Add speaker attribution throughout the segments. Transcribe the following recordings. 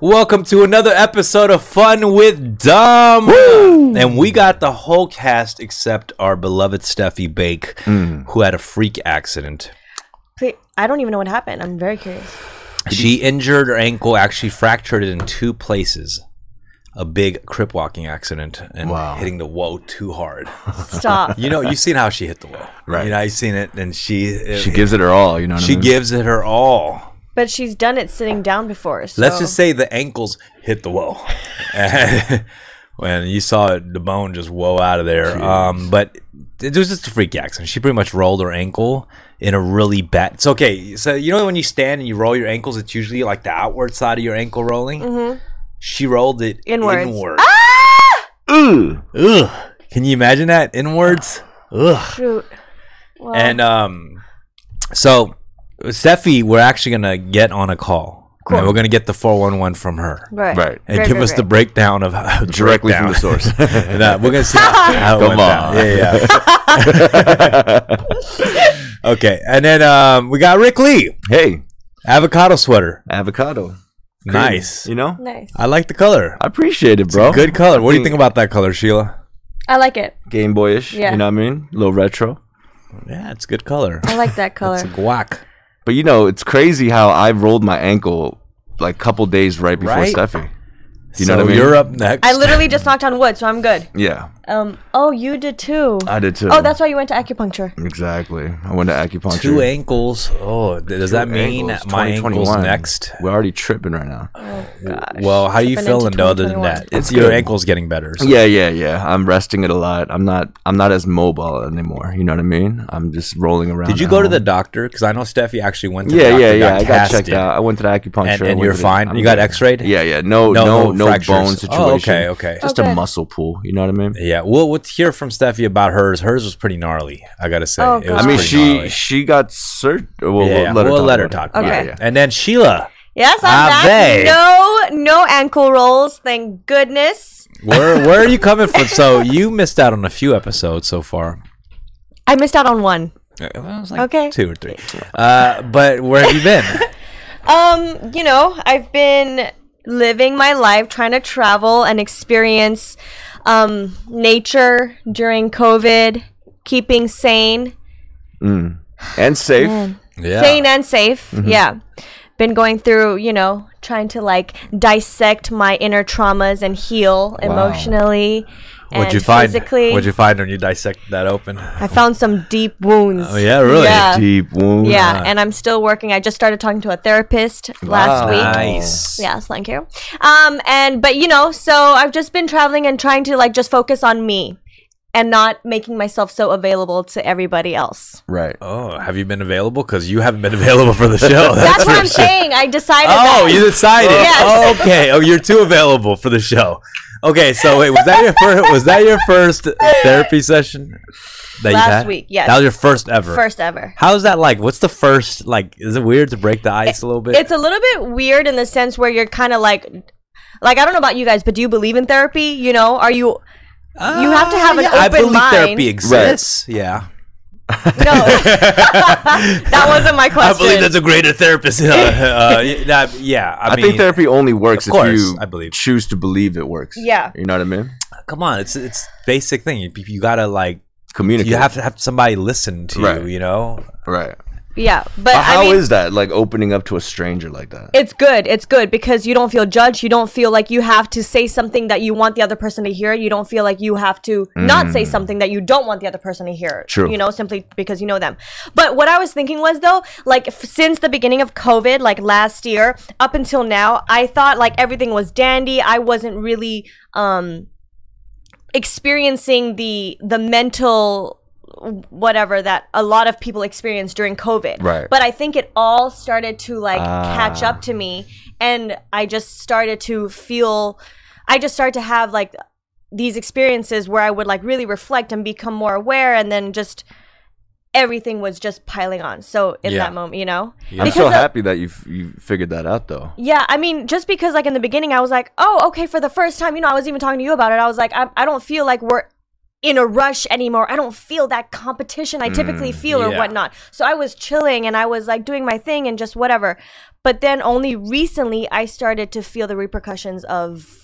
Speaker 1: Welcome to another episode of Fun with Dumb. And we got the whole cast except our beloved Steffi Bake,
Speaker 2: Hmm.
Speaker 1: who had a freak accident.
Speaker 3: Cle- I don't even know what happened. I'm very curious.
Speaker 1: She injured her ankle, actually fractured it in two places. A big crip walking accident and
Speaker 2: Wow.
Speaker 1: hitting the wall too hard.
Speaker 3: Stop.
Speaker 1: You know, you've seen how she hit the wall.
Speaker 2: Right.
Speaker 1: You know, I've seen it and she
Speaker 2: She gives it her all, you know what I
Speaker 1: she
Speaker 2: mean?
Speaker 1: gives it her all.
Speaker 3: but she's done it sitting down before. So.
Speaker 1: Let's just say the ankles hit the wall. And when you saw it, the bone just whoa out of there. Um, but it was just a freak accident. She pretty much rolled her ankle in a really bad. It's okay. So you know when you stand and you roll your ankles, it's usually like the outward side of your ankle rolling. She rolled it
Speaker 3: Mm-hmm. Inwards. Ah!
Speaker 1: inward. Ugh. Can you imagine that inwards? Ugh.
Speaker 3: Shoot. Well,
Speaker 1: And um, so Steffi, we're actually gonna get on a call.
Speaker 3: Cool.
Speaker 1: And we're gonna get the four one one from her
Speaker 3: right.
Speaker 2: Right.
Speaker 1: and
Speaker 3: Right,
Speaker 1: give
Speaker 3: right,
Speaker 1: us the
Speaker 3: right.
Speaker 1: breakdown of how,
Speaker 2: Directly from the source.
Speaker 1: And, uh, we're gonna see how, how it
Speaker 2: Come
Speaker 1: went
Speaker 2: on.
Speaker 1: down. Yeah, yeah. okay, and then um, we got Rick Lee,
Speaker 2: hey,
Speaker 1: avocado sweater,
Speaker 2: avocado.
Speaker 1: nice.
Speaker 2: You know?
Speaker 3: Nice.
Speaker 1: I like the color.
Speaker 2: I appreciate it, bro.
Speaker 1: Good color. What do you think about that color, Sheila?
Speaker 3: I like it.
Speaker 2: Game Boyish.
Speaker 3: Yeah.
Speaker 2: You know what I mean? A little retro.
Speaker 1: Yeah, it's good color.
Speaker 3: I like that
Speaker 1: It's
Speaker 3: color.
Speaker 1: a guac.
Speaker 2: But you know, it's crazy how I rolled my ankle like couple days right before
Speaker 1: Right?
Speaker 2: Steffi. You
Speaker 1: so
Speaker 2: know what I mean?
Speaker 1: You're up next.
Speaker 3: I literally just knocked on wood, so I'm good.
Speaker 2: Yeah,
Speaker 3: Um. Oh, you did too.
Speaker 2: I did too.
Speaker 3: oh, that's why you went to acupuncture.
Speaker 2: exactly. I went to acupuncture.
Speaker 1: Two ankles. Oh, th- does that
Speaker 2: Two
Speaker 1: mean
Speaker 2: ankles,
Speaker 1: my ankles
Speaker 2: 2021.
Speaker 1: next?
Speaker 2: We're already tripping right now.
Speaker 1: Well, how you
Speaker 3: Oh, Tripping into
Speaker 1: feeling though? Other than
Speaker 3: 2021.
Speaker 1: that, it's
Speaker 2: That's
Speaker 1: your
Speaker 2: good.
Speaker 1: ankles getting better. so-
Speaker 2: Yeah, yeah, yeah. I'm resting it a lot. I'm not. I'm not as mobile anymore. You know what I mean? I'm just rolling around.
Speaker 1: Did you
Speaker 2: at
Speaker 1: go to
Speaker 2: home.
Speaker 1: the doctor? Because I know Steffi actually went to the
Speaker 2: Yeah,
Speaker 1: doctor.
Speaker 2: yeah, yeah. I got
Speaker 1: tested.
Speaker 2: checked out. I went to the acupuncture.
Speaker 1: And-
Speaker 2: I
Speaker 1: and
Speaker 2: went
Speaker 1: you're
Speaker 2: to the-
Speaker 1: fine?
Speaker 2: I'm
Speaker 1: You got
Speaker 2: good.
Speaker 1: x-rayed?
Speaker 2: Yeah, yeah. No,
Speaker 1: No, no
Speaker 2: no, no,
Speaker 1: fractures.
Speaker 2: bone situation.
Speaker 1: Oh, okay, okay.
Speaker 2: Just
Speaker 3: Okay.
Speaker 2: a muscle pull. You know what I mean?
Speaker 1: Yeah, we'll, we'll hear from Steffi about hers. Hers was pretty gnarly, I gotta say.
Speaker 3: Oh,
Speaker 1: It
Speaker 3: God.
Speaker 1: was
Speaker 2: I mean,
Speaker 1: pretty
Speaker 2: she
Speaker 1: gnarly.
Speaker 2: she got cert. Well,
Speaker 1: yeah,
Speaker 2: we'll
Speaker 1: yeah.
Speaker 2: let her
Speaker 1: we'll
Speaker 2: talk.
Speaker 1: let her
Speaker 2: about
Speaker 1: talk.
Speaker 2: it.
Speaker 1: about
Speaker 3: Okay.
Speaker 1: it. And then Sheila,
Speaker 3: Yes, I'm
Speaker 1: Ah,
Speaker 3: back.
Speaker 1: they.
Speaker 3: No, no ankle rolls. Thank goodness.
Speaker 1: where where are you coming from? So you missed out on a few episodes so far.
Speaker 3: I missed out on one.
Speaker 2: Uh,
Speaker 3: Okay.
Speaker 1: Two or three. Uh, but where have you been?
Speaker 3: Um, you know, I've been living my life trying to travel and experience um, nature during COVID, keeping sane,
Speaker 2: Mm. And safe.
Speaker 1: Yeah.
Speaker 3: Mm.
Speaker 1: Mm-hmm.
Speaker 3: sane and safe. Yeah. Been going through, you know, trying to like dissect my inner traumas and heal emotionally and
Speaker 1: What'd you find?
Speaker 3: physically.
Speaker 1: What'd you find when you dissected that open?
Speaker 3: I found some deep wounds. Oh
Speaker 1: yeah, really?
Speaker 3: Yeah.
Speaker 2: Deep wound.
Speaker 3: yeah, and I'm still working. I just started talking to a therapist last
Speaker 2: Wow.
Speaker 3: week.
Speaker 1: Nice.
Speaker 3: Yes, thank you. Um, and but you know, so I've just been traveling and trying to like just focus on me and not making myself so available to everybody else.
Speaker 2: Right.
Speaker 1: Oh, have you been available? Because you haven't been available for the show.
Speaker 3: That's what
Speaker 1: for
Speaker 3: I'm
Speaker 1: sure.
Speaker 3: saying. I decided.
Speaker 1: Oh,
Speaker 3: that.
Speaker 1: you decided.
Speaker 3: Yes.
Speaker 1: Oh, okay. Oh, you're too available for the show. Okay, so wait, was that your first? Was that your first therapy session? That
Speaker 3: Last week, yes.
Speaker 1: That was your first ever.
Speaker 3: first ever.
Speaker 1: How's that like? What's the first like? Is it weird to break the ice a little bit?
Speaker 3: It's a little bit weird in the sense where you're kind of like, like I don't know about you guys, but do you believe in therapy? You know, are you? you have to have an
Speaker 1: I
Speaker 3: open
Speaker 1: believe
Speaker 3: mind.
Speaker 1: therapy exists. Yeah,
Speaker 3: No, that wasn't my
Speaker 1: I
Speaker 3: question.
Speaker 1: believe that's a greater therapist. Uh, uh, y- that- yeah, I,
Speaker 2: I,
Speaker 1: mean,
Speaker 2: think therapy only works
Speaker 1: of course,
Speaker 2: if you
Speaker 1: I believe.
Speaker 2: choose to believe it works.
Speaker 3: Yeah.
Speaker 2: You know what I mean?
Speaker 1: Come on, it's it's basic thing. You, you gotta like.
Speaker 2: Communicate.
Speaker 1: You have to have somebody listen to
Speaker 2: Right.
Speaker 1: you. You know.
Speaker 2: Right.
Speaker 3: yeah, but
Speaker 2: But how
Speaker 3: I mean,
Speaker 2: is that? Like opening up to a stranger like that?
Speaker 3: it's good. It's good because you don't feel judged. You don't feel like you have to say something that you want the other person to hear. You don't feel like you have to not say something that you don't want the other person to hear.
Speaker 2: Mm. True.
Speaker 3: You know, simply because you know them. But what I was thinking was though, like f- since the beginning of COVID, like last year up until now, I thought like everything was dandy. I wasn't really um experiencing the the mental whatever that a lot of people experienced during COVID.
Speaker 2: Right.
Speaker 3: But I think it all started to like catch
Speaker 2: Ah.
Speaker 3: up to me and I just started to feel I just started to have like these experiences where I would like really reflect and become more aware and then just everything was just piling on. So in
Speaker 1: Yeah.
Speaker 3: that moment, you know?
Speaker 2: I'm
Speaker 3: Because
Speaker 2: so
Speaker 3: of-
Speaker 2: happy that you f- you figured that out though.
Speaker 3: yeah, I mean, just because like in the beginning, I was like, oh, okay, for the first time, you know, I was even talking to you about it. I was like, I, I don't feel like we're in a rush anymore. I don't feel that
Speaker 2: Mm,
Speaker 3: competition I typically feel or
Speaker 1: yeah.
Speaker 3: whatnot. So I was chilling and I was like doing my thing and just whatever. But then only recently I started to feel the repercussions of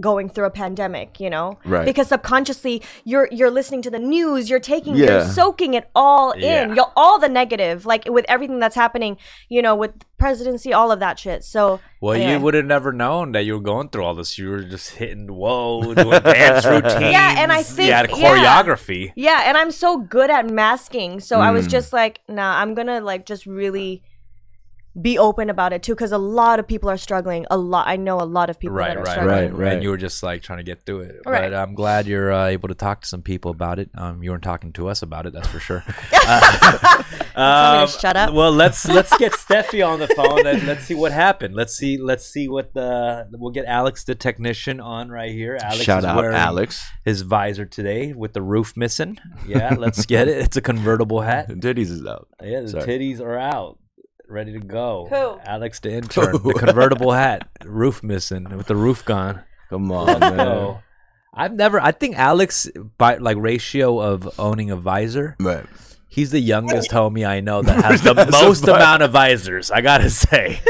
Speaker 3: going through a pandemic, you know?
Speaker 2: Right.
Speaker 3: Because subconsciously you're you're listening to the news, you're taking you're
Speaker 2: Yeah.
Speaker 3: soaking it all in.
Speaker 1: Yeah.
Speaker 3: You're all the negative, like with everything that's happening, you know, with presidency, all of that shit. So
Speaker 1: Well,
Speaker 3: anyway.
Speaker 1: you would have never known that you were going through all this. You were just hitting whoa, doing dance routines.
Speaker 3: Yeah, and I think-
Speaker 1: you had a
Speaker 3: yeah.
Speaker 1: choreography. Mm.
Speaker 3: Yeah, and I'm so good at masking. So I was just like, nah, I'm gonna like just really be open about it too, because a lot of people are struggling. A lot, I know a lot of people
Speaker 1: Right,
Speaker 3: that are
Speaker 1: right,
Speaker 3: struggling.
Speaker 1: right,
Speaker 2: Right,
Speaker 1: And you were just like trying to get through it.
Speaker 3: Right.
Speaker 1: But I'm glad you're uh, able to talk to some people about it. Um, you weren't talking to us about it, that's for sure. Uh,
Speaker 3: Tell me
Speaker 1: Um,
Speaker 3: to shut up.
Speaker 1: Well, let's let's get Steffi on the phone and let's see what happened. Let's see let's see what the we'll get Alex the technician on right here. Alex
Speaker 2: Shout
Speaker 1: is
Speaker 2: out
Speaker 1: wearing
Speaker 2: Alex.
Speaker 1: his visor today with the roof missing. Yeah, let's get it. It's a convertible hat.
Speaker 2: Diddy's is out.
Speaker 1: Yeah, the
Speaker 2: Sorry.
Speaker 1: titties are out, ready to go.
Speaker 3: Who?
Speaker 1: Alex the intern, the convertible hat, roof missing with the roof gone.
Speaker 2: Come on, man.
Speaker 1: So I've never. I think Alex, by like ratio of owning a visor,
Speaker 2: Right.
Speaker 1: he's the youngest homie I know that has the
Speaker 2: That's a
Speaker 1: most
Speaker 2: vi-
Speaker 1: amount of visors. I gotta say,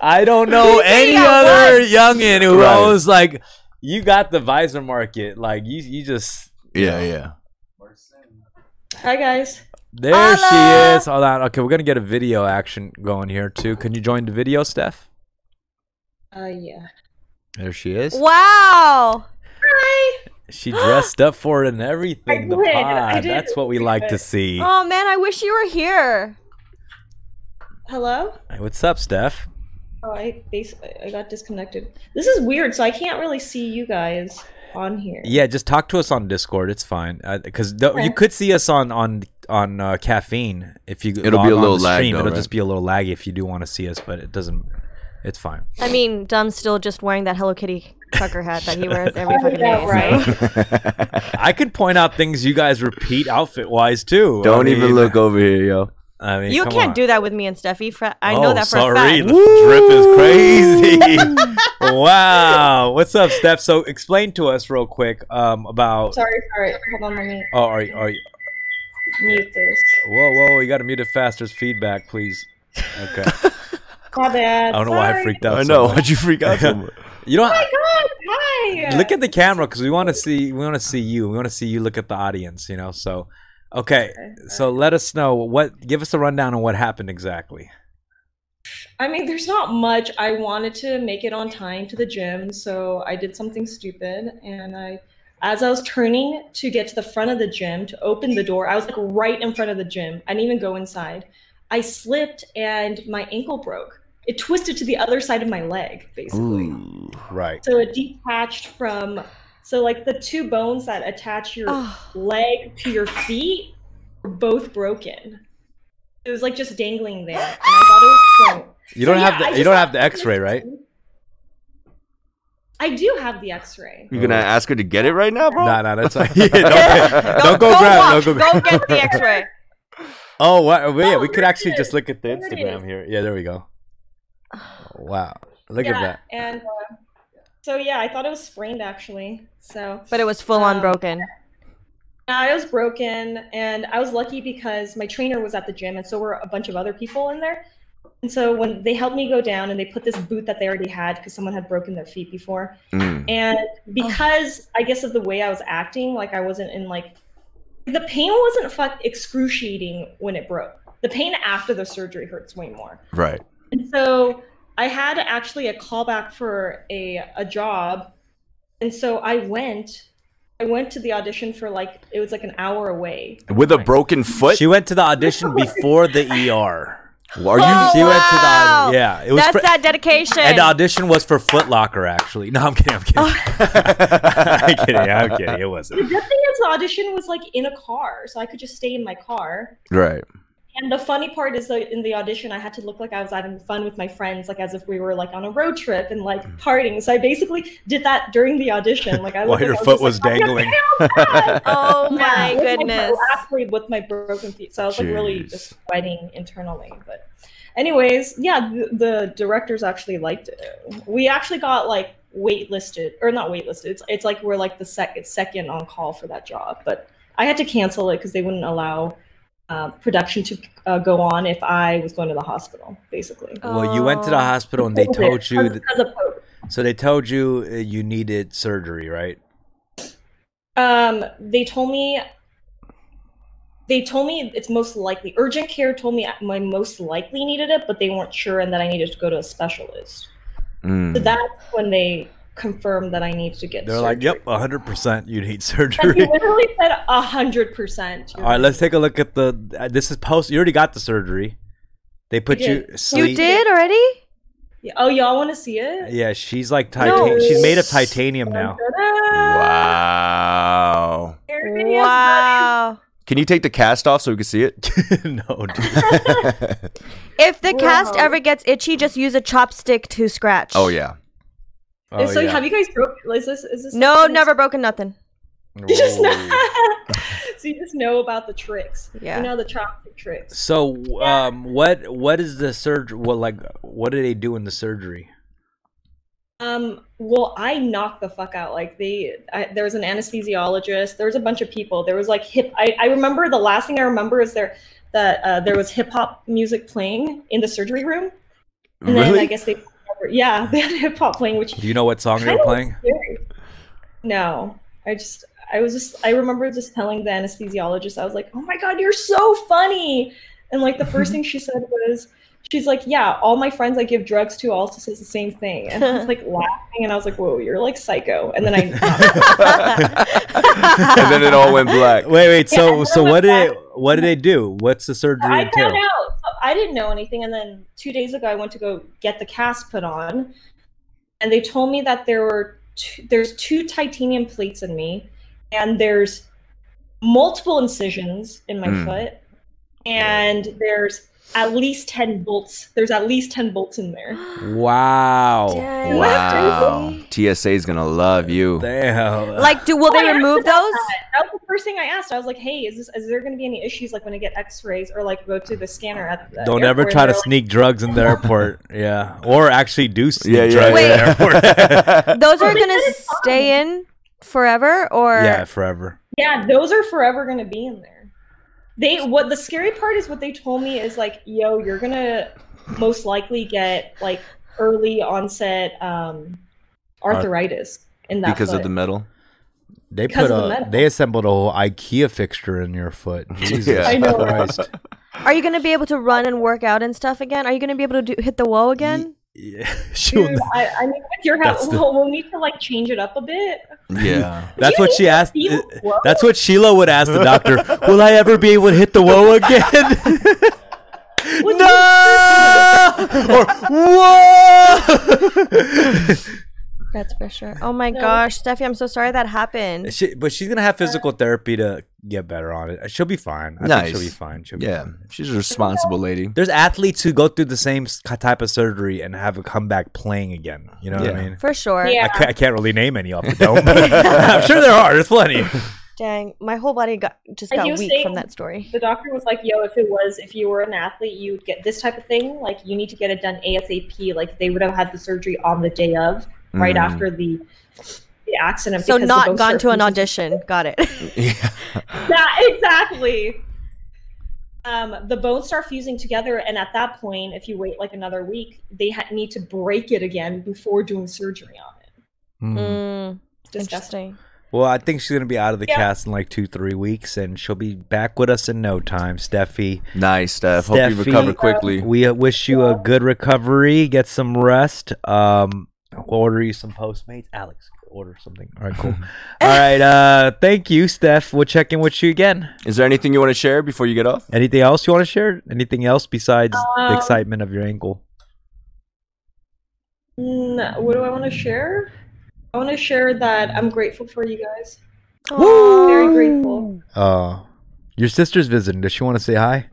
Speaker 1: I don't know
Speaker 3: said he
Speaker 1: any
Speaker 3: got
Speaker 1: other youngin who
Speaker 2: Right.
Speaker 1: owns like. You got the visor market, like you. You just
Speaker 2: Yeah, yeah.
Speaker 3: Hi guys.
Speaker 1: there
Speaker 3: Holla.
Speaker 1: she is. Hold on. Okay, we're gonna get a video action going here too. Can you join the video, Steph?
Speaker 4: Uh, yeah.
Speaker 1: There she is.
Speaker 3: Wow.
Speaker 1: She dressed up for it and everything. the
Speaker 4: did, I
Speaker 1: pod.
Speaker 4: did.
Speaker 1: That's what we like to see.
Speaker 3: Oh man, I wish you were here.
Speaker 4: Hello?
Speaker 1: Hey, what's up, Steph?
Speaker 4: Oh, I basically I got disconnected. This is weird, so I can't really see you guys on here.
Speaker 1: Yeah, just talk to us on Discord. It's fine because
Speaker 4: Okay.
Speaker 1: you could see us on on on uh, caffeine if you.
Speaker 2: It'll be a
Speaker 1: on
Speaker 2: little
Speaker 1: the
Speaker 2: lag,
Speaker 1: stream.
Speaker 2: though,
Speaker 1: It'll
Speaker 2: right?
Speaker 1: just be a little laggy if you do want to see us, but it doesn't. It's fine.
Speaker 3: I mean, Dumb's still just wearing that Hello Kitty trucker hat that he wears every
Speaker 4: Oh,
Speaker 3: fucking
Speaker 4: yeah,
Speaker 3: day. so-
Speaker 4: right.
Speaker 1: I could point out things you guys repeat outfit wise too. I
Speaker 2: Don't even
Speaker 1: mean-
Speaker 2: look over here, yo.
Speaker 1: I mean,
Speaker 3: You
Speaker 1: come
Speaker 3: can't
Speaker 1: on.
Speaker 3: do that with me and Steffi. For, I
Speaker 1: Oh,
Speaker 3: know that for
Speaker 1: sorry.
Speaker 3: a fact.
Speaker 1: The drip is crazy. Oh. wow. What's up, Steph? So explain to us real quick um, about.
Speaker 4: Sorry, sorry. Hold on, let me
Speaker 1: Oh, are you, are you,
Speaker 4: mute this.
Speaker 1: whoa, whoa! You got to mute it fast. There's feedback, please. Okay.
Speaker 4: My
Speaker 1: I
Speaker 4: bad.
Speaker 1: don't know why I
Speaker 4: Sorry. Oh
Speaker 1: freaked out.
Speaker 2: I
Speaker 1: so
Speaker 2: know.
Speaker 1: much.
Speaker 2: Why'd you freak out so much?
Speaker 1: You don't
Speaker 4: God, hi.
Speaker 1: look at the camera because we want to see. We want to see you. We want to see you look at the audience. You know. So, okay. So let us know what. Give us a rundown on what happened exactly.
Speaker 4: I mean, there's not much. I wanted to make it on time to the gym, so I did something stupid. And I, as I was turning to get to the front of the gym to open the door, I was like right in front of the gym. I didn't even go inside. I slipped and my ankle broke. It twisted to the other side of my leg, basically.
Speaker 2: Ooh.
Speaker 1: Right.
Speaker 4: So it detached from, so like the two bones that attach your
Speaker 3: Oh.
Speaker 4: leg to your feet were both broken. It was like just dangling there. And I thought it was broke.
Speaker 1: You don't
Speaker 4: So,
Speaker 1: have
Speaker 4: yeah,
Speaker 1: the.
Speaker 4: I
Speaker 1: you
Speaker 4: just-
Speaker 1: don't have the X-ray, right?
Speaker 4: I do have the X-ray.
Speaker 2: You gonna ask her to get it right now, bro?
Speaker 1: No, no, Oh. that's like,
Speaker 3: Go-
Speaker 1: Don't go grab it,
Speaker 3: watch,
Speaker 1: don't
Speaker 3: go
Speaker 1: go
Speaker 3: get the X-ray.
Speaker 1: oh, what, yeah,
Speaker 4: No,
Speaker 1: we could
Speaker 4: there it
Speaker 1: actually
Speaker 4: is.
Speaker 1: just look at the
Speaker 4: There it
Speaker 1: Instagram
Speaker 4: is.
Speaker 1: here. Yeah, there we go. Wow, look
Speaker 4: yeah,
Speaker 1: at that.
Speaker 4: And uh, so yeah, I thought it was sprained actually. So
Speaker 3: But it was full on
Speaker 4: Um,
Speaker 3: broken.
Speaker 4: yeah, it was broken, and I was lucky because my trainer was at the gym, and so were a bunch of other people in there. And so when they helped me go down, and they put this boot that they already had because someone had broken their feet before,
Speaker 2: Mm.
Speaker 4: and because i guess of the way i was acting like i wasn't in like the pain wasn't fuck excruciating when it broke the pain after the surgery hurts way more
Speaker 2: Right.
Speaker 4: and so i had actually a callback for a a job and so i went i went to the audition for like it was like an hour away
Speaker 2: With a broken foot?
Speaker 1: She went to the audition before the ER.
Speaker 2: Are you?
Speaker 3: Oh,
Speaker 1: she went to the
Speaker 3: wow.
Speaker 1: yeah. It was
Speaker 3: That's
Speaker 1: pre-
Speaker 3: that dedication.
Speaker 1: and the audition was for Foot Locker actually. No, I'm kidding. I'm kidding. I'm kidding. I'm kidding. It
Speaker 4: the
Speaker 1: wasn't.
Speaker 4: good thing is the audition was like in a car so i could just stay in my car
Speaker 2: Right.
Speaker 4: And the funny part is that in the audition, I had to look like I was having fun with my friends, like as if we were like on a road trip and like partying. So I basically did that during the audition. Like I
Speaker 1: Hmm. While
Speaker 4: looked
Speaker 1: your
Speaker 4: like I
Speaker 1: foot was
Speaker 4: just like,
Speaker 1: dangling.
Speaker 3: Oh my
Speaker 4: Yeah, with
Speaker 3: goodness.
Speaker 4: bro- actually, with my broken feet, so I was like really
Speaker 2: Jeez.
Speaker 4: just sweating internally. But, anyways, yeah, the, the directors actually liked it. We actually got like waitlisted, or not waitlisted. It's it's like we're like the second second on call for that job, but I had to cancel it because they wouldn't allow uh, production to uh, go on if I was going to the hospital, basically.
Speaker 3: Oh.
Speaker 1: Well, you went to the hospital and they told you, that,
Speaker 4: Because of COVID.
Speaker 1: so they told you uh, you needed surgery, right?
Speaker 4: Um, they told me. They told me it's most likely urgent care. Told me I most likely needed it, but they weren't sure, and that I needed to go to a specialist. So
Speaker 2: Mm.
Speaker 4: that's when they confirmed that I needed to get.
Speaker 1: Hmm. They're like,
Speaker 4: surgery.
Speaker 1: yep, 100% you need
Speaker 4: And he
Speaker 1: surgery.
Speaker 4: literally said a hundred percent.
Speaker 1: All right, let's take a look at the. Uh, this is post. You already got the surgery. They put
Speaker 4: I
Speaker 1: you.
Speaker 4: did.
Speaker 1: sleep-
Speaker 3: You did already?
Speaker 4: Yeah. Oh, y'all want to see it?
Speaker 1: Yeah, she's like titan-
Speaker 3: No.
Speaker 1: She's made of titanium now.
Speaker 4: Ta-da!
Speaker 2: Wow.
Speaker 4: There it is,
Speaker 3: Wow.
Speaker 2: Can you take the cast off so we can see it?
Speaker 1: no, dude.
Speaker 3: If the cast
Speaker 4: Wow.
Speaker 3: ever gets itchy, just use a chopstick to scratch.
Speaker 2: oh yeah.
Speaker 4: buddy.
Speaker 1: Oh,
Speaker 4: so
Speaker 1: yeah.
Speaker 4: have you guys broke? Is this? Is this
Speaker 3: No, never broken nothing.
Speaker 4: You just know.
Speaker 1: Whoa.
Speaker 4: so you just know about the tricks.
Speaker 3: Yeah.
Speaker 4: You know the chopstick tricks.
Speaker 1: So, um, what what is the surgery? What like what do they do in the surgery?
Speaker 4: Um. Well, I knocked the fuck out. Like they, I, there was an anesthesiologist. There was a bunch of people. There was like hip. I, I remember the last thing I remember is there that uh, there was hip hop music playing in the surgery room. And then I
Speaker 2: Really?
Speaker 4: guess they, yeah, they had hip hop playing, which
Speaker 1: Do you know what song they
Speaker 4: I
Speaker 1: were
Speaker 4: don't-
Speaker 1: playing?
Speaker 4: No, I just I was just I remember just telling the anesthesiologist I was like, "Oh my god, you're so funny!" And like the first thing she said was, "She's like, yeah, all my friends I give drugs to also says the same thing." And I was like laughing, and I was like, "Whoa, you're like psycho!" And then I
Speaker 2: and then it all went black.
Speaker 1: Wait, wait.
Speaker 4: Yeah, I
Speaker 1: So,
Speaker 4: don't
Speaker 1: so
Speaker 4: know
Speaker 1: what
Speaker 4: what
Speaker 1: did it, what did they do? What's the surgery
Speaker 4: I
Speaker 1: entail?
Speaker 4: found out I didn't know anything, and then two days ago I went to go get the cast put on, and they told me that there were two, there's two titanium plates in me, and there's multiple incisions in my
Speaker 2: Hmm.
Speaker 4: foot, and there's at least ten bolts. There's at least ten bolts in there.
Speaker 1: Wow.
Speaker 3: Dang.
Speaker 2: Wow. TSA is gonna love you.
Speaker 1: Damn.
Speaker 3: Like, do will
Speaker 4: I
Speaker 3: they
Speaker 4: asked
Speaker 3: remove
Speaker 4: about
Speaker 3: those?
Speaker 4: That was the first thing I asked. I was like, "Hey, is this is there going to be any issues like when I get X-rays or like go to the scanner at the
Speaker 1: don't ever
Speaker 4: airport?"
Speaker 1: try to
Speaker 4: They're like,
Speaker 1: sneak drugs in the airport. Yeah, or actually do sneak
Speaker 2: Yeah, yeah.
Speaker 1: drugs
Speaker 3: Wait.
Speaker 1: in the airport.
Speaker 2: yeah.
Speaker 3: Those are
Speaker 4: they
Speaker 3: gonna
Speaker 4: said it's
Speaker 3: stay in forever, or
Speaker 1: yeah, forever.
Speaker 4: Yeah, those are forever gonna be in there. They what the scary part is what they told me is like, yo, you're gonna most likely get like early onset um arthritis in that
Speaker 2: because of
Speaker 4: foot.
Speaker 2: the metal.
Speaker 1: They
Speaker 4: Because
Speaker 1: put
Speaker 4: of the
Speaker 1: a
Speaker 4: metal.
Speaker 1: they assembled a whole IKEA fixture in your foot. Jesus
Speaker 2: I
Speaker 4: know.
Speaker 1: Christ.
Speaker 3: are you gonna be able to run and work out and stuff again? Are you gonna be able to do, hit the wall again?
Speaker 1: Yeah, she will
Speaker 4: Dude, I, I mean, with your house,
Speaker 1: That's the-
Speaker 4: we'll, we'll need to like change it up a bit.
Speaker 2: Yeah.
Speaker 1: That's what she asked. uh,
Speaker 4: You- whoa.
Speaker 1: That's what Sheila would ask the doctor. Will I ever be able to hit the woe again?
Speaker 4: Would
Speaker 1: no. or whoa.
Speaker 3: That's for sure. Oh my gosh, Steffi, I'm so sorry that happened.
Speaker 1: she, but she's gonna have physical therapy to get better on it. She'll be fine. I think
Speaker 2: Nice.
Speaker 1: she'll be fine. She'll be
Speaker 2: Yeah.
Speaker 1: fine.
Speaker 2: She's a responsible lady.
Speaker 1: There's athletes who go through the same s- type of surgery and have a comeback playing again. You know what I
Speaker 2: Yeah.
Speaker 1: mean?
Speaker 3: For sure.
Speaker 4: Yeah.
Speaker 1: I, ca- I can't really name any off the dome. but I'm sure there are. There's plenty.
Speaker 3: Dang, my whole body got just
Speaker 4: Are
Speaker 3: got
Speaker 4: you
Speaker 3: weak
Speaker 4: saying-
Speaker 3: from that story.
Speaker 4: The doctor was like, yo, if it was, if you were an athlete, you'd get this type of thing. Like, you need to get it done ASAP. Like, they would have had the surgery on the day of, right
Speaker 2: Mm.
Speaker 4: after the the accident.
Speaker 3: So
Speaker 4: because the
Speaker 3: not
Speaker 4: both
Speaker 3: gone to an
Speaker 4: surgeons-
Speaker 3: audition. Got it.
Speaker 2: Yeah.
Speaker 4: yeah, exactly. Um, the bones start fusing together, and at that point, if you wait like another week, they ha- need to break it again before doing surgery on it.
Speaker 1: Mm.
Speaker 3: Mm,
Speaker 4: Disgusting.
Speaker 3: interesting.
Speaker 1: Well, I think she's gonna be out of the
Speaker 4: Yeah.
Speaker 1: cast in like two, three weeks, and she'll be back with us in no time. Steffi,
Speaker 2: Nice, Steph. Hope you
Speaker 1: Steffi.
Speaker 2: recover quickly.
Speaker 1: we uh, wish you a good recovery. Get some rest. Um, we'll order you some Postmates. Alex, order something. All right, cool. All right. Uh, thank you, Steph. We'll check in with you again.
Speaker 2: Is there anything you want to share before you get off?
Speaker 1: Anything else you want to share? Anything else besides the
Speaker 4: Um,
Speaker 1: excitement of your ankle?
Speaker 4: Mm, what do I want to share? I want to share that I'm grateful for you guys.
Speaker 3: Aw.
Speaker 4: Very grateful.
Speaker 1: Uh, your sister's visiting. Does she want to say hi?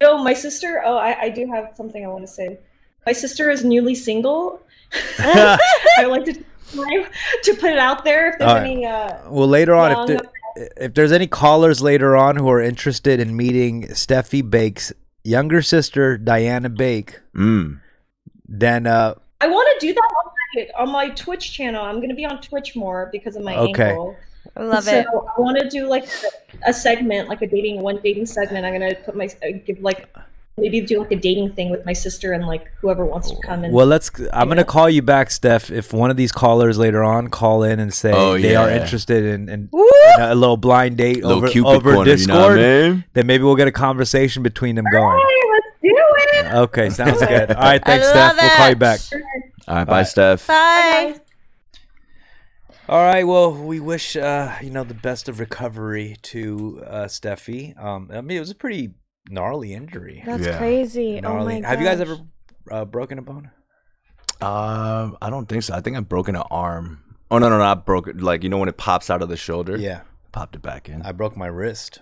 Speaker 4: Oh, my sister. Oh, I, I do have something I want to say. My sister is newly single. I would like to to put it out there if there's
Speaker 1: All right.
Speaker 4: any. Uh,
Speaker 1: well, later on, if,
Speaker 4: Long
Speaker 1: there- if there's any callers later on who are interested in meeting Steffi Bake's younger sister, Diana Bake,
Speaker 2: Mm.
Speaker 1: then uh,
Speaker 4: I want to do that on my, on my Twitch channel. I'm going to be on Twitch more because of my
Speaker 1: Okay.
Speaker 4: ankle.
Speaker 3: I love
Speaker 4: so
Speaker 3: it.
Speaker 4: I want to do like a segment, like a dating one dating segment. I'm gonna put my uh, give like maybe do like a dating thing with my sister and like whoever wants to come. And
Speaker 1: Well, let's. I'm
Speaker 4: Yeah.
Speaker 1: gonna call you back, Steph. If one of these callers later on call in and say
Speaker 2: Oh,
Speaker 1: they are
Speaker 2: yeah.
Speaker 1: interested in, in
Speaker 3: Woo!
Speaker 1: a little blind date
Speaker 2: Little
Speaker 1: over,
Speaker 2: Cupid
Speaker 1: over
Speaker 2: corner,
Speaker 1: Discord,
Speaker 2: you know what I mean?
Speaker 1: then maybe we'll get a conversation between them
Speaker 4: Hey,
Speaker 1: going.
Speaker 4: let's do it.
Speaker 1: Okay, sounds good. All right,
Speaker 3: I
Speaker 1: thanks,
Speaker 3: love
Speaker 1: Steph. We'll call you
Speaker 3: it.
Speaker 1: back.
Speaker 2: All right,
Speaker 1: All
Speaker 2: bye,
Speaker 1: right.
Speaker 2: Steph.
Speaker 3: Bye.
Speaker 1: All right. Well, we wish uh, you know the best of recovery to uh, Steffi. Um, I mean, it was a pretty gnarly injury.
Speaker 3: That's
Speaker 2: Yeah.
Speaker 3: crazy. Oh
Speaker 1: Gnarly.
Speaker 3: my
Speaker 1: Have you guys
Speaker 3: gosh.
Speaker 1: ever uh, broken a bone?
Speaker 2: Um, I don't think so. I think I've broken an arm. Oh no, no, no! I broke it. Like you know when it pops out of the shoulder.
Speaker 1: Yeah,
Speaker 2: popped it back in.
Speaker 1: I broke my wrist.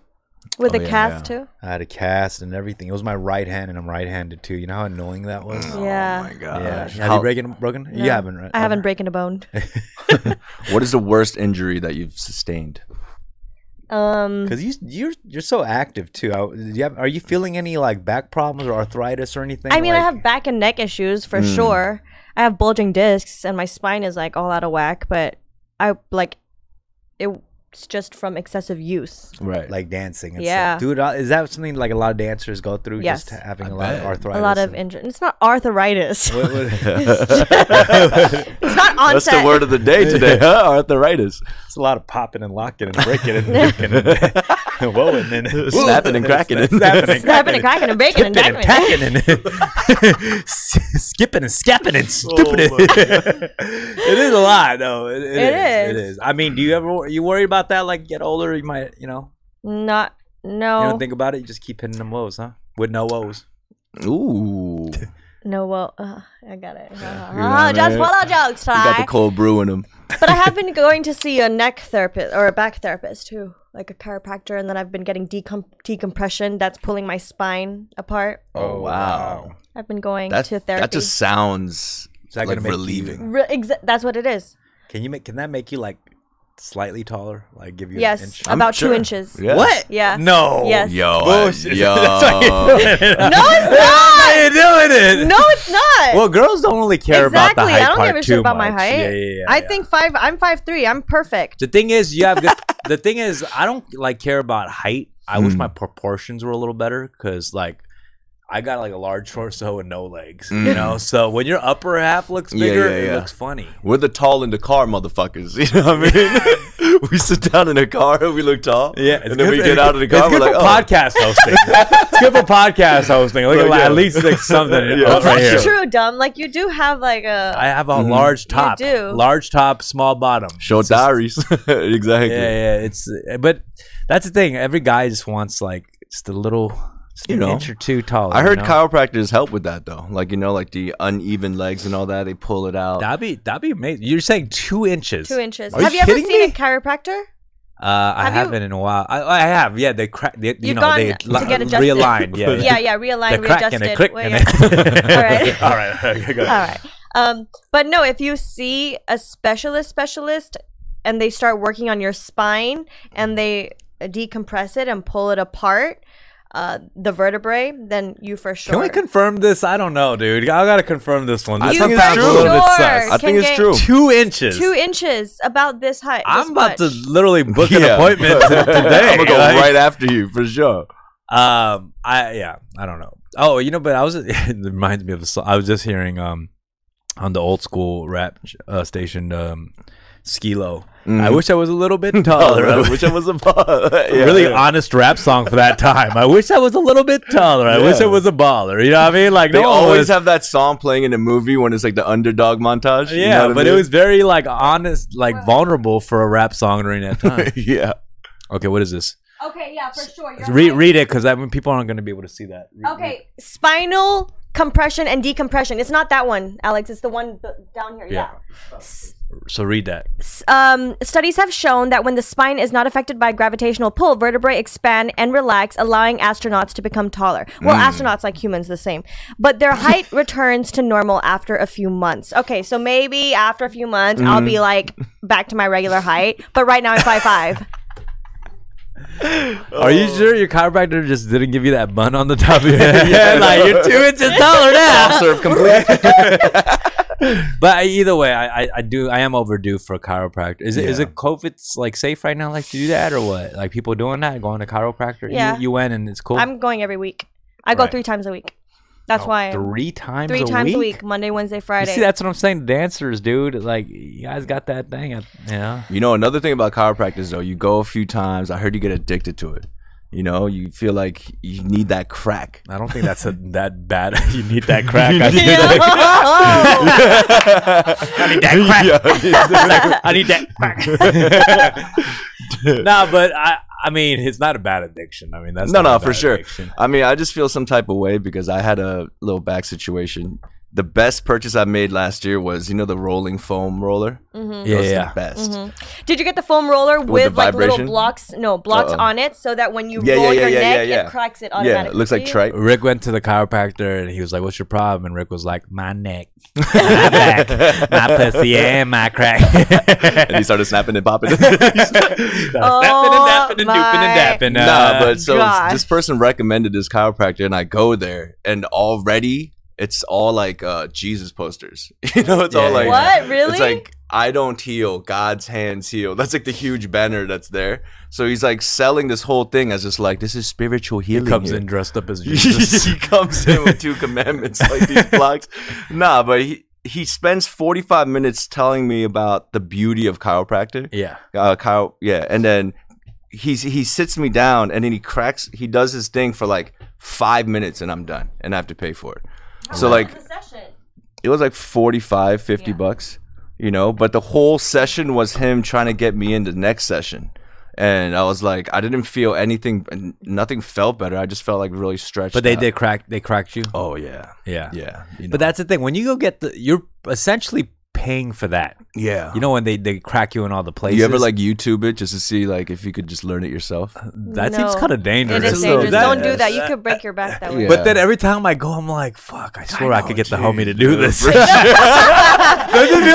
Speaker 3: with
Speaker 2: Oh,
Speaker 3: a
Speaker 2: yeah,
Speaker 3: cast too?
Speaker 1: I had a cast and everything. It was my right hand, and I'm right-handed too. You know how annoying that was.
Speaker 3: Yeah.
Speaker 2: Oh my
Speaker 1: Yeah.
Speaker 2: gosh.
Speaker 1: Have
Speaker 2: How-
Speaker 1: you broken? Broken?
Speaker 3: No.
Speaker 1: You haven't, right?
Speaker 3: I haven't breaking a bone.
Speaker 2: what is the worst injury that you've sustained?
Speaker 3: Um,
Speaker 1: Because you you're you're so active too. I, do you have, are you feeling any like back problems or arthritis or anything?
Speaker 3: I mean, I
Speaker 1: Like- Hmm.
Speaker 3: have back and neck issues for sure. I have bulging discs, and my spine is like all out of whack. But I like it's just from excessive use.
Speaker 2: Right.
Speaker 1: like dancing. And
Speaker 3: Yeah.
Speaker 1: stuff. dude, uh, is that something like a lot of dancers go through? Just
Speaker 3: Yes.
Speaker 1: having
Speaker 2: I
Speaker 1: a lot of
Speaker 2: bet.
Speaker 1: arthritis.
Speaker 3: a lot of
Speaker 1: and-
Speaker 3: injury. It's not arthritis.
Speaker 1: What- what-
Speaker 3: it's not onset.
Speaker 2: That's the word of the day today, huh? Arthritis.
Speaker 1: it's a lot of popping and locking and breaking and breaking and whoa and then whoa,
Speaker 2: Snapping and cracking and-
Speaker 1: snapping and
Speaker 3: Snapping
Speaker 1: cracking
Speaker 3: and cracking and breaking and
Speaker 1: and
Speaker 3: diving.
Speaker 1: packing and s- skipping and scapping
Speaker 2: Oh
Speaker 1: and stupid. it is a lot though. It,
Speaker 3: It
Speaker 1: is. It
Speaker 3: is.
Speaker 1: is. I mean, do you ever wor- you worry about that? Like, get older, you might you know
Speaker 3: Not
Speaker 1: you
Speaker 3: no
Speaker 1: don't think about it. You just keep hitting them woes, huh? With no woes.
Speaker 2: Ooh. You
Speaker 3: no. Well, uh, I got it. Ha, ha,
Speaker 2: You know
Speaker 3: ha.
Speaker 2: what I
Speaker 3: Ah, just
Speaker 2: mean?
Speaker 3: follow jokes,
Speaker 2: got the
Speaker 3: Ty.
Speaker 2: cold brew in him.
Speaker 3: but I have been going to see a neck therapist or a back therapist too, like a chiropractor, and then I've been getting decom- decompression that's pulling my spine apart.
Speaker 1: Oh, wow.
Speaker 3: I've been going
Speaker 2: That,
Speaker 3: to therapy.
Speaker 2: that just sounds
Speaker 1: Is that
Speaker 2: like
Speaker 1: gonna make you-
Speaker 2: relieving.
Speaker 3: Re- exa- that's what it is.
Speaker 1: Can you make? Can that make you like slightly taller? Like give you
Speaker 3: Yes.
Speaker 1: An inch?
Speaker 3: I'm About two inches.
Speaker 2: Yeah.
Speaker 1: What?
Speaker 3: Yeah.
Speaker 1: No.
Speaker 3: Yes.
Speaker 2: Yo. I,
Speaker 1: Bullshit.
Speaker 2: yo.
Speaker 1: That's why you're doing it.
Speaker 3: No, it's not.
Speaker 1: you're doing it.
Speaker 3: No, it's not.
Speaker 1: Well, girls don't really care about the
Speaker 3: exactly.
Speaker 1: height
Speaker 3: I don't
Speaker 1: part
Speaker 3: give a
Speaker 1: too
Speaker 3: shit about my
Speaker 1: much.
Speaker 3: height.
Speaker 1: Yeah, yeah, yeah.
Speaker 3: I
Speaker 1: yeah.
Speaker 3: think five. I'm five three. I'm perfect.
Speaker 1: the thing is you have good, the thing is I don't like care about height. I wish
Speaker 2: Hmm.
Speaker 1: my proportions were a little better because like. I got like a large torso and no legs, you know. So when your upper half looks
Speaker 2: Hmm. Yeah,
Speaker 1: bigger,
Speaker 2: yeah,
Speaker 1: it
Speaker 2: yeah.
Speaker 1: looks funny.
Speaker 2: We're the tall in the car motherfuckers. You know what I mean? we sit down in the car and we look tall.
Speaker 1: Yeah,
Speaker 2: And then we get out of the car.
Speaker 1: It's
Speaker 2: we're like,
Speaker 1: good for
Speaker 2: oh.
Speaker 1: podcast hosting. it's good for podcast hosting. Look at
Speaker 2: Right,
Speaker 1: like,
Speaker 2: yeah.
Speaker 1: at least like something
Speaker 2: Yeah.
Speaker 1: up
Speaker 2: That's
Speaker 1: right
Speaker 3: That's
Speaker 1: here.
Speaker 3: true, dumb. Like you do have like
Speaker 1: I
Speaker 3: a.
Speaker 1: have a large top,
Speaker 3: do.
Speaker 1: large top, small bottom.
Speaker 2: Mm-hmm. Show diaries. exactly.
Speaker 1: Yeah, yeah. It's but that's the thing. Every guy just wants like just a little, just
Speaker 2: You
Speaker 1: an
Speaker 2: know.
Speaker 1: inch or two taller.
Speaker 2: I
Speaker 1: Oh, you
Speaker 2: heard
Speaker 1: know?
Speaker 2: chiropractors help with that though. Like you know, like the uneven legs and all that. They pull it out.
Speaker 1: That'd be that'd be amazing. You're saying two inches.
Speaker 3: Two inches.
Speaker 1: Are you
Speaker 3: have you ever
Speaker 1: kidding
Speaker 3: seen
Speaker 1: me?
Speaker 3: a chiropractor?
Speaker 1: Uh, I
Speaker 3: Have you-
Speaker 1: haven't in a while. I, I have. Yeah, they crack. They, you
Speaker 3: You've
Speaker 1: know,
Speaker 3: gone
Speaker 1: they
Speaker 3: to
Speaker 1: li-
Speaker 3: get adjusted.
Speaker 1: realigned. Yeah,
Speaker 3: Yeah, yeah. Realign,
Speaker 1: The crack
Speaker 3: readjusted.
Speaker 1: and a click
Speaker 3: Wait,
Speaker 1: and
Speaker 3: yeah.
Speaker 1: a-
Speaker 3: All right.
Speaker 1: all right, all right. Go
Speaker 3: All right. Um, but no, if you see a specialist specialist and they start working on your spine and they decompress it and pull it apart, uh, the vertebrae, then you for sure.
Speaker 1: Can we confirm this? I don't know, dude. I gotta confirm this one. This
Speaker 2: You
Speaker 1: one
Speaker 2: for
Speaker 1: sounds a little bit
Speaker 3: sure
Speaker 1: sus.
Speaker 2: I
Speaker 3: can
Speaker 2: think it's
Speaker 3: get
Speaker 2: true.
Speaker 1: Two inches.
Speaker 3: Two inches, about this height.
Speaker 1: I'm
Speaker 3: this
Speaker 1: about to
Speaker 3: much.
Speaker 1: literally book an
Speaker 2: Yeah.
Speaker 1: appointment to- today.
Speaker 2: I'm gonna go
Speaker 1: Like,
Speaker 2: right after you for sure.
Speaker 1: Um, I yeah, I don't know. Oh, you know, but I was. It reminds me of a song. I was just hearing um on the old school rap uh, station um Skilo.
Speaker 2: Mm-hmm.
Speaker 1: I wish I was a little bit taller. I
Speaker 2: I
Speaker 1: wish-
Speaker 2: wish I was a baller. Mm. Yeah,
Speaker 1: really
Speaker 2: yeah.
Speaker 1: honest rap song for that time. I wish I was a little bit taller. I wish I
Speaker 2: Yeah.
Speaker 1: was a baller. You know what I mean? Like
Speaker 2: They
Speaker 1: no one
Speaker 2: always
Speaker 1: was-
Speaker 2: have that song playing in a movie when it's like the underdog montage. you
Speaker 1: Yeah,
Speaker 2: know what I
Speaker 1: but it
Speaker 2: mean?
Speaker 1: was very like honest, like vulnerable for a rap song during that time.
Speaker 2: yeah.
Speaker 1: okay, what is this?
Speaker 3: Okay, yeah, for sure.
Speaker 1: Read read it because I mean people aren't going to be able to see that. Read- read.
Speaker 3: Okay, spinal compression and decompression. It's not that one, Alex. It's the one b- down here.
Speaker 1: Yeah.
Speaker 3: yeah.
Speaker 1: So read that.
Speaker 3: um, studies have shown that when the spine is not affected by gravitational pull, vertebrae expand and relax, allowing astronauts to become taller. Well,
Speaker 1: Hmm.
Speaker 3: astronauts like humans, the same, but their height returns to normal after a few months. Okay, so maybe after a few months, I'll be
Speaker 1: Hmm.
Speaker 3: like back to my regular height. But right now, I'm five five.
Speaker 1: Are you sure your chiropractor just didn't give you that bun on the top of your head? yeah, like you're two inches taller now.
Speaker 2: Serve complete.
Speaker 1: but I- either way, I, I, I do I am overdue for a chiropractor. Is it is
Speaker 2: Yeah.
Speaker 1: it COVID's like safe right now? Like to do that or what? Like people doing that, going to chiropractor. You-
Speaker 3: Yeah.
Speaker 1: you, went and it's cool.
Speaker 3: I'm going every week. I go
Speaker 1: Right.
Speaker 3: three times a week. That's
Speaker 1: Oh,
Speaker 3: why I'm
Speaker 1: three times
Speaker 3: three
Speaker 1: a
Speaker 3: times
Speaker 1: week?
Speaker 3: a week, Monday, Wednesday,
Speaker 1: You
Speaker 3: Friday.
Speaker 1: see, that's what I'm saying. Dancers, dude. Like you guys got that thing. Yeah. You know?
Speaker 2: You know, another thing about chiropractors though, you go a few times. I heard you get addicted to it. You know, you feel like you need that crack.
Speaker 1: I don't think that's a, that bad. you need that crack. I
Speaker 2: need
Speaker 1: feel
Speaker 3: Yeah.
Speaker 1: like-
Speaker 2: I need that
Speaker 1: I need that crack. nah, but I I mean it's not a bad addiction. I mean that's
Speaker 2: No,
Speaker 1: not a
Speaker 2: no, for
Speaker 1: bad
Speaker 2: sure.
Speaker 1: addiction.
Speaker 2: I mean, I just feel some type of way because I had a little back situation. The best purchase I made last year was, you know, the rolling foam roller.
Speaker 3: Mhm.
Speaker 1: Yeah,
Speaker 2: Those are
Speaker 1: yeah.
Speaker 2: the best.
Speaker 3: Mm-hmm. Did you get the foam roller with,
Speaker 2: With the
Speaker 3: like little
Speaker 2: vibration?
Speaker 3: blocks? No, blocks
Speaker 2: Uh-oh.
Speaker 3: on it, so that when you
Speaker 2: Yeah,
Speaker 3: roll
Speaker 2: yeah,
Speaker 3: your
Speaker 2: yeah, yeah,
Speaker 3: neck,
Speaker 2: yeah.
Speaker 3: it cracks it
Speaker 2: Yeah,
Speaker 3: automatically.
Speaker 2: it looks like trite.
Speaker 1: Rick went to the chiropractor and he was like, "What's your problem?" And Rick was like, "My neck, my back, my pussy, and my crack."
Speaker 2: and he started snapping and popping.
Speaker 3: Oh
Speaker 1: Snapping and dapping
Speaker 4: Oh,
Speaker 1: and dooping and dapping.
Speaker 2: nah, but so
Speaker 3: gosh.
Speaker 2: this person recommended this chiropractor, and I go there, and already it's all like uh, Jesus posters. You know, it's all
Speaker 1: Yeah,
Speaker 2: like
Speaker 1: yeah.
Speaker 3: What really?
Speaker 2: It's like I don't heal, God's hands heal. That's like the huge banner that's there. So he's like selling this whole thing as just like this is spiritual healing.
Speaker 1: he comes
Speaker 2: here.
Speaker 1: in dressed up as Jesus.
Speaker 2: he comes in with two commandments like these blocks. Nah, but he he spends 45 minutes telling me about the beauty of chiropractor
Speaker 1: yeah,
Speaker 2: uh, Kyle, yeah, and then he's he sits me down and then he cracks he does his thing for like five minutes and I'm done and I have to pay for it. so like it was like 45, 50 bucks, you know, but the whole session was him trying to get me into the next session. And I was like, I didn't feel anything, n- nothing felt better. I just felt like really stretched.
Speaker 1: but they
Speaker 2: out.
Speaker 1: did crack. They cracked you.
Speaker 2: Oh yeah,
Speaker 1: Yeah,
Speaker 2: yeah. You know.
Speaker 1: But that's the thing. When you go get the, you're essentially paying for that.
Speaker 2: yeah.
Speaker 1: You know when they, they crack you in all the places.
Speaker 2: you ever like YouTube it just to see like if you could just learn it yourself?
Speaker 1: that
Speaker 3: No.
Speaker 1: seems kind of dangerous.
Speaker 3: It is
Speaker 2: So
Speaker 3: dangerous.
Speaker 2: that-
Speaker 3: Don't do that. You could break your back that way.
Speaker 2: Yeah.
Speaker 1: But then every time I go, I'm like, fuck, I swear I, could get the homie to do this.
Speaker 2: For
Speaker 1: Don't you feel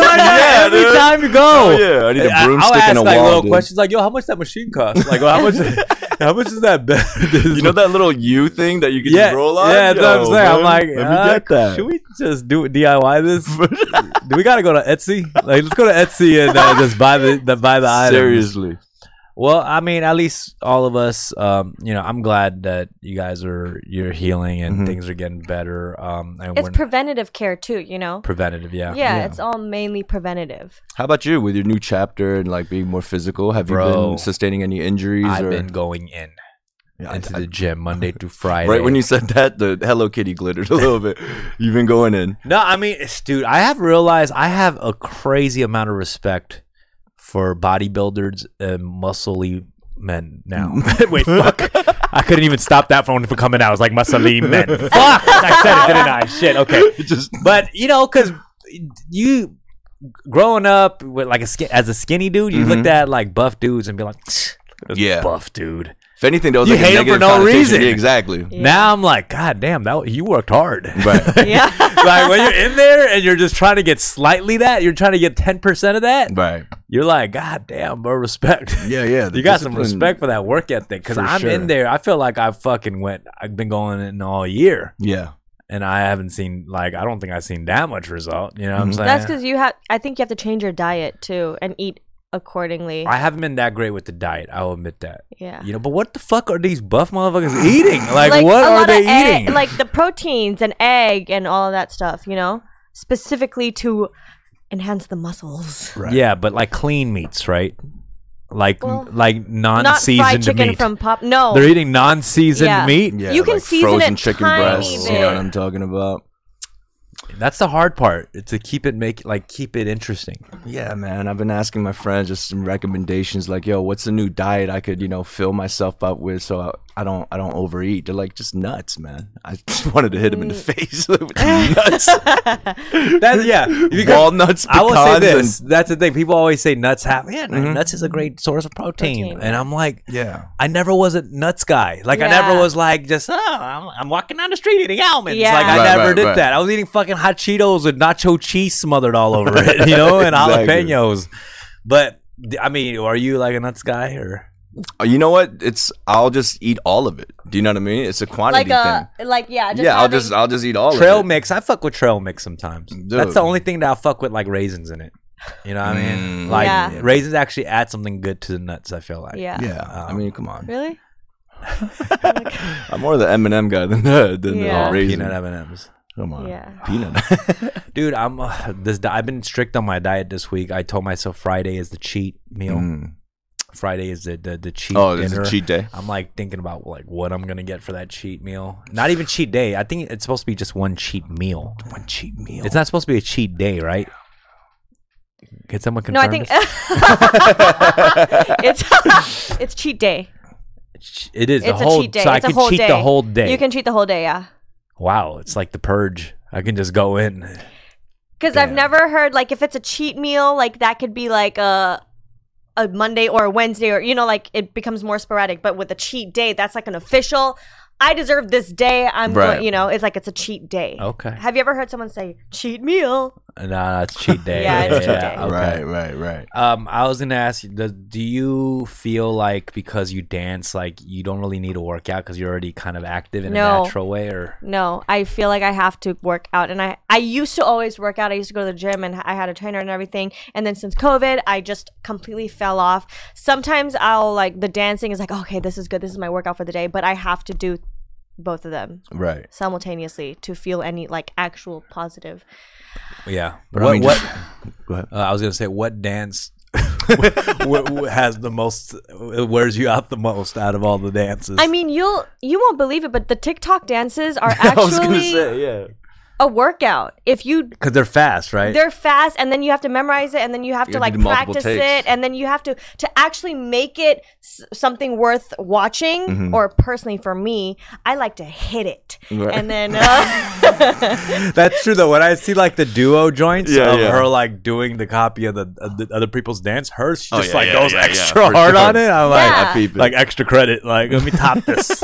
Speaker 1: like that
Speaker 2: Yeah,
Speaker 1: every
Speaker 2: dude. Oh,
Speaker 1: time you go?
Speaker 2: yeah, I need
Speaker 1: I-
Speaker 2: a
Speaker 1: I'll
Speaker 2: broomstick
Speaker 1: ask
Speaker 2: and a
Speaker 1: like
Speaker 2: wall.
Speaker 1: little
Speaker 2: dude.
Speaker 1: questions like, yo, how much that machine cost? Like, well, how much how much is that bed?
Speaker 2: You know that little U thing that you can
Speaker 1: yeah,
Speaker 2: just roll on?
Speaker 1: Yeah, that's what I'm
Speaker 2: Yo,
Speaker 1: saying. I'm
Speaker 2: man,
Speaker 1: like,
Speaker 2: let me
Speaker 1: uh,
Speaker 2: get that.
Speaker 1: should we just do DIY this? do we gotta go to Etsy? Like, let's go to Etsy and uh, just buy the, the buy the item.
Speaker 2: Seriously.
Speaker 1: Well, I mean, at least all of us, um, you know, I'm glad that you guys are you're healing and
Speaker 2: Mhm.
Speaker 1: things are getting better. Um, and
Speaker 3: It's
Speaker 1: we're
Speaker 3: preventative care too, you know.
Speaker 1: preventative, yeah.
Speaker 3: Yeah, it's all mainly preventative.
Speaker 2: How about you with your new chapter and like being more physical? Have you
Speaker 1: Bro.
Speaker 2: been sustaining any injuries?
Speaker 1: I've
Speaker 2: or,
Speaker 1: been going in
Speaker 2: Yeah, I-
Speaker 1: into
Speaker 2: I-
Speaker 1: the gym Monday through Friday.
Speaker 2: right when you said that, the Hello Kitty glittered a little bit. You've been going in.
Speaker 1: no, I mean, it's- dude, I have realized I have a crazy amount of respect for bodybuilders and muscly men now. Wait, fuck. I couldn't even stop that phone from coming out. I was like, muscly men. Fuck. I said it, didn't I? Shit. Okay.
Speaker 2: It just
Speaker 1: but you know, because you growing up with like a skin, as a skinny dude, you
Speaker 2: Mhm.
Speaker 1: looked at like buff dudes and be like, "Tch, look at this
Speaker 2: Yeah.
Speaker 1: buff dude.
Speaker 2: if anything, that was
Speaker 1: You
Speaker 2: like a
Speaker 1: hate 'em for
Speaker 2: negative
Speaker 1: no
Speaker 2: connotation.
Speaker 1: reason.
Speaker 2: Yeah, exactly.
Speaker 3: Yeah.
Speaker 1: Now I'm like, God damn, that you worked hard.
Speaker 2: Right.
Speaker 3: Yeah.
Speaker 1: like when you're in there and you're just trying to get slightly that, you're trying to get ten percent of that.
Speaker 2: Right.
Speaker 1: You're like, God damn, bro, respect.
Speaker 2: Yeah, yeah. the
Speaker 1: You got some
Speaker 2: discipline-
Speaker 1: respect for that work ethic because
Speaker 2: For
Speaker 1: I'm in
Speaker 2: sure.
Speaker 1: there. I feel like I fucking went. I've been going in all year,
Speaker 2: Yeah.
Speaker 1: and I haven't seen like I don't think I've seen that much result. You know what I'm
Speaker 2: Mhm.
Speaker 1: saying?
Speaker 3: That's because you have. I think you have to change your diet too and eat accordingly.
Speaker 1: I haven't been that great with the diet. I'll admit that.
Speaker 3: yeah.
Speaker 1: You know, but what the fuck are these buff motherfuckers eating? Like,
Speaker 3: a
Speaker 1: what are
Speaker 3: lot
Speaker 1: they
Speaker 3: of egg-
Speaker 1: eating?
Speaker 3: like the proteins and egg and all of that stuff. You know, specifically to enhance the muscles.
Speaker 2: Right.
Speaker 1: yeah, but like clean meats, right? Like,
Speaker 3: Well,
Speaker 1: like
Speaker 3: Not fried
Speaker 1: non-seasoned
Speaker 3: chicken
Speaker 1: meat.
Speaker 3: from pop. No.
Speaker 1: They're eating non-seasoned
Speaker 3: Yeah.
Speaker 1: meat.
Speaker 2: Yeah,
Speaker 3: You can
Speaker 2: like
Speaker 3: season
Speaker 2: frozen
Speaker 3: it
Speaker 2: chicken
Speaker 3: tiny
Speaker 2: breasts. You
Speaker 3: bit.
Speaker 2: know what I'm talking about?
Speaker 1: That's the hard part. To keep it make like keep it interesting.
Speaker 2: Yeah, man. I've been asking my friends just some recommendations, like, "Yo, what's a new diet I could, you know, fill myself up with so I, I don't, I don't overeat." They're like, "Just nuts, man." I just wanted to hit them in the
Speaker 1: Mm.
Speaker 2: face. with nuts,
Speaker 1: That's yeah. Because
Speaker 2: walnuts, pecans,
Speaker 1: I will say this.
Speaker 2: and-
Speaker 1: That's the thing. People always say nuts have yeah, nuts is a great source of protein,
Speaker 3: Protein,
Speaker 1: and I'm like,
Speaker 2: yeah,
Speaker 1: I never was a nuts guy. Like I
Speaker 3: Yeah.
Speaker 1: never was like just oh, I'm, I'm walking down the street eating almonds.
Speaker 3: Yeah.
Speaker 1: Like I
Speaker 2: Right,
Speaker 1: never
Speaker 2: right,
Speaker 1: did
Speaker 2: right.
Speaker 1: that. I was eating fucking hot Cheetos with nacho cheese smothered all over it, you know, and
Speaker 2: Exactly.
Speaker 1: jalapenos. But d- I mean, are you like a nuts guy or
Speaker 2: Uh, You know what? It's I'll just eat all of it. Do you know what I mean? It's a quantity
Speaker 3: like a
Speaker 2: thing.
Speaker 3: like yeah. Just
Speaker 2: yeah, I'll
Speaker 3: having-
Speaker 2: just I'll just eat all
Speaker 1: trail
Speaker 2: of it.
Speaker 1: mix. I fuck with trail mix sometimes. That's
Speaker 2: Dude.
Speaker 1: the only thing that I'll fuck with, like raisins in it. You know what I mean?
Speaker 2: Mm.
Speaker 1: Like
Speaker 3: Yeah.
Speaker 1: raisins actually add something good to the nuts. I feel like. Um,
Speaker 3: yeah.
Speaker 2: Yeah, I mean, come on.
Speaker 3: Really?
Speaker 2: I'm more of the M and M guy than the than
Speaker 3: Yeah.
Speaker 2: the
Speaker 1: Oh,
Speaker 2: raisin.
Speaker 1: peanut M and M's.
Speaker 2: Come on,
Speaker 3: Yeah.
Speaker 2: peanut.
Speaker 1: Dude, I'm uh, this. di- I've been strict on my diet this week. I told myself Friday is the cheat meal.
Speaker 2: Mm.
Speaker 1: Friday is the the, the cheat.
Speaker 2: Oh, it's a
Speaker 1: dinner.
Speaker 2: cheat day.
Speaker 1: I'm like thinking about like what I'm gonna get for that cheat meal. Not even cheat day. I think it's supposed to be just one cheat meal.
Speaker 2: One cheat meal.
Speaker 1: It's not supposed to be a cheat day, right? Can someone confirm?
Speaker 3: No, I think
Speaker 1: this?
Speaker 3: it's it's cheat day.
Speaker 1: Ch- it is the
Speaker 3: It's a
Speaker 1: whole.
Speaker 3: cheat day.
Speaker 1: So I
Speaker 3: It's a
Speaker 1: can
Speaker 3: whole
Speaker 1: cheat the
Speaker 3: day.
Speaker 1: whole day.
Speaker 3: You can cheat the whole day, yeah.
Speaker 1: Wow, it's like the purge. I can just go in.
Speaker 3: Because I've never heard like if it's a cheat meal, like that could be like a a Monday or a Wednesday or you know like it becomes more sporadic. But with a cheat day, that's like an official. I deserve this day. I'm
Speaker 2: Right.
Speaker 3: going, you know, it's like it's a cheat day.
Speaker 1: Okay.
Speaker 3: Have you ever heard someone say cheat meal?
Speaker 1: Nah, it's cheat day.
Speaker 3: Yeah, it's cheat day.
Speaker 1: okay.
Speaker 2: Right, right, right.
Speaker 1: Um, I was gonna ask you, does, do you feel like because you dance, like you don't really need to work out because you're already kind of active in a
Speaker 3: No.
Speaker 1: natural way, or
Speaker 3: No, I feel like I have to work out, and I I used to always work out. I used to go to the gym, and I had a trainer and everything. And then since COVID, I just completely fell off. Sometimes I'll like the dancing is like okay, this is good. This is my workout for the day, but I have to do both of them
Speaker 2: Right.
Speaker 3: simultaneously to feel any like actual positive.
Speaker 1: yeah?
Speaker 2: But I
Speaker 1: what
Speaker 2: mean,
Speaker 1: what
Speaker 2: just- Go ahead.
Speaker 1: uh, I was gonna say, what dance w- w- has the most wears you out the most out of all the dances?
Speaker 3: I mean, you'll you won't believe it, but the TikTok dances are
Speaker 2: I was gonna
Speaker 3: actually
Speaker 2: say, yeah.
Speaker 3: a workout. If you
Speaker 1: because they're fast, right?
Speaker 3: they're fast and then you have to memorize it and then you have
Speaker 2: You
Speaker 3: to
Speaker 2: have
Speaker 3: like
Speaker 2: to do multiple
Speaker 3: practice
Speaker 2: takes.
Speaker 3: it and then you have to to actually make it s- something worth watching
Speaker 1: Mm-hmm.
Speaker 3: or personally for me i like to hit it
Speaker 2: Right.
Speaker 3: and then uh,
Speaker 1: That's true though. When I see like the duo joints
Speaker 2: Yeah,
Speaker 1: of
Speaker 2: yeah.
Speaker 1: her like doing the copy of the, of the other people's dance, hers she
Speaker 2: Oh,
Speaker 1: just
Speaker 2: yeah,
Speaker 1: like
Speaker 2: yeah,
Speaker 1: goes
Speaker 2: yeah, yeah,
Speaker 1: extra
Speaker 2: for
Speaker 1: hard
Speaker 2: sure.
Speaker 1: on it. I'm like,
Speaker 3: Yeah.
Speaker 2: peep it.
Speaker 1: like extra credit. Like let me top this.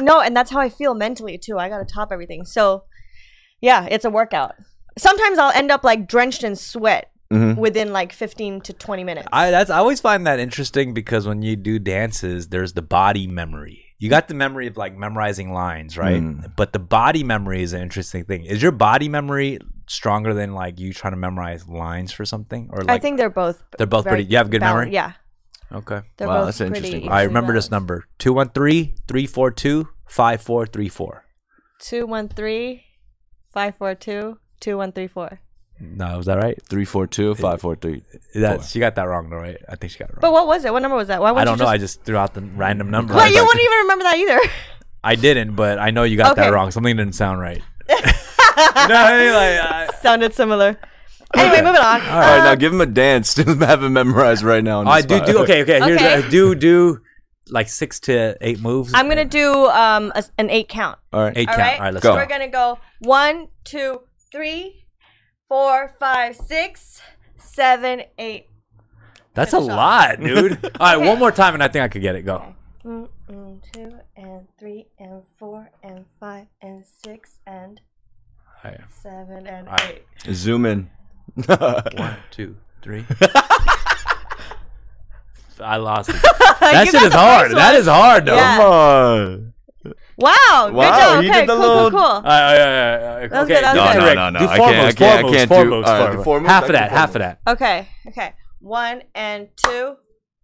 Speaker 3: no and that's how i feel mentally too i gotta top everything so yeah it's a workout sometimes i'll end up like drenched in sweat
Speaker 1: Mm-hmm.
Speaker 2: Mhm.
Speaker 3: within like 15 to 20 minutes
Speaker 1: I that's I always find that interesting because when you do dances, there's the body memory. You got the memory of like memorizing lines, right?
Speaker 2: Mm.
Speaker 1: But the body memory is an interesting thing. Is your body memory stronger than like you trying to memorize lines for something, or like
Speaker 3: i think they're both
Speaker 1: they're both
Speaker 3: very
Speaker 1: pretty? You have good
Speaker 3: balanced.
Speaker 1: memory.
Speaker 3: yeah
Speaker 1: Okay.
Speaker 3: they're
Speaker 2: Wow,
Speaker 3: both
Speaker 2: that's an
Speaker 3: pretty
Speaker 2: interesting
Speaker 1: I remember this
Speaker 3: evenly balanced.
Speaker 1: number 213-342-5434.
Speaker 3: Two one three five four two two one three four.
Speaker 1: No, was that right?
Speaker 2: Three four two five four three.
Speaker 1: That she got that wrong though, right? I think she got it wrong.
Speaker 3: But what was it? What number was that? Why would
Speaker 1: I don't
Speaker 3: you
Speaker 1: know.
Speaker 3: Just-
Speaker 1: I just threw out the random number.
Speaker 3: Wait, you wouldn't even remember that either.
Speaker 1: I didn't, but I know you got that
Speaker 3: Okay.
Speaker 1: wrong. Something didn't sound right. no, I mean, like, I,
Speaker 3: Sounded similar. Anyway, moving on.
Speaker 1: All
Speaker 2: All right,
Speaker 3: Uh,
Speaker 2: now give him a dance. to have it memorized right now. on the
Speaker 1: I do
Speaker 2: spot.
Speaker 1: do okay. Okay, here's
Speaker 3: Okay.
Speaker 1: I do do like six to eight moves.
Speaker 3: I'm gonna do um a, an eight count.
Speaker 2: All right.
Speaker 1: eight
Speaker 3: All
Speaker 1: count.
Speaker 3: right?
Speaker 1: All right, let's
Speaker 2: Go.
Speaker 1: go.
Speaker 3: We're gonna go one, two, three, four, five, six, seven, eight.
Speaker 1: That's a lot, dude. All right, one more time, and I think I could get it. Go.
Speaker 3: Mm, mm, two and three and four and five and six and
Speaker 1: All right,
Speaker 3: seven and
Speaker 1: all right.
Speaker 2: Zoom in.
Speaker 1: One, two, three. I lost it.
Speaker 3: eight.
Speaker 1: That
Speaker 3: You
Speaker 1: shit
Speaker 3: got
Speaker 1: is
Speaker 3: the
Speaker 1: hard.
Speaker 3: first
Speaker 1: That
Speaker 3: one.
Speaker 1: is hard, though.
Speaker 3: Yeah.
Speaker 2: Come on.
Speaker 3: Wow. Good
Speaker 2: Wow,
Speaker 3: job.
Speaker 2: you
Speaker 3: Okay.
Speaker 2: did the
Speaker 3: cool, cool.
Speaker 2: little-
Speaker 3: Cool.
Speaker 1: All right, all right, all right, all
Speaker 3: That
Speaker 1: right.
Speaker 3: was
Speaker 1: Okay,
Speaker 3: good, that was
Speaker 1: do
Speaker 3: good.
Speaker 1: direct.
Speaker 2: No, no, no,
Speaker 1: Do
Speaker 2: I
Speaker 1: four
Speaker 2: can't- I
Speaker 1: moves,
Speaker 2: can't- I
Speaker 1: four moves,
Speaker 2: can't
Speaker 1: four
Speaker 2: do-
Speaker 1: moves,
Speaker 2: all right,
Speaker 1: four
Speaker 2: the
Speaker 1: moves.
Speaker 2: four moves,
Speaker 1: Half
Speaker 2: I
Speaker 1: of that,
Speaker 2: can
Speaker 1: half
Speaker 2: do.
Speaker 1: of that.
Speaker 3: Okay, okay. One and two,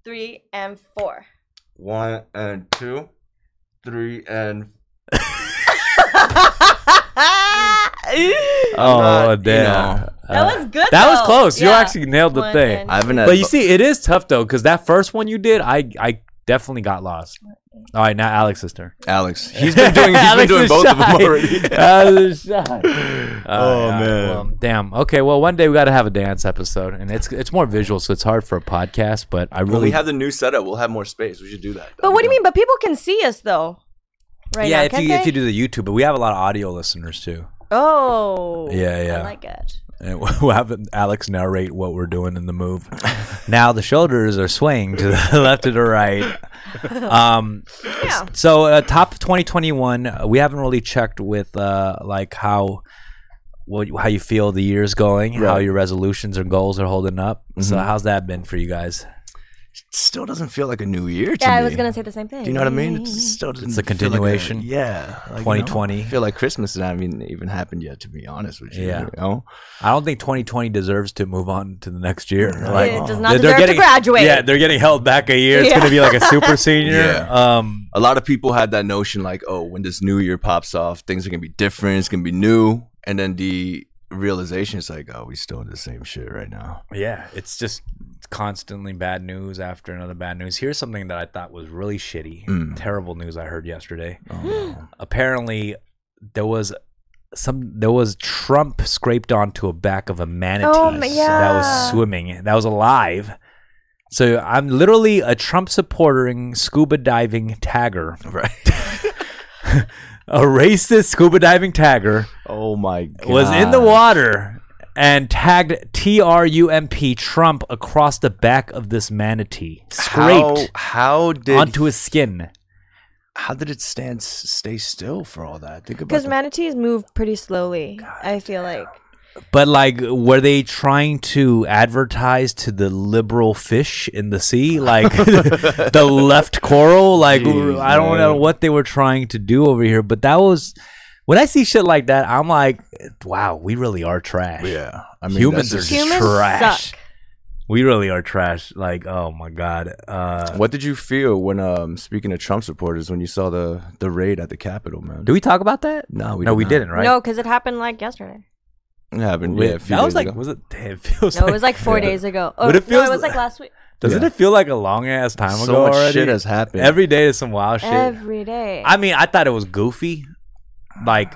Speaker 3: three and four.
Speaker 2: One and two, three and.
Speaker 3: that
Speaker 1: Oh,
Speaker 2: Not, you
Speaker 1: damn.
Speaker 2: know.
Speaker 1: Uh,
Speaker 3: was good.
Speaker 1: that was
Speaker 3: though.
Speaker 1: close. You
Speaker 3: Yeah.
Speaker 1: actually nailed the
Speaker 3: One
Speaker 1: thing.
Speaker 3: and-
Speaker 2: I haven't had.
Speaker 1: But you see, it is tough though, because that first one you did, I I definitely got lost. All right, now Alex's turn.
Speaker 2: Alex. He's been doing. He's been
Speaker 1: Alex
Speaker 2: doing
Speaker 1: is
Speaker 2: both of them
Speaker 1: shy.
Speaker 2: already.
Speaker 1: Alex is shy.
Speaker 2: oh
Speaker 1: Alright,
Speaker 2: man.
Speaker 1: well, damn. Okay. Well, one day we got to have a dance episode, and it's it's more visual, so it's hard for a podcast. But I
Speaker 2: When
Speaker 1: really
Speaker 2: we have the new setup, we'll have more space. We should do that.
Speaker 3: But what do you mean? But people can see us though, right
Speaker 1: yeah.
Speaker 3: now,
Speaker 1: if
Speaker 3: can't
Speaker 1: you
Speaker 3: they?
Speaker 1: if you do the YouTube, but we have a lot of audio listeners too.
Speaker 3: oh,
Speaker 1: Yeah,
Speaker 3: I
Speaker 1: yeah.
Speaker 3: like it.
Speaker 1: And we'll have Alex narrate what we're doing in the move. now the shoulders are swaying to the left to the right. Um,
Speaker 3: Yeah.
Speaker 1: So uh, top of 2021, uh, we haven't really checked with uh, like how what how you feel the year's going, how
Speaker 2: Right.
Speaker 1: your resolutions or goals are holding up. So
Speaker 2: Mhm.
Speaker 1: how's that been for you guys?
Speaker 2: still doesn't feel like a new year to
Speaker 3: Yeah,
Speaker 2: me.
Speaker 3: I was gonna say the same thing.
Speaker 2: Do you know what I mean? It
Speaker 3: Yeah,
Speaker 2: just still doesn't.
Speaker 1: It's a
Speaker 2: feel like
Speaker 1: continuation.
Speaker 2: yeah, like, you know,
Speaker 1: 2020.
Speaker 2: I feel like Christmas and I haven't even happened yet. To be honest with you,
Speaker 1: Yeah.
Speaker 2: you know?
Speaker 1: I don't think 2020 deserves to move on to the next year.
Speaker 3: It does not deserve to
Speaker 1: getting,
Speaker 3: graduate.
Speaker 1: Yeah, they're getting held back a year. It's
Speaker 3: Yeah.
Speaker 1: going to be like a super senior.
Speaker 2: Yeah.
Speaker 1: Um,
Speaker 2: a lot of people had that notion like, oh, when this new year pops off, things are gonna be different. It's gonna be new, and then the realization is like, oh, we still in the same shit right now.
Speaker 1: yeah, it's just constantly bad news after another bad news. Here's something that I thought was really shitty,
Speaker 2: Mm.
Speaker 1: terrible news I heard yesterday.
Speaker 2: Oh,
Speaker 1: Apparently, there was some there was Trump scraped onto a back of a manatee
Speaker 3: Oh my-
Speaker 1: that
Speaker 3: yeah.
Speaker 1: was swimming, that was alive. So I'm literally a Trump supporting scuba diving tagger.
Speaker 2: right.
Speaker 1: a racist scuba diving tagger
Speaker 2: Oh my god.
Speaker 1: was in the water and tagged T R U M P Trump across the back of this manatee,
Speaker 2: How,
Speaker 1: scraped
Speaker 2: how did
Speaker 1: onto his skin.
Speaker 2: how did it stand s- stay still for all that? Think about
Speaker 3: Because
Speaker 2: the-
Speaker 3: manatees move pretty slowly. I feel like.
Speaker 1: But like, were they trying to advertise to the liberal fish in the sea, like the left coral? Like,
Speaker 2: Jeez,
Speaker 1: I don't know
Speaker 2: man.
Speaker 1: what they were trying to do over here. But that was when I see shit like that, I'm like, wow, we really are trash.
Speaker 2: yeah. I mean,
Speaker 1: humans are
Speaker 2: that's
Speaker 1: just
Speaker 2: just-
Speaker 3: Humans
Speaker 1: trash.
Speaker 3: suck.
Speaker 1: We really are trash. Like, oh my god. Uh,
Speaker 2: What did you feel when um speaking of Trump supporters when you saw the the raid at the Capitol, man?
Speaker 1: do we talk about that?
Speaker 2: no, we
Speaker 1: no,
Speaker 2: did
Speaker 1: we
Speaker 2: not.
Speaker 1: didn't, right?
Speaker 3: No, because it happened like yesterday.
Speaker 2: It happened.
Speaker 1: Wait,
Speaker 2: yeah, a few
Speaker 1: that was
Speaker 2: days
Speaker 1: like,
Speaker 2: ago.
Speaker 1: was it? It feels
Speaker 3: No,
Speaker 1: like,
Speaker 3: it was like four days ago. Oh,
Speaker 1: But it
Speaker 3: no,
Speaker 1: feels
Speaker 3: it was
Speaker 1: like-
Speaker 3: like last week.
Speaker 1: Doesn't
Speaker 2: yeah.
Speaker 1: it feel like a long ass time
Speaker 2: so
Speaker 1: ago
Speaker 2: much
Speaker 1: already?
Speaker 2: shit has happened.
Speaker 1: Every day is some wild shit.
Speaker 3: Every day.
Speaker 1: I mean, I thought it was goofy. Like,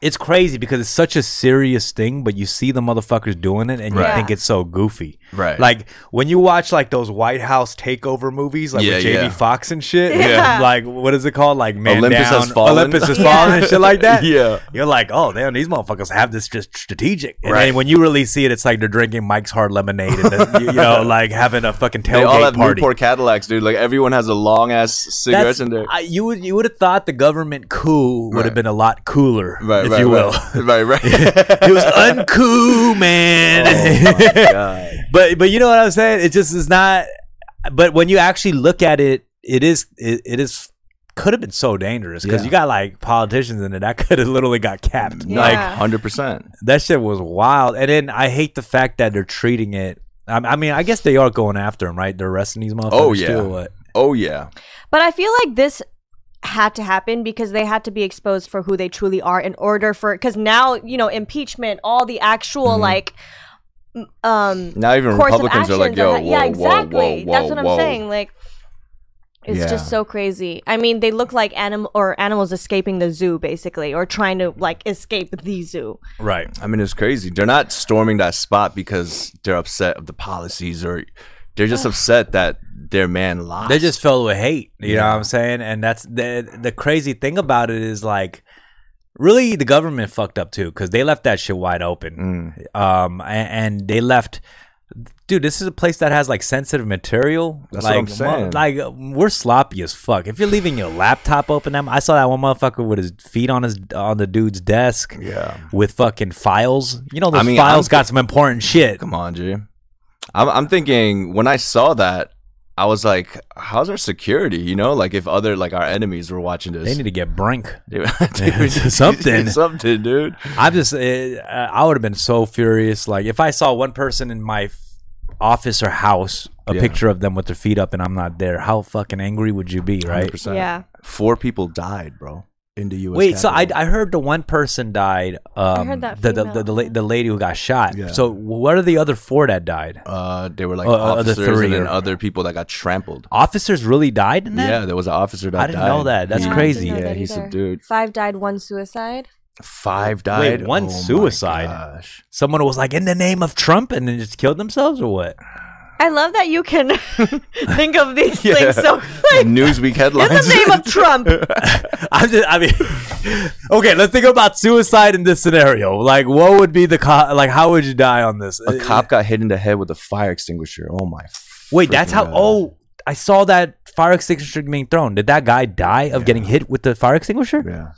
Speaker 1: it's crazy because it's such a serious thing, but you see the motherfuckers doing it and you
Speaker 3: Right.
Speaker 1: think
Speaker 3: Yeah.
Speaker 1: it's so goofy.
Speaker 2: Right.
Speaker 1: Like, when you watch, like, those White House takeover movies, like
Speaker 2: Yeah,
Speaker 1: with Jamie
Speaker 2: yeah.
Speaker 1: Foxx and shit.
Speaker 3: Yeah.
Speaker 1: Like, what is it called? Like, Man
Speaker 2: Olympus
Speaker 1: Down,
Speaker 2: Has Fallen.
Speaker 1: Olympus Has Fallen and shit like that.
Speaker 2: yeah.
Speaker 1: You're like, oh damn, these motherfuckers have this just strategic. And
Speaker 2: Right.
Speaker 1: then when you really see it, it's like they're drinking Mike's Hard Lemonade and then, you, you know, like having a fucking tailgate
Speaker 2: They all have
Speaker 1: party.
Speaker 2: Newport Cadillacs, dude. Like everyone has a long ass cigarettes
Speaker 1: That's,
Speaker 2: in there.
Speaker 1: I, you would you would have thought the government coup would have
Speaker 2: Right.
Speaker 1: been a lot cooler,
Speaker 2: right,
Speaker 1: if
Speaker 2: right,
Speaker 1: you will.
Speaker 2: right. right, right.
Speaker 1: it was uncool, man.
Speaker 2: Oh God.
Speaker 1: but but you know what I'm saying? It just is not. But when you actually look at it, it is it, it is could have been so dangerous because
Speaker 2: Yeah.
Speaker 1: you got like politicians in it that could have literally got capped. Like
Speaker 3: Yeah.
Speaker 2: hundred percent.
Speaker 1: that shit was wild. And then I hate the fact that they're treating it. I, I mean, I guess they are going after him, right? They're arresting these motherfuckers.
Speaker 2: Oh, yeah.
Speaker 1: too, but-
Speaker 2: Oh yeah,
Speaker 3: But I feel like this had to happen because they had to be exposed for who they truly are in order for because now you know impeachment, all the actual like m- um
Speaker 2: Mm-hmm. now even
Speaker 3: course of
Speaker 2: Republicans
Speaker 3: actions.
Speaker 2: are like,
Speaker 3: are
Speaker 2: yo,
Speaker 3: ha-
Speaker 2: whoa,
Speaker 3: yeah,
Speaker 2: whoa, whoa,
Speaker 3: exactly.
Speaker 2: whoa,
Speaker 3: That's what I'm
Speaker 2: whoa.
Speaker 3: saying. Like, it's
Speaker 2: Yeah.
Speaker 3: just so crazy. I mean, they look like animal or animals escaping the zoo, basically, or trying to like escape the zoo.
Speaker 1: right.
Speaker 2: I mean, it's crazy. They're not storming that spot because they're upset of the policies, or they're just upset that their man lost.
Speaker 1: They're just filled with hate. You know
Speaker 2: Yeah.
Speaker 1: what I'm saying? And that's the the crazy thing about it is like, really, the government fucked up too because they left that shit wide open.
Speaker 2: Mm.
Speaker 1: Um, a- and, they left. Dude, this is a place that has like sensitive material.
Speaker 2: That's what
Speaker 1: like,
Speaker 2: I'm saying.
Speaker 1: like we're sloppy as fuck. If you're leaving your laptop open, I'm- I saw that one motherfucker with his feet on his on the dude's desk.
Speaker 2: yeah.
Speaker 1: with fucking files. You know, those
Speaker 2: I mean,
Speaker 1: files
Speaker 2: I'm-
Speaker 1: got some important shit.
Speaker 2: Come on, G. I'm, I'm thinking when I saw that, I was like, "How's our security?" You know, like if other like our enemies were watching this,
Speaker 1: They need to get brink.
Speaker 2: Dude, dude,
Speaker 1: Something.
Speaker 2: something, dude.
Speaker 1: I'm just, uh, I would have been so furious. Like, if I saw one person in my f- office or house, a
Speaker 2: Yeah.
Speaker 1: picture of them with their feet up and I'm not there, how fucking angry would you be, right?
Speaker 2: 100%.
Speaker 3: Yeah.
Speaker 2: Four people died, bro, in the U.S.
Speaker 1: Wait, so I,
Speaker 2: Capitol.
Speaker 1: I heard the one person died. Um,
Speaker 3: heard that
Speaker 1: the, the, the,
Speaker 3: female.
Speaker 1: the, la- the lady who got shot.
Speaker 2: Yeah.
Speaker 1: So, what are the other four that died?
Speaker 2: uh, they were like
Speaker 1: Uh, other
Speaker 2: officers
Speaker 1: three
Speaker 2: and then
Speaker 1: or-
Speaker 2: other people that got trampled.
Speaker 1: Officers really died in that?
Speaker 2: Yeah, there was an officer that
Speaker 1: I didn't
Speaker 2: died.
Speaker 1: know that. That's
Speaker 3: Yeah, I didn't
Speaker 1: crazy.
Speaker 3: know
Speaker 2: Yeah,
Speaker 3: that
Speaker 2: he's a
Speaker 3: either.
Speaker 2: dude.
Speaker 3: Five died, one suicide.
Speaker 2: Five died.
Speaker 1: one
Speaker 2: Oh my
Speaker 1: suicide.
Speaker 2: gosh.
Speaker 1: Someone was like, in the name of Trump, and then just killed themselves or what?
Speaker 3: I love that you can think of these
Speaker 2: Yeah.
Speaker 3: things. So, like,
Speaker 2: Newsweek
Speaker 3: in
Speaker 2: headlines.
Speaker 3: the name of Trump,
Speaker 1: I'm just, I mean, okay, let's think about suicide in this scenario. Like, what would be the co- like? How would you die on this? Uh,
Speaker 2: a cop got hit in the head with a fire extinguisher. Oh my.
Speaker 1: Wait, that's
Speaker 2: freaking
Speaker 1: how.
Speaker 2: God.
Speaker 1: Oh, I saw that fire extinguisher being thrown. Did that guy die of
Speaker 2: Yeah.
Speaker 1: getting hit with the fire extinguisher?
Speaker 2: Yeah.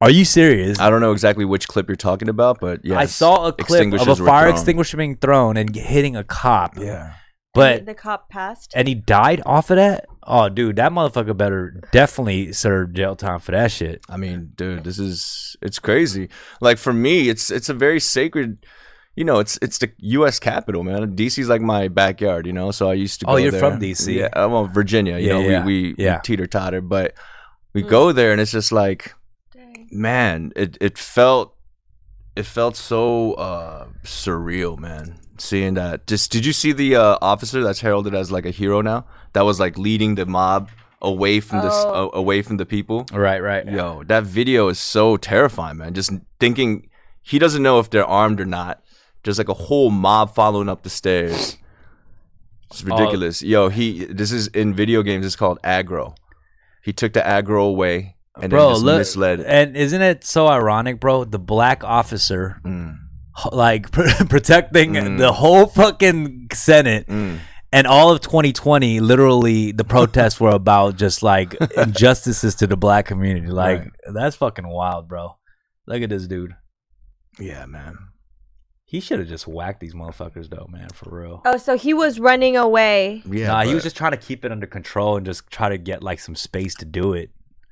Speaker 1: Are you serious?
Speaker 2: I don't know exactly which clip you're talking about, but yeah.
Speaker 1: I saw a clip of a
Speaker 2: extinguishers were
Speaker 1: fire
Speaker 2: thrown.
Speaker 1: extinguisher being thrown and g- hitting a cop.
Speaker 2: Yeah.
Speaker 1: But
Speaker 3: the cop passed.
Speaker 1: and he died off of that. Oh, dude, that motherfucker better definitely serve jail time for that shit.
Speaker 2: I mean, dude, this is it's crazy. Like for me, it's it's a very sacred. You know, it's it's the U.S. capital, man. DC's like my backyard, you know. So I used to.
Speaker 1: Oh,
Speaker 2: go
Speaker 1: you're
Speaker 2: there.
Speaker 1: from DC.
Speaker 2: Yeah, I'm well, Virginia. You
Speaker 1: Yeah,
Speaker 2: know,
Speaker 1: yeah,
Speaker 2: we we,
Speaker 1: yeah.
Speaker 2: we teeter totter, but we go there, and it's just like man it, it felt it felt so uh surreal man seeing that just did you see the uh, officer that's heralded as like a hero now that was like leading the mob away from the s-
Speaker 3: Oh.
Speaker 2: a- away from the people
Speaker 1: Right, right.
Speaker 2: yo that video is so terrifying man just thinking he doesn't know if they're armed or not just like a whole mob following up the stairs it's ridiculous yo he this is in video games it's called aggro he took the aggro away and then just misled
Speaker 1: and isn't it so ironic, bro? The black officer,
Speaker 2: Mm.
Speaker 1: ho- like pr- protecting
Speaker 2: Mm.
Speaker 1: the whole fucking Senate,
Speaker 2: Mm.
Speaker 1: and all of 2020. Literally, the protests were about just like injustices to the black community. Like
Speaker 2: Right.
Speaker 1: that's fucking wild, bro. Look at this dude.
Speaker 2: Yeah, man.
Speaker 1: He should have just whacked these motherfuckers, though, man. For real.
Speaker 3: Oh, so he was running away.
Speaker 2: Yeah,
Speaker 1: nah, he was
Speaker 2: but-
Speaker 1: just trying to keep it under control and just try to get like some space to do it.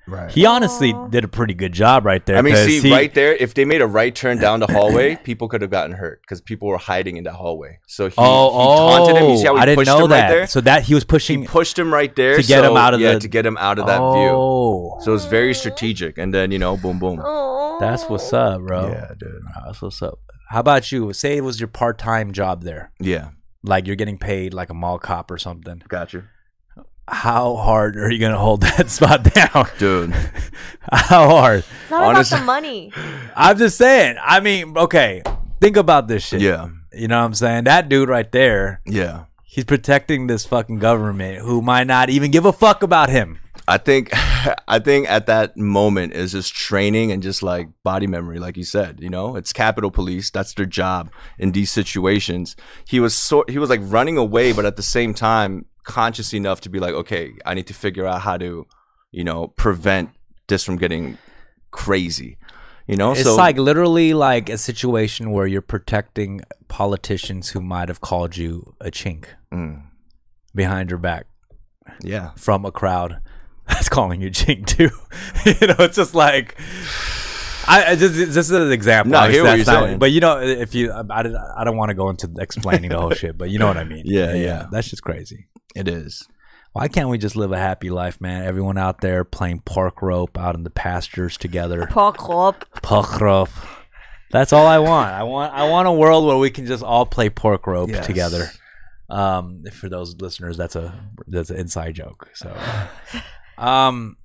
Speaker 2: right.
Speaker 1: He honestly
Speaker 3: Aw.
Speaker 1: did a pretty good job right there.
Speaker 2: I mean,
Speaker 1: 'cause
Speaker 2: see,
Speaker 1: he-
Speaker 2: right there, if they made a right turn down the hallway, people could have gotten hurt because people were hiding in the hallway. So he,
Speaker 1: Oh,
Speaker 2: he taunted him. You
Speaker 1: oh,
Speaker 2: see how he
Speaker 1: I didn't
Speaker 2: pushed
Speaker 1: know
Speaker 2: him
Speaker 1: that.
Speaker 2: right there?
Speaker 1: So that he was pushing
Speaker 2: he pushed him right there
Speaker 1: to get him
Speaker 2: so-
Speaker 1: out of
Speaker 2: yeah,
Speaker 1: the-
Speaker 2: to get him out of that view.
Speaker 1: oh,
Speaker 2: So it's very strategic, and then you know, boom, boom.
Speaker 3: Oh,
Speaker 1: that's what's up, bro.
Speaker 2: Yeah, dude.
Speaker 1: That's what's up. How about you? Say it was your part-time job there,
Speaker 2: Yeah,
Speaker 1: like you're getting paid like a mall cop or something.
Speaker 2: got you,
Speaker 1: How hard are you gonna hold that spot down?
Speaker 2: dude.
Speaker 1: How hard?
Speaker 3: It's not
Speaker 2: Honestly-
Speaker 3: about the money.
Speaker 1: I'm just saying. I mean, okay, think about this shit.
Speaker 2: Yeah,
Speaker 1: you know what I'm saying. That dude right there.
Speaker 2: yeah.
Speaker 1: He's protecting this fucking government who might not even give a fuck about him.
Speaker 2: I think, I think at that moment is just training and just like body memory, like you said. You know, it's Capitol Police. That's their job in these situations. He was sort, he was like running away, but at the same time, conscious enough to be like, okay, I need to figure out how to, you know, prevent this from getting crazy. You know,
Speaker 1: It's
Speaker 2: so
Speaker 1: like literally like a situation where you're protecting politicians who might have called you a chink
Speaker 2: Mm,
Speaker 1: behind your back
Speaker 2: yeah,
Speaker 1: from a crowd that's calling you chink too. you know, it's just like I, I just this is an example.
Speaker 2: No, I hear what
Speaker 1: That's
Speaker 2: you're
Speaker 1: not-
Speaker 2: saying.
Speaker 1: But you know, if you, I, did- I don't want to go into explaining the whole shit, but you know what I mean.
Speaker 2: Yeah, yeah.
Speaker 1: That's just crazy.
Speaker 2: it is.
Speaker 1: Why can't we just live a happy life, man? Everyone out there playing park rope out in the pastures together.
Speaker 3: Paul Kropp.
Speaker 1: Pork rope. That's all I want. I want I want a world where we can just all play pork rope
Speaker 2: Yes.
Speaker 1: together. Um, for those listeners, that's a that's an inside joke. So, um,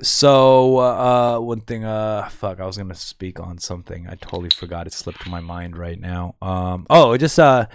Speaker 1: so uh, one thing, uh, fuck, I was gonna speak on something. I totally forgot. It slipped my mind right now. Um, oh, just uh,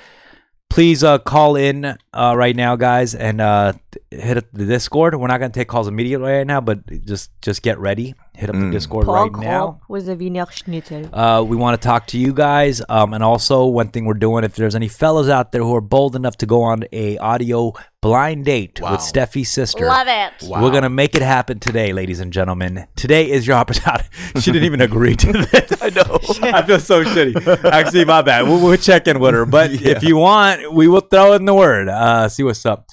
Speaker 1: please uh call in uh right now, guys, and uh hit up the Discord. We're not gonna take calls immediately right now, but just just get ready. Hit up the
Speaker 2: Mm.
Speaker 1: Discord
Speaker 3: Paul
Speaker 1: right now.
Speaker 3: Kropp was a Wiener Schnitzel.
Speaker 1: Uh, we want to talk to you guys, um, and also one thing we're doing. If there's any fellas out there who are bold enough to go on a audio blind date
Speaker 2: Wow.
Speaker 1: with Steffi's sister,
Speaker 3: Love it.
Speaker 2: Wow.
Speaker 1: we're gonna make it happen today, ladies and gentlemen. Today is your opportunity. she didn't even agree to this. I know. I feel so shitty. Actually, my bad. We'll, we'll check in with her, but if you want, we will throw in the word. Uh, see what's up.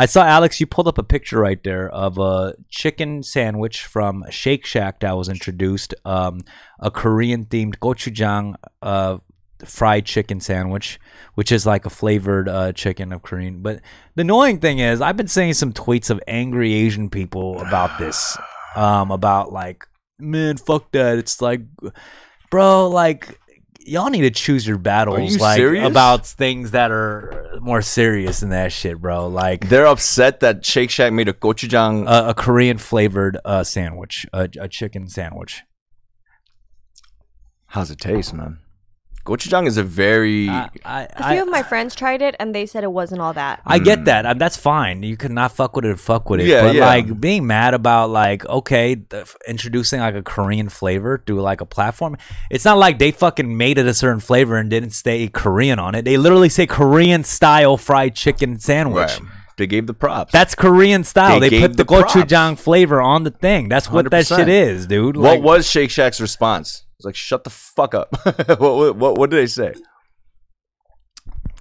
Speaker 1: I saw Alex. You pulled up a picture right there of a chicken sandwich from Shake Shack that was introduced. Um, a Korean themed gochujang uh, fried chicken sandwich, which is like a flavored uh, chicken of Korean. But the annoying thing is, I've been seeing some tweets of angry Asian people about this, um, about like, man, fuck that. It's like, bro, like. Y'all need to choose your battles,
Speaker 2: you
Speaker 1: like
Speaker 2: serious?
Speaker 1: about things that are more serious than that shit, bro. Like
Speaker 2: They're upset that Shake Shack made a gochujang.
Speaker 1: a, a Korean flavored uh, sandwich, a, a chicken sandwich.
Speaker 2: How's it taste, man? Gochujang is a very
Speaker 1: I, I,
Speaker 3: A few
Speaker 1: I-
Speaker 3: of my friends tried it and they said it wasn't all that.
Speaker 1: I
Speaker 2: Mm.
Speaker 1: get that. Uh, That's fine. You could not fuck with it or fuck with it.
Speaker 2: Hmm. Yeah,
Speaker 1: but
Speaker 2: yeah.
Speaker 1: like being mad about like, okay, the, f- introducing like a Korean flavor through like a platform. It's not like they fucking made it a certain flavor and didn't say Korean on it. They literally say Korean style fried chicken
Speaker 2: right.
Speaker 1: sandwich.
Speaker 2: They gave the props.
Speaker 1: That's Korean style. They,
Speaker 2: They
Speaker 1: put
Speaker 2: gave the
Speaker 1: the,
Speaker 2: props.
Speaker 1: gochujang flavor on the thing. That's what that
Speaker 2: 100%.
Speaker 1: shit is, dude.
Speaker 2: What
Speaker 1: Like,
Speaker 2: was Shake Shack's response? It's like, shut the fuck up. what, what, what did they say?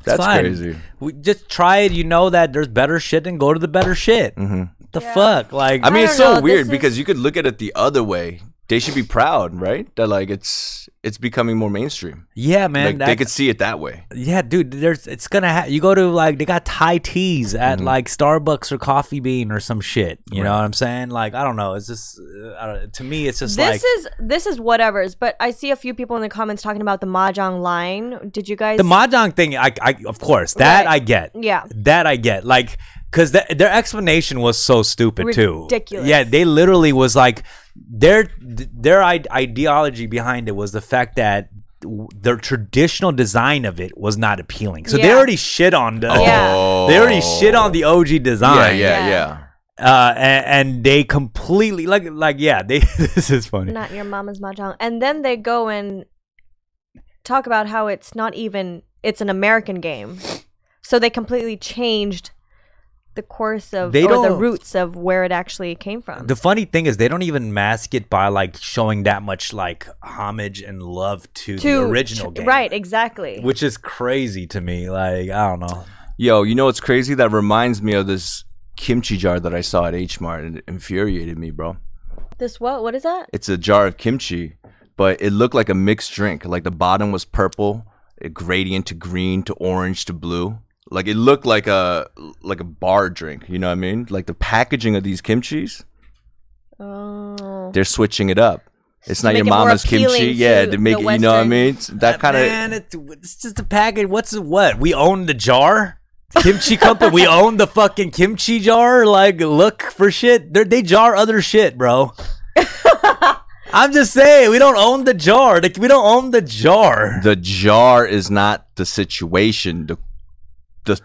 Speaker 2: That's
Speaker 1: fine.
Speaker 2: crazy.
Speaker 1: We just try it. You know that there's better shit, and go to the better shit. What the
Speaker 3: Yeah.
Speaker 1: fuck? Like,
Speaker 2: Mm. Mm-hmm. I mean, it's
Speaker 3: don't
Speaker 2: so
Speaker 3: know,
Speaker 2: weird
Speaker 3: this
Speaker 2: because
Speaker 3: is-
Speaker 2: you could look at it the other way. They should be proud, right? That like it's it's becoming more mainstream.
Speaker 1: yeah, man.
Speaker 2: like they
Speaker 1: that-
Speaker 2: could see it that way.
Speaker 1: yeah, dude. There's it's gonna. Ha- you go to like they got Thai teas at like Starbucks or Coffee Bean or some shit. You know what I'm saying? Like, I don't know. It's just uh, I don't, to me, it's just
Speaker 3: This
Speaker 1: like
Speaker 3: is this is whatever's, but I see a few people in the comments talking about the mahjong line. Did you guys?
Speaker 1: the mahjong thing. I, I of course that
Speaker 3: Right.
Speaker 1: I get.
Speaker 3: Yeah.
Speaker 1: that I get. Like, cause th- their explanation was so stupid too.
Speaker 3: Ridiculous.
Speaker 1: Yeah, they literally was like, their th- their I- ideology behind it was the fact that w- their traditional design of it was not appealing. So they
Speaker 3: Yeah.
Speaker 1: already shit on the.
Speaker 2: Oh,
Speaker 3: Yeah.
Speaker 1: They already shit on the OG
Speaker 2: Yeah,
Speaker 1: design,
Speaker 2: yeah,
Speaker 3: Yeah.
Speaker 2: yeah.
Speaker 1: Uh, and, and they completely like, like, yeah, they. this is funny.
Speaker 3: not your mama's mahjong, and then they go and talk about how it's not even it's an American game, so they completely changed the course of
Speaker 1: They
Speaker 3: or the
Speaker 1: don't-
Speaker 3: roots of where it actually came from.
Speaker 1: The funny thing is, they don't even mask it by like showing that much like homage and love to,
Speaker 3: To-
Speaker 1: the original game,
Speaker 3: right? Exactly.
Speaker 1: which is crazy to me. Like I don't know.
Speaker 2: Yo, you know what's crazy? That reminds me of this kimchi jar that I saw at H Mart and it infuriated me, bro.
Speaker 3: this what? What is that?
Speaker 2: It's a jar of kimchi, but it looked like a mixed drink. Like the bottom was purple, a gradient to green to orange to blue. Like it looked like a like a bar drink, you know what I mean? Like the packaging of these kimchis,
Speaker 3: Oh,
Speaker 2: they're switching it up. It's not
Speaker 3: make
Speaker 2: your
Speaker 3: it more
Speaker 2: mama's kimchi,
Speaker 3: appealing
Speaker 2: yeah.
Speaker 3: to
Speaker 2: To make it,
Speaker 3: the
Speaker 2: you know what I
Speaker 3: Western-
Speaker 2: mean? It's That kind of
Speaker 1: man, it's, it's just a package. What's the what? We own the jar. Kimchi company. We own the fucking kimchi jar. Like, look for shit. They're, they jar other shit, bro. I'm just saying, we don't own the jar. Like, we don't own the jar.
Speaker 2: the jar is not the situation. The the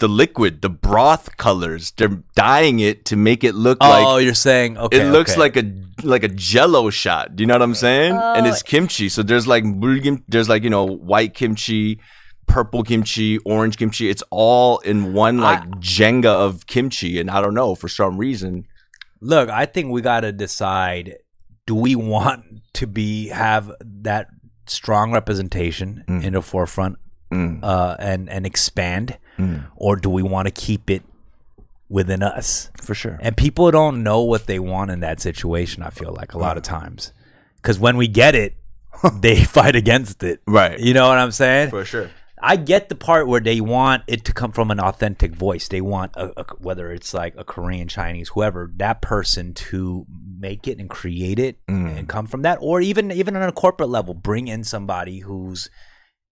Speaker 2: the liquid, the broth colors, they're dyeing it to make it look like
Speaker 1: oh, you're saying okay.
Speaker 2: it looks
Speaker 1: okay.
Speaker 2: like a like a jello shot. Do you know what I'm saying? and it's kimchi. So there's like blue kim- there's like, you know, white kimchi, purple kimchi, orange kimchi. It's all in one like Jenga of kimchi and I don't know for some reason.
Speaker 1: look. I think we gotta decide. Do we want to be have that strong representation in the forefront
Speaker 2: Mm.
Speaker 1: uh, and and expand,
Speaker 2: Mm.
Speaker 1: or do we want to keep it within us?
Speaker 2: For sure.
Speaker 1: And people don't know what they want in that situation, I feel like a lot of times. Cuz when we get it, they fight against it.
Speaker 2: Right.
Speaker 1: You know what I'm saying?
Speaker 2: For sure.
Speaker 1: I get the part where they want it to come from an authentic voice. They want a, a- whether it's like a Korean, Chinese, whoever, that person to make it and create it
Speaker 2: Mm.
Speaker 1: and come from that or even even on a corporate level bring in somebody who's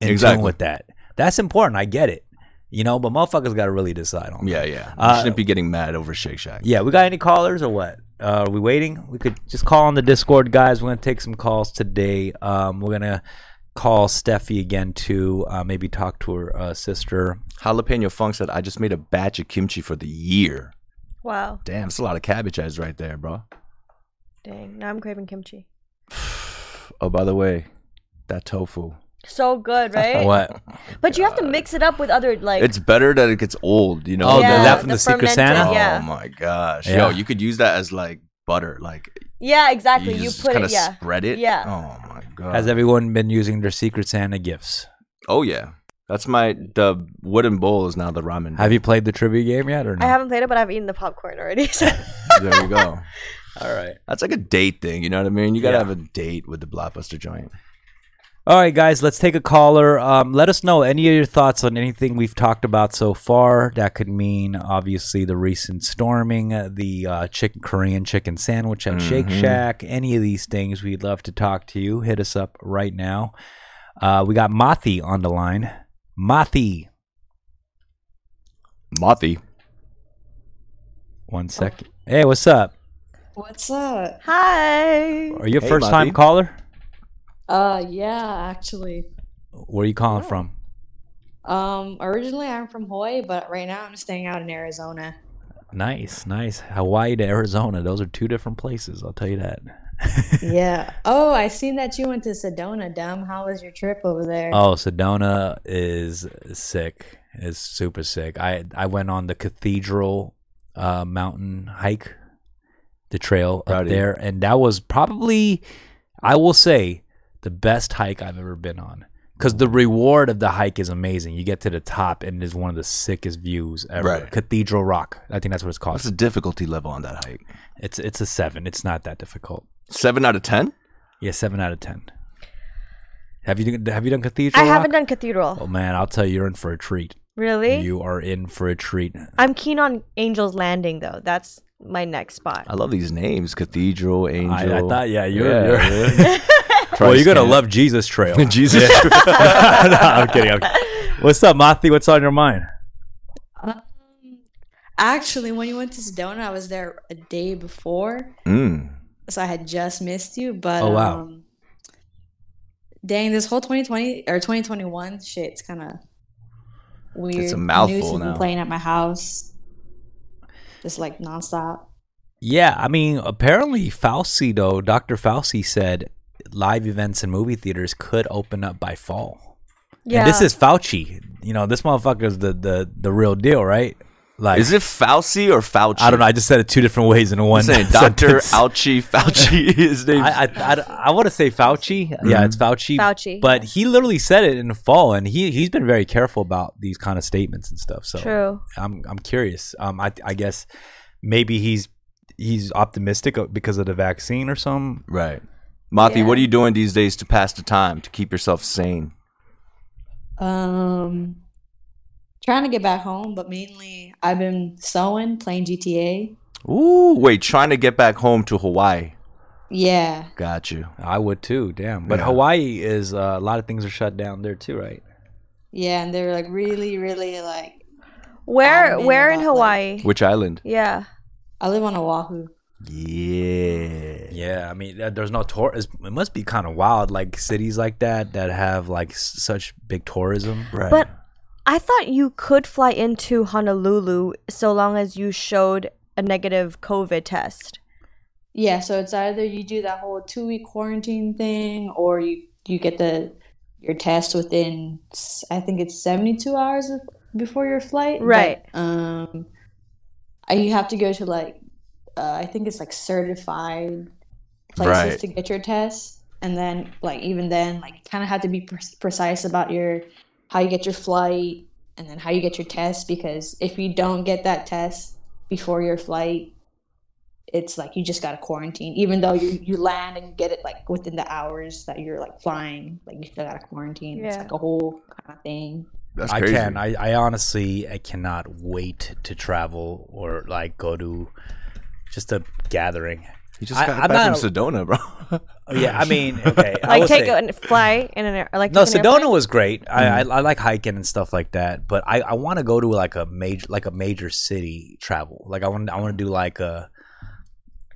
Speaker 1: in
Speaker 2: Exactly.
Speaker 1: tune with that. That's important. I get it. You know, but motherfuckers got to really decide on that.
Speaker 2: Yeah, yeah. You
Speaker 1: Uh,
Speaker 2: shouldn't be getting mad over Shake Shack.
Speaker 1: Yeah, we got any callers or what? Uh, are we waiting? We could just call on the Discord, guys. We're gonna take some calls today. Um, we're gonna call Steffi again to uh, maybe talk to her uh, sister.
Speaker 2: Jalapeno Funk said, I just made a batch of kimchi for the year.
Speaker 3: wow.
Speaker 2: Damn, it's a lot of cabbage eyes right there, bro.
Speaker 3: Dang. Now I'm craving kimchi.
Speaker 2: Oh, by the way, that tofu.
Speaker 3: So good, right?
Speaker 1: What?
Speaker 3: But you have to mix it up with other like.
Speaker 2: It's better that it gets old, you know?
Speaker 1: Oh, the-
Speaker 3: yeah,
Speaker 1: that from the Secret
Speaker 3: fermented-
Speaker 1: Santa?
Speaker 2: Oh
Speaker 3: Yeah.
Speaker 2: my gosh. Yo,
Speaker 1: Yeah.
Speaker 2: you could use that as like butter. Like
Speaker 3: Yeah, exactly.
Speaker 2: you
Speaker 3: You,
Speaker 2: just
Speaker 3: put
Speaker 2: kind
Speaker 3: it.
Speaker 2: of
Speaker 3: Yeah.
Speaker 2: spread it.
Speaker 3: Yeah.
Speaker 2: Oh my god.
Speaker 1: Has everyone been using their Secret Santa gifts?
Speaker 2: oh yeah. That's my the wooden bowl is now the ramen.
Speaker 1: Have you played the trivia game yet or no?
Speaker 3: I haven't played it, but I've eaten the popcorn already. So.
Speaker 2: there you go.
Speaker 1: All right.
Speaker 2: That's like a date thing, you know what I mean? You gotta
Speaker 1: Yeah.
Speaker 2: have a date with the blockbuster joint.
Speaker 1: All right, guys, let's take a caller. Um, let us know any of your thoughts on anything we've talked about so far. That could mean, obviously, the recent storming, uh, the uh, chicken, Korean chicken sandwich at Shake Shack, any of these things. We'd love to talk to you. Hit us up right now. Uh, we got Mothi on the line. Mothi,
Speaker 2: Mothy.
Speaker 1: one second. Hey, what's up?
Speaker 5: What's up?
Speaker 3: Hi.
Speaker 1: Are you a
Speaker 2: Hey,
Speaker 1: first time
Speaker 2: Mothi.
Speaker 1: caller?
Speaker 5: Uh, yeah, actually.
Speaker 1: Where are you calling from?
Speaker 5: Um, originally I'm from Hawaii, but right now I'm staying out in Arizona.
Speaker 1: Nice, nice. Hawaii to Arizona. Those are two different places. I'll tell you that.
Speaker 5: yeah. Oh, I seen that you went to Sedona, dumb. How was your trip over there?
Speaker 1: Oh, Sedona is sick. Is super sick. I I went on the Cathedral uh, Mountain hike, the trail
Speaker 2: Proud
Speaker 1: up
Speaker 2: of you.
Speaker 1: there, and that was probably, I will say, the best hike I've ever been on. because the reward of the hike is amazing. You get to the top and it is one of the sickest views ever.
Speaker 2: Right.
Speaker 1: Cathedral Rock, I think that's what it's called.
Speaker 2: What's the difficulty level on that hike?
Speaker 1: It's it's a seven. It's not that difficult.
Speaker 2: Seven out of ten.
Speaker 1: Yeah, seven out of ten. Have you done- have you done Cathedral?
Speaker 3: I haven't
Speaker 1: Rock?
Speaker 3: done Cathedral.
Speaker 1: Oh man, I'll tell you, you're in for a treat.
Speaker 3: Really?
Speaker 1: You are in for a treat.
Speaker 3: I'm keen on Angel's Landing though. That's my next spot.
Speaker 2: I love these names: Cathedral, Angel.
Speaker 1: I, I thought, yeah, you're.
Speaker 2: Yeah,
Speaker 1: you're
Speaker 2: Christ
Speaker 1: well, you're gonna
Speaker 2: Camp.
Speaker 1: love Jesus Trail.
Speaker 2: Jesus.
Speaker 1: no, I'm kidding. I'm kidding. What's up, Mati? What's on your mind?
Speaker 5: Um, actually, when you went to Sedona, I was there a day before,
Speaker 2: Mm.
Speaker 5: so I had just missed you. But
Speaker 1: Oh, wow.
Speaker 5: um, dang, this whole 2020 or 2021 shit's kind of weird.
Speaker 2: mouthful
Speaker 5: News has been
Speaker 2: now.
Speaker 5: playing at my house, just like nonstop.
Speaker 1: Yeah, I mean, apparently Fauci though, Dr. Fauci said live events in movie theaters could open up by fall.
Speaker 3: yeah.
Speaker 1: And this is Fauci. You know, this motherfucker is the the the real deal, right? Like
Speaker 2: Is it Fauci or Fauci?
Speaker 1: I don't know. I just said it two different ways in
Speaker 2: I'm
Speaker 1: one
Speaker 2: saying Doctor
Speaker 1: sentence.
Speaker 2: Fauci. Fauci. His name.
Speaker 1: I I, want to say Fauci. Yeah,
Speaker 2: Mm-hmm.
Speaker 1: it's Fauci.
Speaker 3: Fauci.
Speaker 1: But he literally said it in the fall, and he he's been very careful about these kind of statements and stuff. So
Speaker 3: true.
Speaker 1: I'm I'm curious. Um, I I guess maybe he's he's optimistic uh, because of the vaccine or some.
Speaker 2: Right. Mati,
Speaker 5: Yeah.
Speaker 2: what are you doing these days to pass the time to keep yourself sane?
Speaker 5: Um, trying to get back home, but mainly I've been sewing, playing GTA.
Speaker 2: Ooh, wait, trying to get back home to Hawaii.
Speaker 5: Yeah,
Speaker 2: Got you.
Speaker 1: I would too. Damn. But
Speaker 2: Yeah.
Speaker 1: Hawaii is uh, a lot of things are shut down there too, right?
Speaker 5: yeah, and they're like really, really like.
Speaker 3: Where
Speaker 5: I'm in
Speaker 3: where in
Speaker 5: about, like-
Speaker 3: Hawaii?
Speaker 2: Which island?
Speaker 3: yeah.
Speaker 5: I live on Oahu.
Speaker 2: Yeah.
Speaker 1: Yeah. I mean, uh, there's no tourist. It must be kind of wild, like cities like that that have like s- such big tourism.
Speaker 2: Right.
Speaker 3: But I thought you could fly into Honolulu so long as you showed a negative COVID test.
Speaker 5: Yeah, so it's either you do that whole two week quarantine thing, or you you get the your test within s- I think it's seventy two hours of- before your flight. but,
Speaker 3: Right.
Speaker 5: um, I- you have to go to like uh, I think it's like certified places
Speaker 2: Right.
Speaker 5: to get your test, and then like even then like you kind of have to be pre- precise about your how you get your flight and then how you get your test because if you don't get that test before your flight it's like you just got to quarantine even though you, you land and get it like within the hours that you're like flying like you still got to quarantine it's
Speaker 3: Yeah.
Speaker 5: like a whole kind of thing
Speaker 2: That's
Speaker 1: I
Speaker 2: crazy.
Speaker 1: can. I, I honestly I cannot wait to travel or like go to just a gathering.
Speaker 2: he just
Speaker 1: I-
Speaker 2: got
Speaker 1: I'm
Speaker 2: back
Speaker 1: not
Speaker 2: from Sedona, bro.
Speaker 1: Oh, yeah, I mean, okay. I
Speaker 3: Like
Speaker 1: will
Speaker 3: take
Speaker 1: say-
Speaker 3: a an- fly in an air, like
Speaker 1: no
Speaker 3: take an
Speaker 1: sedona
Speaker 3: airplane?
Speaker 1: was great I,
Speaker 2: Mm-hmm.
Speaker 1: I, I like hiking and stuff like that but i, I want to go to like a major like a major city travel like i want i want to do like a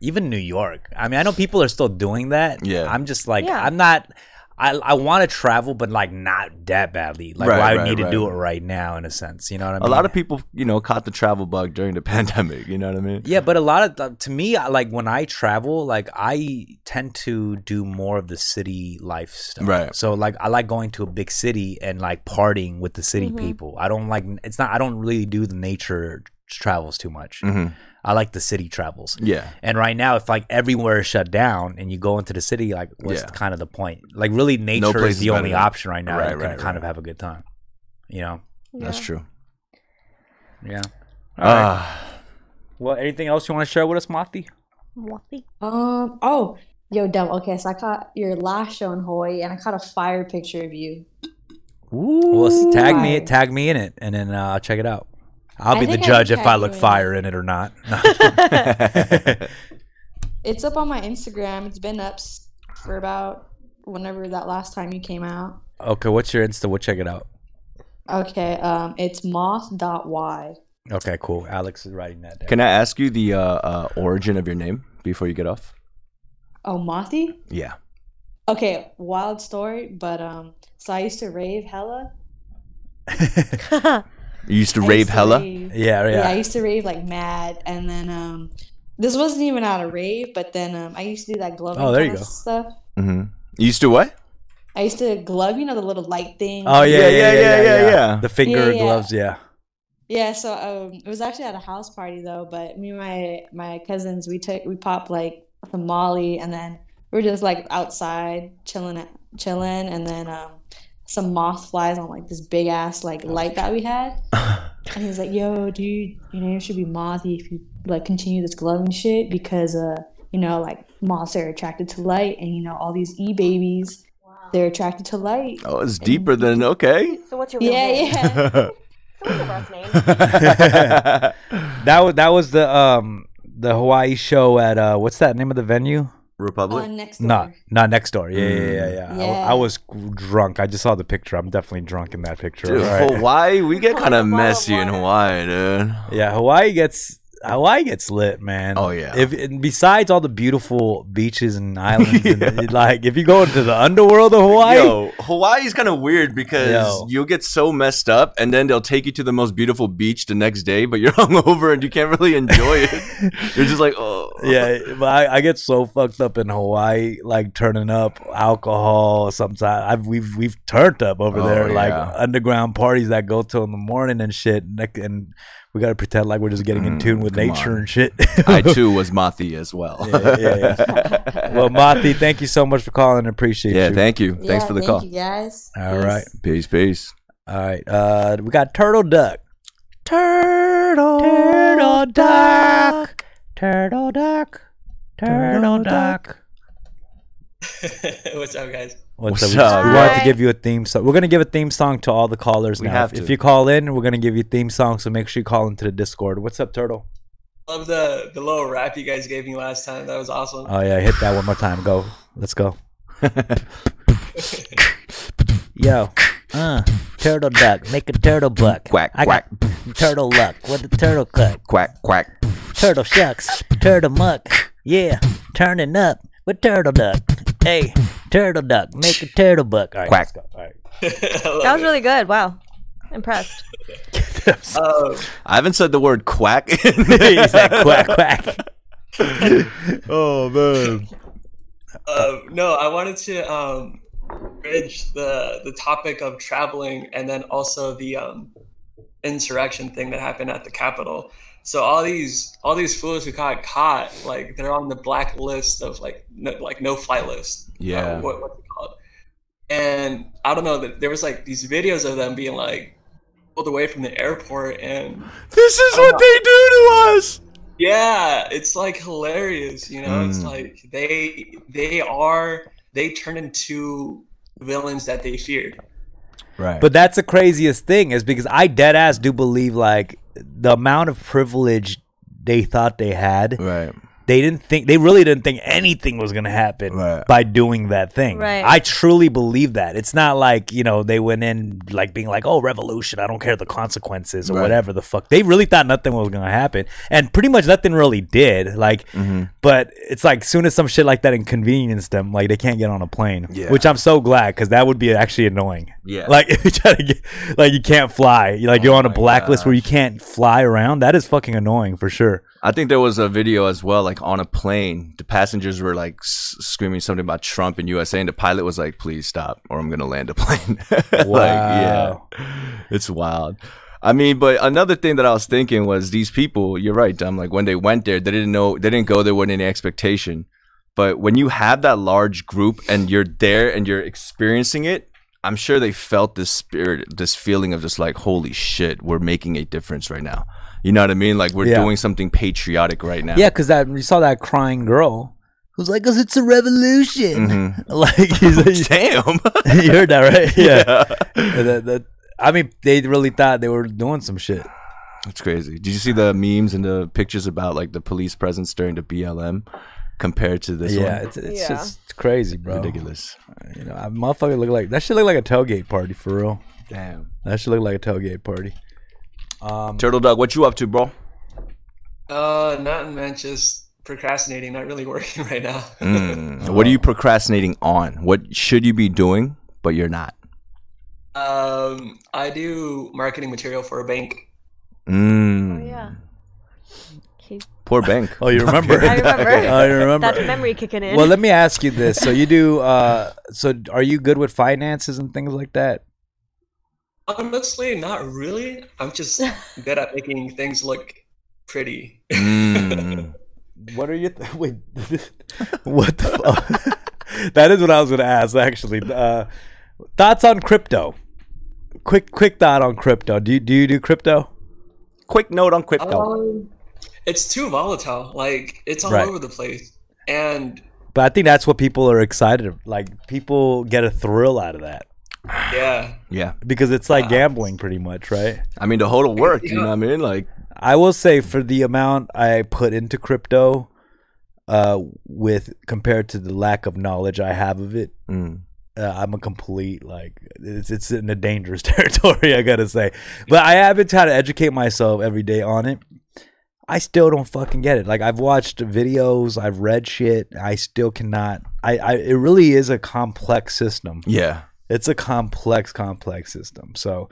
Speaker 1: even new york i mean i know people are still doing that
Speaker 2: Yeah.
Speaker 1: i'm just like
Speaker 3: Yeah.
Speaker 1: i'm not i, I want to travel but like not that badly like
Speaker 2: Right,
Speaker 1: where i
Speaker 2: right,
Speaker 1: need
Speaker 2: right.
Speaker 1: to do it right now in a sense you know what i mean
Speaker 2: a lot of people, you know, caught the travel bug during the pandemic. You know what I mean?
Speaker 1: yeah, but a lot of th- to me, I- like when I travel, like I tend to do more of the city life stuff.
Speaker 2: Right.
Speaker 1: So like I like going to a big city and like partying with the city people. I don't like it's not I don't really do the nature travels too much.
Speaker 2: Mhm.
Speaker 1: I like the city travels.
Speaker 2: Yeah.
Speaker 1: And right now, if like everywhere is shut down and you go into the city, like what's
Speaker 2: Yeah.
Speaker 1: kind of the point? Like really, nature
Speaker 2: place
Speaker 1: is
Speaker 2: is
Speaker 1: the
Speaker 2: better
Speaker 1: only
Speaker 2: than-
Speaker 1: option right now.
Speaker 2: Right,
Speaker 1: Right, you can
Speaker 2: right,
Speaker 1: kind
Speaker 2: right.
Speaker 1: of have a good time. You know.
Speaker 2: That's true.
Speaker 1: Yeah.
Speaker 2: Ah,
Speaker 1: Well, anything else you want to share with us, Mothi?
Speaker 3: Whoppy.
Speaker 5: um oh yo dumb okay so i caught your last show in hawaii and i caught a fire picture of you
Speaker 1: Well, s- tag me,
Speaker 5: Fire.
Speaker 1: tag me in it, and then uh, I'll check it out. I'll
Speaker 5: I
Speaker 1: be the
Speaker 5: think I
Speaker 1: judge
Speaker 5: can
Speaker 1: if
Speaker 5: tag
Speaker 1: I
Speaker 5: you
Speaker 1: look
Speaker 5: in.
Speaker 1: fire in it or not.
Speaker 5: it's up on my instagram it's been up s- for about whenever that last time you came out
Speaker 1: okay, what's your Insta? We'll check it out.
Speaker 5: okay um it's moth.y
Speaker 1: Okay, cool. Alex is writing that down.
Speaker 2: can I ask you the uh, uh, origin of your name before you get off?
Speaker 5: oh mothy
Speaker 2: Yeah.
Speaker 5: Okay, wild story, but um, so I used to rave hella.
Speaker 2: You used to
Speaker 5: I
Speaker 2: rave
Speaker 5: used to
Speaker 2: hella.
Speaker 5: rave.
Speaker 1: Oh, yeah,
Speaker 5: Yeah. I
Speaker 1: yeah.
Speaker 5: used to rave like mad, and then um, this wasn't even out of rave, but then um, I used to do that glove.
Speaker 1: Oh, there you go.
Speaker 5: Stuff.
Speaker 2: hmm You used to what?
Speaker 5: I used to glove, you know, the little light thing.
Speaker 1: Oh yeah, yeah, yeah, yeah, yeah.
Speaker 2: yeah.
Speaker 1: The finger
Speaker 5: Yeah, yeah.
Speaker 1: gloves, yeah.
Speaker 5: Yeah, so um, it was actually at a house party though, but me and my my cousins we took we popped like some Molly and then we were just like outside chilling chilling and then um some moth flies on like this big ass like
Speaker 2: Oh.
Speaker 5: light that we had. And he was like, "Yo, dude, you know you should be mothy if you like continue this gloving shit because uh you know like moths are attracted to light and you know all these e babies they're attracted to light."
Speaker 2: Oh, it's deeper than okay.
Speaker 3: So what's your real
Speaker 5: Yeah,
Speaker 3: name?
Speaker 5: yeah.
Speaker 3: So what's your birth name?
Speaker 1: that was that was the um the Hawaii show at uh what's that name of the venue?
Speaker 2: Republic. Mm.
Speaker 5: Uh, next
Speaker 1: Not
Speaker 5: door.
Speaker 1: not next door. Yeah, yeah, yeah, yeah. I,
Speaker 5: Yeah.
Speaker 1: I was drunk. I just saw the picture. I'm definitely drunk in that picture.
Speaker 2: Dude,
Speaker 1: All right.
Speaker 2: Hawaii, we get kind
Speaker 3: Whole
Speaker 2: of
Speaker 3: lot of
Speaker 2: messy in
Speaker 3: water.
Speaker 2: Hawaii, dude.
Speaker 1: Yeah, Hawaii gets Hawaii gets lit, man.
Speaker 2: Oh, yeah.
Speaker 1: If and besides all the beautiful beaches and islands, and, like if you go into the underworld of Hawaii,
Speaker 2: Yo, Hawaii's kind of weird because
Speaker 1: Yo.
Speaker 2: you'll get so messed up, and then they'll take you to the most beautiful beach the next day, but you're hungover and you can't really enjoy it. you're just like, oh,
Speaker 1: yeah, but I, I get so fucked up in Hawaii, like turning up alcohol. Sometimes I've we've we've turned up over
Speaker 2: Oh,
Speaker 1: there, like
Speaker 2: yeah.
Speaker 1: underground parties that go till in the morning and shit. And, that- and we gotta pretend like we're just getting in
Speaker 2: Mm,
Speaker 1: tune with
Speaker 2: come
Speaker 1: nature
Speaker 2: on.
Speaker 1: and shit.
Speaker 2: I too was Mathi as well.
Speaker 1: Yeah, yeah, well, Mati, thank you so much for calling. I Appreciate
Speaker 2: Yeah,
Speaker 1: you.
Speaker 2: thank you. Thanks
Speaker 5: Yeah,
Speaker 2: for the
Speaker 5: thank
Speaker 2: call.
Speaker 5: you guys.
Speaker 1: All
Speaker 5: Peace.
Speaker 1: right.
Speaker 2: Peace, peace.
Speaker 1: All right, uh, we got turtle duck. Turtle, turtle duck, turtle duck, turtle duck.
Speaker 6: What's up, guys?
Speaker 1: What's,
Speaker 2: What's
Speaker 1: up?
Speaker 2: up?
Speaker 1: We wanted to
Speaker 3: Hi.
Speaker 1: give you a theme song. We're gonna give a theme song to all the callers
Speaker 2: We
Speaker 1: now.
Speaker 2: have
Speaker 1: If- If
Speaker 2: to.
Speaker 1: you call in, we're gonna give you theme songs. So make sure you call into the Discord. What's up, Turtle?
Speaker 6: Love the the little rap you guys gave me last time. That was awesome.
Speaker 1: Oh yeah, hit that one more time. Go. Let's go. Yo, uh, turtle duck, make a turtle buck.
Speaker 2: Quack,
Speaker 1: I got Turtle luck with the turtle cut.
Speaker 2: Quack, quack.
Speaker 1: Turtle shucks, turtle muck. Yeah, turning up with turtle duck. Hey, turtle duck, make a turtle buck. All right,
Speaker 2: Quack.
Speaker 1: let's go. All right.
Speaker 6: I love
Speaker 3: That was
Speaker 6: it.
Speaker 3: really good. Wow. Impressed.
Speaker 6: Uh,
Speaker 2: I haven't said the word quack.
Speaker 1: He's like quack quack.
Speaker 2: oh man.
Speaker 6: uh, no, I wanted to um, bridge the the topic of traveling and then also the um, insurrection thing that happened at the Capitol. So all these all these fools who got caught, like they're on the black list of like no, like no fly list.
Speaker 2: Yeah.
Speaker 6: Uh, what, what's it called? And I don't know that there was like these videos of them being like pulled away from the airport and Oh
Speaker 2: This is what they do to us.
Speaker 6: yeah it's like hilarious you know it's
Speaker 2: Mm.
Speaker 6: like they they are they turn into villains that they feared
Speaker 2: Right.
Speaker 1: But that's the craziest thing is because I dead ass do believe like the amount of privilege they thought they had,
Speaker 2: right.
Speaker 1: they didn't think they really didn't think anything was gonna happen
Speaker 2: Right.
Speaker 1: by doing that thing.
Speaker 3: Right.
Speaker 1: I truly believe that. It's not like, you know, they went in like being like, Oh, revolution, I don't care the consequences or
Speaker 2: Right.
Speaker 1: whatever the fuck. They really thought nothing was gonna happen. And pretty much nothing really did. Like
Speaker 2: Mm-hmm.
Speaker 1: but it's like soon as some shit like that inconvenience them, like they can't get on a plane.
Speaker 2: Yeah.
Speaker 1: Which I'm so glad because that would be actually annoying.
Speaker 2: Yeah. Oh
Speaker 1: Like if you try to get, like you can't fly. You like you're on a
Speaker 2: my
Speaker 1: blacklist where you can't fly around. That is fucking annoying for sure.
Speaker 2: I think there was a video as well, like on a plane. The passengers were like s- screaming something about Trump and USA, and the pilot was like, "Please stop, or I'm gonna land a plane."
Speaker 1: Wow.
Speaker 2: Like, yeah, it's wild. I mean, but another thing that I was thinking was these people. You're right. I'm like, when they went there, they didn't know, they didn't go there with any expectation. But when you have that large group and you're there and you're experiencing it, I'm sure they felt this spirit, this feeling of just like, holy shit, we're making a difference right now. You know what I mean? Like we're
Speaker 1: Yeah.
Speaker 2: doing something patriotic right now.
Speaker 1: Yeah, because that you saw that crying girl who's like, "Cause it's a revolution." Like he's,
Speaker 2: Mm-hmm. Damn.
Speaker 1: you heard that right? Yeah. That- that- I mean, they really thought they were doing some shit.
Speaker 2: That's crazy. Did you see the memes and the pictures about like the police presence during the BLM compared to this
Speaker 1: yeah,
Speaker 2: one?
Speaker 1: it's it's
Speaker 3: Yeah.
Speaker 1: just crazy, bro. Uh,
Speaker 2: Ridiculous.
Speaker 1: You know, I motherfucker look like that. Should look like a tailgate party for real.
Speaker 2: Damn.
Speaker 1: That should look like a tailgate party. Um,
Speaker 2: Turtle Dog, what you up to, bro?
Speaker 6: uh nothing man just procrastinating not really working right now
Speaker 1: Mm.
Speaker 2: What are you procrastinating on? What should you be doing, but you're not?
Speaker 6: um i do marketing material for a bank
Speaker 2: Mm.
Speaker 3: Oh, yeah. Okay.
Speaker 2: Poor bank.
Speaker 1: oh, you remember?
Speaker 3: I remember.
Speaker 1: oh, you remember?
Speaker 3: That's memory kicking in.
Speaker 1: Well, let me ask you this. So you do. Uh, so are you good with finances and things like that?
Speaker 6: honestly not really i'm just good at making things look pretty
Speaker 2: Mm.
Speaker 1: What are your th- wait? what the fuck? that is what I was gonna ask actually. Uh, Thoughts on crypto? Quick, quick thought on crypto. Do you do you do crypto?
Speaker 2: Quick note on
Speaker 3: Oh,
Speaker 2: crypto.
Speaker 6: Um, it's too volatile. Like it's all
Speaker 1: Right.
Speaker 6: over the place, and
Speaker 1: But I think that's what people are excited. Like people get a thrill out of that
Speaker 6: yeah,
Speaker 2: yeah, Uh,
Speaker 1: because it's like gambling, pretty much, right?
Speaker 2: I mean the whole work. You know what I mean? Like
Speaker 1: I will say for the amount I put into crypto, uh, with compared to the lack of knowledge I have of it,
Speaker 2: mm,
Speaker 1: uh, I'm a complete like it's it's in a dangerous territory. I gotta say, but I have been trying to educate myself every day on it. I still don't fucking get it. Like I've watched videos, I've read shit. I still cannot. I, I it really is a complex system.
Speaker 2: yeah,
Speaker 1: It's a complex, complex system. So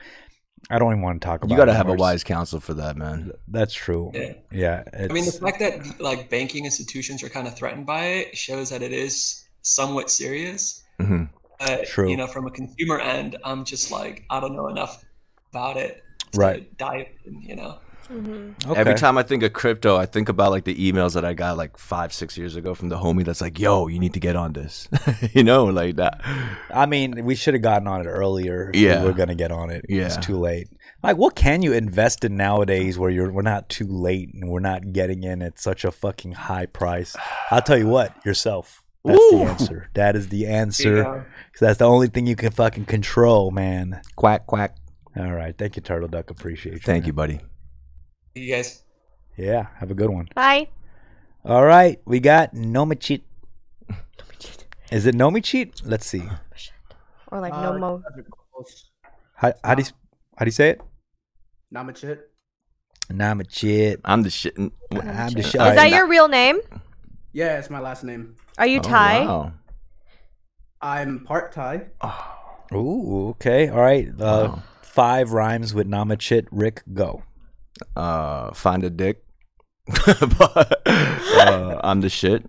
Speaker 1: I don't even want to talk about.
Speaker 2: you got to
Speaker 1: it
Speaker 2: have a
Speaker 1: anymore.
Speaker 2: wise counsel for that, man.
Speaker 1: That's true.
Speaker 6: Yeah.
Speaker 1: Yeah.
Speaker 6: I mean, the
Speaker 1: it's-
Speaker 6: fact that like banking institutions are kind of threatened by it shows that it is somewhat serious.
Speaker 2: Mhm.
Speaker 6: But,
Speaker 1: Mm-hmm. True.
Speaker 6: You know, from a consumer end, I'm just like, I don't know enough about it. To
Speaker 1: Right.
Speaker 6: Dive in, you know.
Speaker 1: okay.
Speaker 2: Every time I think of crypto, I think about like the emails that I got like five, six years ago from the homie that's like, "Yo, you need to get on this," you know, like that.
Speaker 1: I mean, we should have gotten on it earlier. If
Speaker 2: Yeah.
Speaker 1: we were gonna get on it. it's
Speaker 2: Yeah.
Speaker 1: too late. Like, what can you invest in nowadays where you're we're not too late and we're not getting in at such a fucking high price? I'll tell you what, yourself. That's
Speaker 2: Ooh.
Speaker 1: the answer. That is the answer.
Speaker 6: You know?
Speaker 1: 'Cause that's the only thing you can fucking control, man.
Speaker 2: Quack quack.
Speaker 1: All right, thank you, Turtle Duck. Appreciate you.
Speaker 2: Thank you, buddy.
Speaker 6: You guys.
Speaker 1: man. Yeah, have a good one.
Speaker 3: Bye.
Speaker 1: All right, we got Nomi Cheat. Is it Nomi Cheat? Let's see.
Speaker 3: Or like
Speaker 7: Uh,
Speaker 3: no mo.
Speaker 1: How, how do you how do you say it?
Speaker 7: Not much it.
Speaker 1: Nomi Cheat.
Speaker 2: I'm the shit.
Speaker 1: I'm the shit.
Speaker 2: All
Speaker 3: Is
Speaker 2: right,
Speaker 3: that your real name?
Speaker 7: Yeah, it's my last name.
Speaker 3: Are
Speaker 1: Oh,
Speaker 3: you Thai?
Speaker 2: Oh, wow.
Speaker 7: I'm part Thai.
Speaker 1: Ooh, okay. All right. Uh,
Speaker 2: Wow.
Speaker 1: Five rhymes with Namachit. Rick, go.
Speaker 2: uh, find a dick. But, uh, I'm the shit.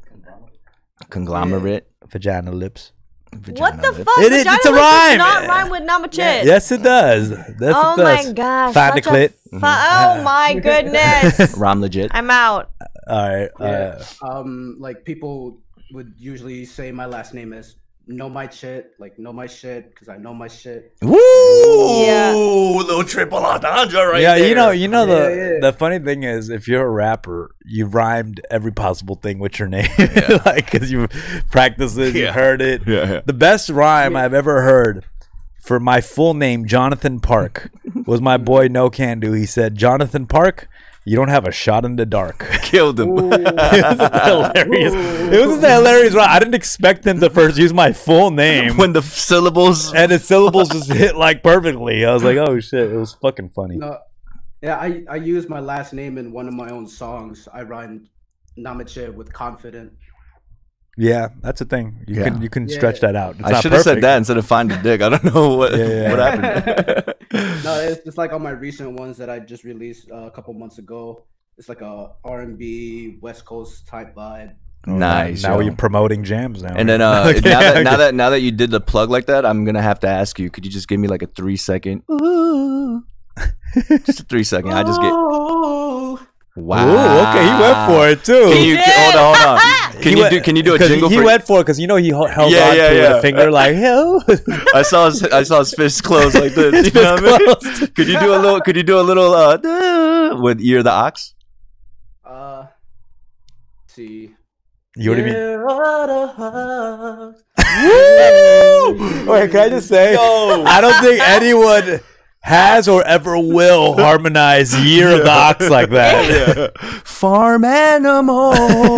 Speaker 2: Conglomerate.
Speaker 1: Vagina lips.
Speaker 3: What
Speaker 2: Vagina
Speaker 3: the
Speaker 2: lip.
Speaker 3: fuck?
Speaker 1: It is- it's a
Speaker 3: Vagina lips does
Speaker 1: rhyme.
Speaker 3: Not rhyme with namachit.
Speaker 1: Yes, it does. That's
Speaker 3: oh
Speaker 1: it does.
Speaker 3: my gosh.
Speaker 1: Find a
Speaker 3: such
Speaker 1: clit.
Speaker 3: fu- oh my goodness.
Speaker 2: Rom legit.
Speaker 3: I'm out.
Speaker 1: All right.
Speaker 7: Yeah.
Speaker 1: Uh,
Speaker 7: um, like people would usually say my last name is know my shit, like know my shit, because I know my shit.
Speaker 2: Woo!
Speaker 3: Yeah.
Speaker 2: Little triple entendre right
Speaker 1: yeah,
Speaker 2: there.
Speaker 1: you know, you know the
Speaker 7: Yeah, yeah.
Speaker 1: the funny thing is, if you're a rapper, you rhymed every possible thing with your name, like because you practiced it, you
Speaker 2: Yeah.
Speaker 1: heard it.
Speaker 2: Yeah, yeah.
Speaker 1: The best rhyme I've ever heard for my full name, Jonathan Park, was my boy No Can Do. He said, "Jonathan Park, you don't have a shot in the dark."
Speaker 2: Killed him.
Speaker 1: it was just hilarious. It was just a hilarious rhyme. I didn't expect them to first use my full name,
Speaker 2: when the syllables.
Speaker 1: and the syllables just hit like perfectly. I was like, "Oh shit!" It was fucking funny.
Speaker 7: No, yeah, I I used my last name in one of my own songs. I rhymed Namache with confident.
Speaker 1: Yeah, that's a thing. You
Speaker 2: Yeah.
Speaker 1: can you can
Speaker 7: Yeah.
Speaker 1: stretch that out. It's
Speaker 2: I
Speaker 1: not
Speaker 2: should have said
Speaker 1: perfect.
Speaker 2: that instead of find a dick. I don't know what
Speaker 1: Yeah, yeah.
Speaker 2: what happened.
Speaker 7: No, it's just like on my recent ones that I just released uh, a couple months ago. It's like a R&B West Coast type vibe.
Speaker 1: Oh,
Speaker 2: Nice,
Speaker 1: Now, now
Speaker 2: yo.
Speaker 1: you're promoting jams now.
Speaker 2: And then uh,
Speaker 1: Okay,
Speaker 2: now, that, now
Speaker 1: okay.
Speaker 2: that now that you did the plug like that, I'm gonna have to ask you. Could you just give me like a three second? Ooh. just a three second. I just get.
Speaker 7: Oh.
Speaker 2: Wow.
Speaker 1: Ooh, okay, he went for it too.
Speaker 2: Can you
Speaker 3: He
Speaker 2: can- Ah. hold on? Hold on.
Speaker 1: He
Speaker 2: Can you
Speaker 1: went-
Speaker 2: do? Can you do a
Speaker 1: 'cause
Speaker 2: jingle?
Speaker 1: He
Speaker 2: for
Speaker 1: went for it because you know he hel- held
Speaker 2: Yeah,
Speaker 1: on
Speaker 2: yeah,
Speaker 1: to it with
Speaker 2: yeah.
Speaker 1: a finger like hell.
Speaker 2: I saw his, I saw his fist close like this.
Speaker 1: His
Speaker 2: you know
Speaker 1: fist
Speaker 2: what I mean? Could you do a little? Could you do a little? Uh, duh, with ear the ox.
Speaker 7: Uh, let's see.
Speaker 1: you know what I mean?
Speaker 7: I mean?
Speaker 1: Woo! Wait, can I just say? I don't think anyone has or ever will harmonize year of the ox like that.
Speaker 2: Farm animal.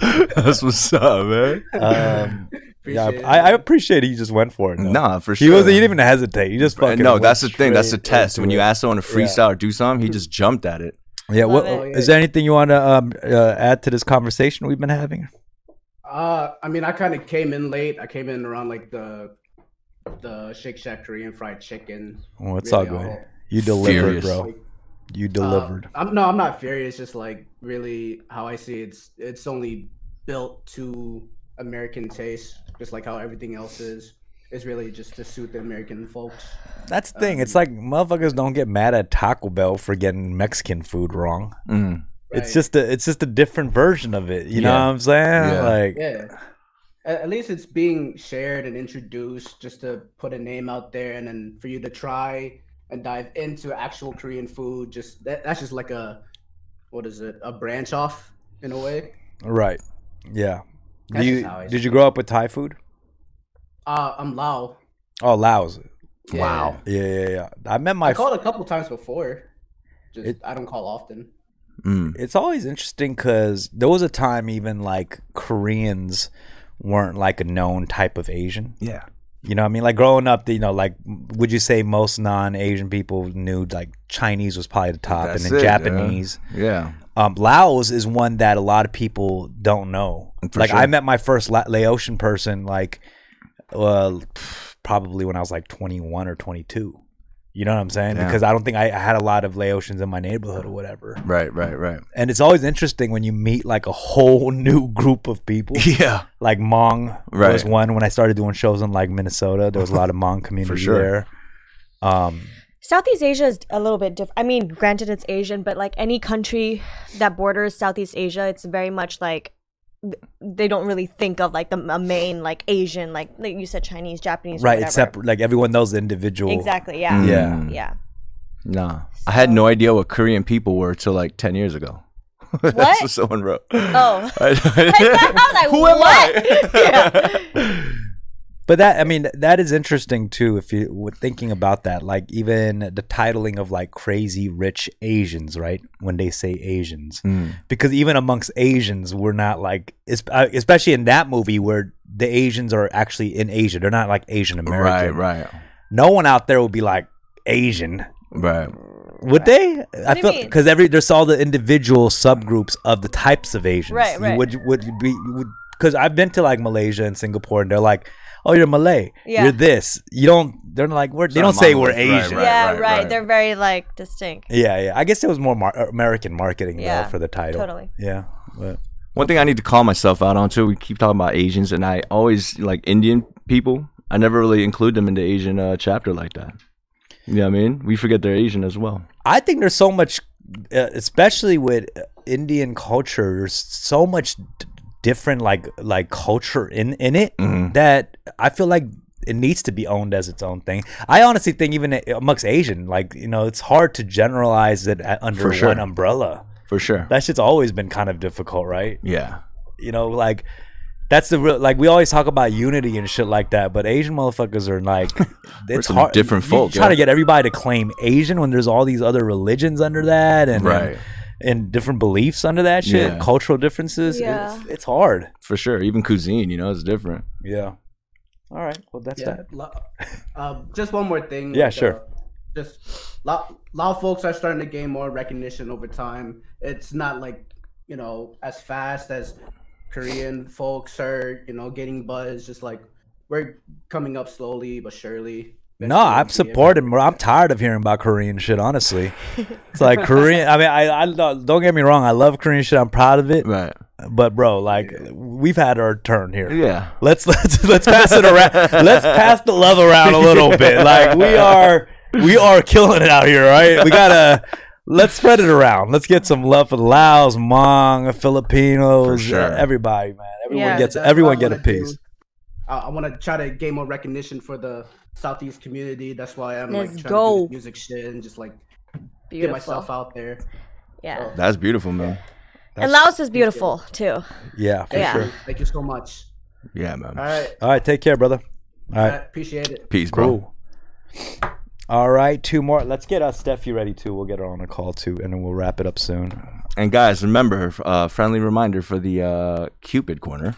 Speaker 2: That's what's up, man.
Speaker 1: Um, yeah,
Speaker 7: Appreciate
Speaker 1: I, I
Speaker 7: it.
Speaker 1: appreciate he just went for it. though.
Speaker 2: Nah, for
Speaker 1: he
Speaker 2: sure.
Speaker 1: was he didn't even hesitate. He just fucking.
Speaker 2: no,
Speaker 1: went
Speaker 2: that's the thing. That's the
Speaker 1: straight
Speaker 2: test.
Speaker 1: into
Speaker 2: When you
Speaker 1: it.
Speaker 2: ask someone to
Speaker 1: Yeah.
Speaker 2: freestyle or do something, he just jumped at it.
Speaker 1: Yeah. What
Speaker 3: Love
Speaker 1: is
Speaker 7: it.
Speaker 1: there anything you want to um, uh, add to this conversation we've been having?
Speaker 7: Uh, I mean, I kind of came in late. I came in around like the the Shake Shack Korean fried chicken.
Speaker 1: Oh, it's
Speaker 7: Really
Speaker 1: all good.
Speaker 7: all-
Speaker 1: You delivered,
Speaker 2: Furious.
Speaker 1: bro. You
Speaker 7: Uh,
Speaker 1: delivered.
Speaker 7: I'm no, I'm not furious. Just like really how I see it's it's only built to American taste, just like how everything else is. It's really just to suit the American folks.
Speaker 1: that's the thing. it's like motherfuckers don't get mad at Taco Bell for getting Mexican food wrong.
Speaker 2: Mm.
Speaker 1: It's just a it's just a different version of it. You know
Speaker 2: Yeah.
Speaker 1: what I'm saying?
Speaker 2: Yeah.
Speaker 1: Like
Speaker 7: yeah. at, at least it's being shared and introduced just to put a name out there and then for you to try and dive into actual Korean food. Just that, that's just like a what is it? A branch off in a way.
Speaker 1: Right. Yeah. Do
Speaker 7: That's
Speaker 1: you-
Speaker 7: just how I
Speaker 1: did you grow up with Thai food?
Speaker 7: Uh, I'm Lao.
Speaker 1: Oh, Laos.
Speaker 7: Wow.
Speaker 1: Yeah, yeah, yeah. I met
Speaker 7: I
Speaker 1: my.
Speaker 7: called a couple times before. Just
Speaker 1: It-
Speaker 7: I don't call often.
Speaker 2: Mm.
Speaker 1: it's always interesting because there was a time even like Koreans weren't like a known type of Asian.
Speaker 2: Yeah.
Speaker 1: You know, what I mean, like growing up, you know, like would you say most non-Asian people knew like Chinese was probably the top,
Speaker 2: That's
Speaker 1: and then
Speaker 2: it, yeah.
Speaker 1: Japanese.
Speaker 2: Yeah.
Speaker 1: Um, Laos is one that a lot of people don't know.
Speaker 2: For
Speaker 1: like
Speaker 2: sure.
Speaker 1: I met my first La- Laotian person like uh, probably when I was like 21 or 22. You know what I'm saying?
Speaker 2: Yeah.
Speaker 1: Because I don't think I, I had a lot of Laotians in my neighborhood or whatever.
Speaker 2: Right. Right. Right.
Speaker 1: And it's always interesting when you meet like a whole new group of people.
Speaker 2: Yeah.
Speaker 1: like Hmong was
Speaker 2: Right.
Speaker 1: one when I started doing shows in like Minnesota. There was a lot of Hmong community
Speaker 2: sure.
Speaker 1: there. Um,
Speaker 3: Southeast Asia is a little bit different. I mean, granted, it's Asian, but like any country that borders Southeast Asia, it's very much like th- they don't really think of like a, a main like Asian, like, like you said, Chinese, Japanese, or
Speaker 1: right,
Speaker 3: whatever.
Speaker 1: it's separate. Like everyone knows the individual. Mm.
Speaker 3: Exactly. Yeah.
Speaker 1: Yeah.
Speaker 3: Yeah.
Speaker 2: Nah. I had no idea what Korean people were till like ten years ago. That's
Speaker 3: What?
Speaker 2: what someone wrote.
Speaker 3: Oh. I was like,
Speaker 2: Who am I?
Speaker 3: Yeah.
Speaker 1: But that I mean that is interesting too. If you were thinking about that, like even the titling of like crazy rich Asians, right? When they say Asians,
Speaker 2: Mm.
Speaker 1: because even amongst Asians, we're not like it's uh, especially in that movie where the Asians are actually in Asia. They're not like Asian
Speaker 2: Right.
Speaker 1: American.
Speaker 2: Right.
Speaker 1: No one out there would be like Asian.
Speaker 2: Right.
Speaker 1: Would they? I
Speaker 3: do you
Speaker 1: feel
Speaker 3: mean?
Speaker 1: because every there's all the individual subgroups of the types of Asians.
Speaker 3: Right,
Speaker 1: You
Speaker 3: right.
Speaker 1: Would would you be would because I've been to like Malaysia and Singapore, and they're like, "Oh, you're Malay.
Speaker 3: Yeah.
Speaker 1: You're this. You don't." They're like, "We're." They don't
Speaker 2: not
Speaker 1: say we're
Speaker 2: monolith, right,
Speaker 1: Asian.
Speaker 2: right.
Speaker 3: yeah. Right,
Speaker 2: right.
Speaker 3: They're very like distinct.
Speaker 1: Yeah, yeah. I guess it was more mar- American marketing
Speaker 3: Yeah,
Speaker 1: though for the title.
Speaker 3: totally.
Speaker 1: Yeah. But,
Speaker 2: One thing I need to call myself out on too. We keep talking about Asians, and I always like Indian people. I never really include them in the Asian uh, chapter like that. You know what I mean? We forget they're Asian as well.
Speaker 1: I think there's so much, uh, especially with uh, Indian culture. There's so much d- different, like like culture in in it
Speaker 2: Mm-hmm.
Speaker 1: that I feel like it needs to be owned as its own thing. I honestly think even amongst Asian, like you know, it's hard to generalize it a- under
Speaker 2: For sure.
Speaker 1: one umbrella.
Speaker 2: For sure.
Speaker 1: That shit's always been kind of difficult, right?
Speaker 2: Yeah.
Speaker 1: You know, like. That's the real like we always talk about unity and shit like that, but Asian motherfuckers are like it's
Speaker 2: some
Speaker 1: hard.
Speaker 2: different
Speaker 1: you
Speaker 2: folk,
Speaker 1: Try to
Speaker 2: yeah.
Speaker 1: get everybody to claim Asian when there's all these other religions under that, and
Speaker 2: Right.
Speaker 1: and different beliefs under that shit,
Speaker 2: Yeah.
Speaker 1: cultural differences.
Speaker 3: Yeah.
Speaker 1: It's, it's hard.
Speaker 2: For sure. Even cuisine, you know, is different.
Speaker 1: Yeah. All right. Well, that's
Speaker 7: Yeah.
Speaker 1: that.
Speaker 7: Lo- um, just one more thing.
Speaker 1: Yeah,
Speaker 7: like,
Speaker 1: sure.
Speaker 7: uh, just Lao, Lao folks are starting to gain more recognition over time. It's not like you know as fast as Korean folks are. You know, getting buzz. Just like we're coming up slowly but surely.
Speaker 1: No, I'm
Speaker 7: Eventually, it'll be
Speaker 1: supporting. bro. I'm tired of hearing about Korean shit. Honestly, it's like Korean. I mean, I, I don't don't get me wrong. I love Korean shit. I'm proud of it.
Speaker 2: Right.
Speaker 1: But bro, like we've had our turn here.
Speaker 2: Yeah.
Speaker 1: Let's let's let's pass it around. let's pass the love around a little bit. Like we are we are killing it out here, right? We gotta let's spread it around. Let's get some love for the Laos, Hmong, Filipinos,
Speaker 2: For sure.
Speaker 1: everybody, man. Everyone
Speaker 3: Yeah.
Speaker 1: gets
Speaker 7: That's what
Speaker 1: everyone
Speaker 7: I
Speaker 1: get a
Speaker 7: wanna do.
Speaker 1: piece.
Speaker 7: I, I want to try to gain more recognition for the Southeast community. That's why I'm
Speaker 3: Let's
Speaker 7: like trying
Speaker 3: go.
Speaker 7: to do this music shit and just like get myself
Speaker 3: Beautiful.
Speaker 7: out there.
Speaker 3: Yeah.
Speaker 2: That's beautiful, man.
Speaker 3: And Laos is beautiful too.
Speaker 1: Yeah, for
Speaker 3: Yeah.
Speaker 1: sure.
Speaker 7: Thank you so much.
Speaker 2: Yeah,
Speaker 7: All
Speaker 2: man.
Speaker 7: right,
Speaker 1: All right, take care, brother. All
Speaker 7: I
Speaker 1: right,
Speaker 7: appreciate it.
Speaker 2: Peace, bro.
Speaker 1: cool. All right, two more. Let's get uh, Steffi ready too. We'll get her on a call too, and then we'll wrap it up soon.
Speaker 2: And guys, remember, uh, friendly reminder for the uh, Cupid corner.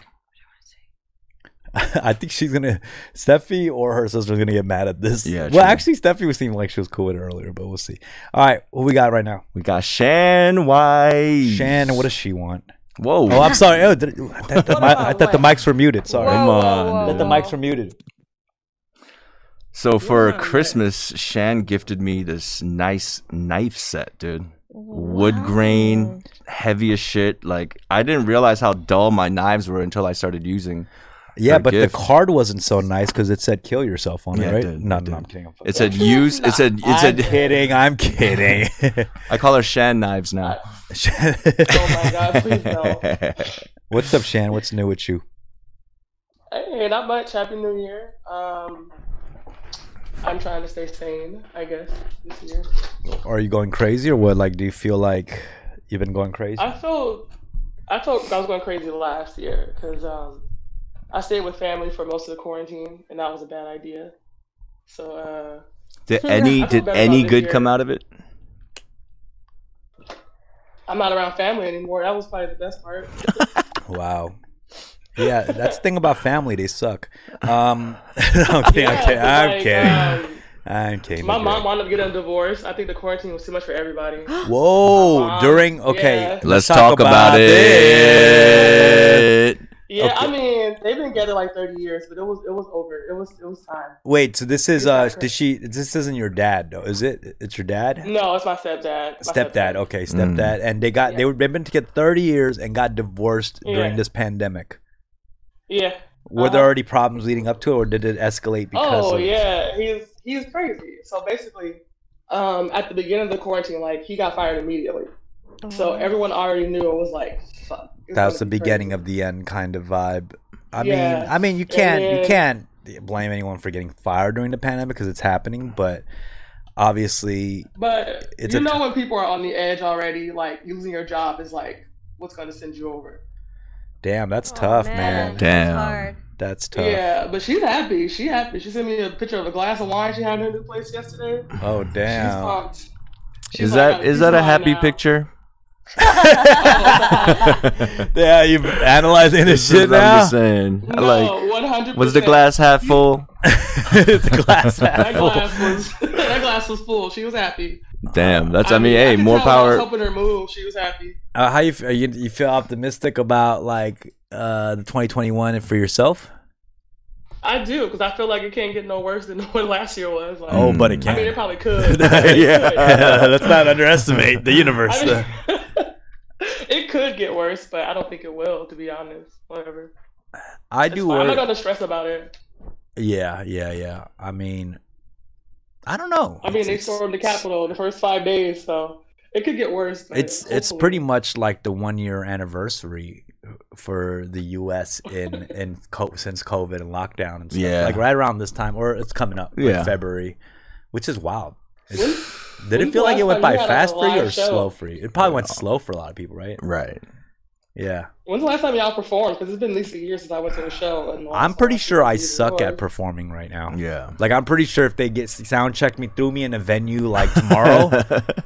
Speaker 1: I think she's gonna Steffi or her sister's gonna get mad at this.
Speaker 2: Yeah,
Speaker 1: Well,
Speaker 2: true.
Speaker 1: actually, Steffi was seeming like she was cool with it earlier, but we'll see. All right, what we got right now?
Speaker 2: We got Shan White.
Speaker 1: Shannon, what does she want?
Speaker 2: Whoa.
Speaker 1: Oh, I'm sorry. Oh, did, I, thought the, mi- I thought the mics were muted. Sorry.
Speaker 2: Come
Speaker 3: Whoa,
Speaker 2: on,
Speaker 3: whoa,
Speaker 1: I
Speaker 3: whoa,
Speaker 1: thought the
Speaker 3: whoa.
Speaker 1: mics were muted.
Speaker 2: So for Christmas, Shan gifted me this nice knife set, dude. Wood grain, heavy as shit. Like I didn't realize how dull my knives were until I started using.
Speaker 1: Yeah,
Speaker 2: her
Speaker 1: but
Speaker 2: gift.
Speaker 1: the card wasn't so nice because it said "kill yourself" on
Speaker 2: Yeah,
Speaker 1: it,
Speaker 2: it
Speaker 1: right?
Speaker 2: did,
Speaker 1: no,
Speaker 2: it
Speaker 1: no, I'm
Speaker 2: did.
Speaker 1: kidding. I'm fucking-
Speaker 2: It said use. It said it
Speaker 1: I'm
Speaker 2: said.
Speaker 1: kidding. I'm kidding.
Speaker 2: I call her Shan knives now.
Speaker 1: Shan-
Speaker 6: Oh my god, please no.
Speaker 1: What's up, Shan? What's new with you?
Speaker 8: Hey, not much. Happy New Year. Um, I'm trying to stay sane, I guess, this year.
Speaker 1: Are you going crazy or what? Like, do you feel like you've been going crazy?
Speaker 8: I felt I felt I was going crazy last year because um, I stayed with family for most of the quarantine, and that was a bad idea. So uh,
Speaker 2: Did any
Speaker 8: feel
Speaker 2: did
Speaker 8: better
Speaker 2: any
Speaker 8: about it
Speaker 2: good
Speaker 8: here.
Speaker 2: come out of it?
Speaker 8: I'm not around family anymore. That was probably the best part.
Speaker 1: Wow. Yeah, that's the thing about family. They suck. Um, I'm kidding.
Speaker 8: Yeah,
Speaker 1: I'm kidding. I'm
Speaker 8: like,
Speaker 1: kidding.
Speaker 8: um,
Speaker 1: I'm kidding.
Speaker 8: my
Speaker 1: You're
Speaker 8: mom
Speaker 1: good.
Speaker 8: wound up getting a divorce. I think the quarantine was too much for everybody.
Speaker 1: Whoa!
Speaker 8: mom-
Speaker 1: during okay,
Speaker 8: yeah.
Speaker 2: Let's talk, about,
Speaker 1: it.
Speaker 2: it.
Speaker 8: Yeah, I
Speaker 2: Okay.
Speaker 8: mean they've been together like 30 years, but it was it was over. It was it was time.
Speaker 1: Wait, so this is
Speaker 8: You're
Speaker 1: uh,
Speaker 8: not
Speaker 1: did she? This isn't your dad though, is it? It's your dad.
Speaker 8: No, it's Mm, my stepdad. My
Speaker 1: Stepdad, okay,
Speaker 2: Mm.
Speaker 1: stepdad, and they got they were they've been together thirty years and got divorced during
Speaker 8: Yeah.
Speaker 1: this pandemic.
Speaker 8: Yeah.
Speaker 1: Were there
Speaker 8: Uh-huh.
Speaker 1: already problems leading up to it, or did it escalate because?
Speaker 8: oh
Speaker 1: of,
Speaker 8: yeah, he's he's crazy. So basically, um, at the beginning of the quarantine, like he got fired immediately. So everyone already knew it was like fuck. it's
Speaker 1: that was
Speaker 8: gonna
Speaker 1: the
Speaker 8: be crazy.
Speaker 1: beginning of the end kind of vibe. I
Speaker 8: Yeah.
Speaker 1: mean, I mean, you can't you
Speaker 8: then-
Speaker 1: can't blame anyone for getting fired during the pandemic because it's happening, but obviously,
Speaker 8: But
Speaker 1: It's
Speaker 8: you
Speaker 1: a
Speaker 8: know
Speaker 1: t-
Speaker 8: when people are on the edge already, like losing your job is like what's going to send you over.
Speaker 1: damn, that's
Speaker 3: Oh,
Speaker 1: tough, man.
Speaker 3: that's
Speaker 2: Damn.
Speaker 3: hard.
Speaker 1: That's tough.
Speaker 8: Yeah, but she's happy. She happy. She sent me a picture of a glass of wine she had in her new place yesterday.
Speaker 1: Oh damn.
Speaker 8: She's pumped. She's
Speaker 2: Is
Speaker 8: like,
Speaker 2: that is
Speaker 8: she's
Speaker 2: that a
Speaker 8: fine
Speaker 2: happy
Speaker 8: now.
Speaker 2: picture?
Speaker 1: yeah, you analyzing this shit
Speaker 2: I'm
Speaker 1: now.
Speaker 2: just saying. I
Speaker 8: No,
Speaker 2: like.
Speaker 8: one hundred.
Speaker 2: Was the glass half full?
Speaker 1: the glass half
Speaker 8: That
Speaker 1: full.
Speaker 8: glass was that glass was full. She was happy.
Speaker 2: Damn, that's. I mean, hey,
Speaker 8: could
Speaker 2: more
Speaker 8: tell when I was
Speaker 2: power.
Speaker 8: helping her move. She was happy.
Speaker 1: Uh, how you, f- are you you feel optimistic about like uh the 2021 for yourself?
Speaker 8: I do because I feel like it can't get no worse than what last year was. Like,
Speaker 1: Oh, but it
Speaker 8: I mean, it
Speaker 1: can.
Speaker 8: probably could.
Speaker 2: Yeah.
Speaker 1: Let's not underestimate the universe.
Speaker 8: I mean, it could get worse, but I don't think it will. To be honest, whatever.
Speaker 1: I
Speaker 8: It's
Speaker 1: do
Speaker 8: fine. I'm not
Speaker 1: worry.
Speaker 8: gonna stress about it.
Speaker 1: Yeah, yeah, yeah. I mean, I don't know.
Speaker 8: I mean, they
Speaker 1: It's-
Speaker 8: stormed the Capitol in the first five days, so it could get worse. but
Speaker 1: It's it's
Speaker 8: hopefully-
Speaker 1: pretty much like the one year anniversary for the U.S. in in co- since COVID and lockdown and stuff.
Speaker 2: Yeah.
Speaker 1: like right around this time, or it's coming up, like
Speaker 2: Yeah.
Speaker 1: February, which is wild. It's-
Speaker 8: When-
Speaker 1: Did
Speaker 8: when's
Speaker 1: it
Speaker 8: the
Speaker 1: feel like it
Speaker 8: last
Speaker 1: went
Speaker 8: time
Speaker 1: by
Speaker 8: you had a
Speaker 1: fast for you
Speaker 8: live
Speaker 1: or
Speaker 8: show?
Speaker 1: slow for you? It probably went slow for a lot of people, right?
Speaker 2: Right.
Speaker 1: Yeah.
Speaker 8: When's the last time y'all performed? Because it's been at least a year since I went to a show. And the last
Speaker 1: I'm
Speaker 8: time
Speaker 1: pretty sure I
Speaker 8: did
Speaker 1: suck at
Speaker 8: was-
Speaker 1: performing right now.
Speaker 2: Yeah.
Speaker 1: Like I'm pretty sure if they get sound check me through me in a venue like tomorrow,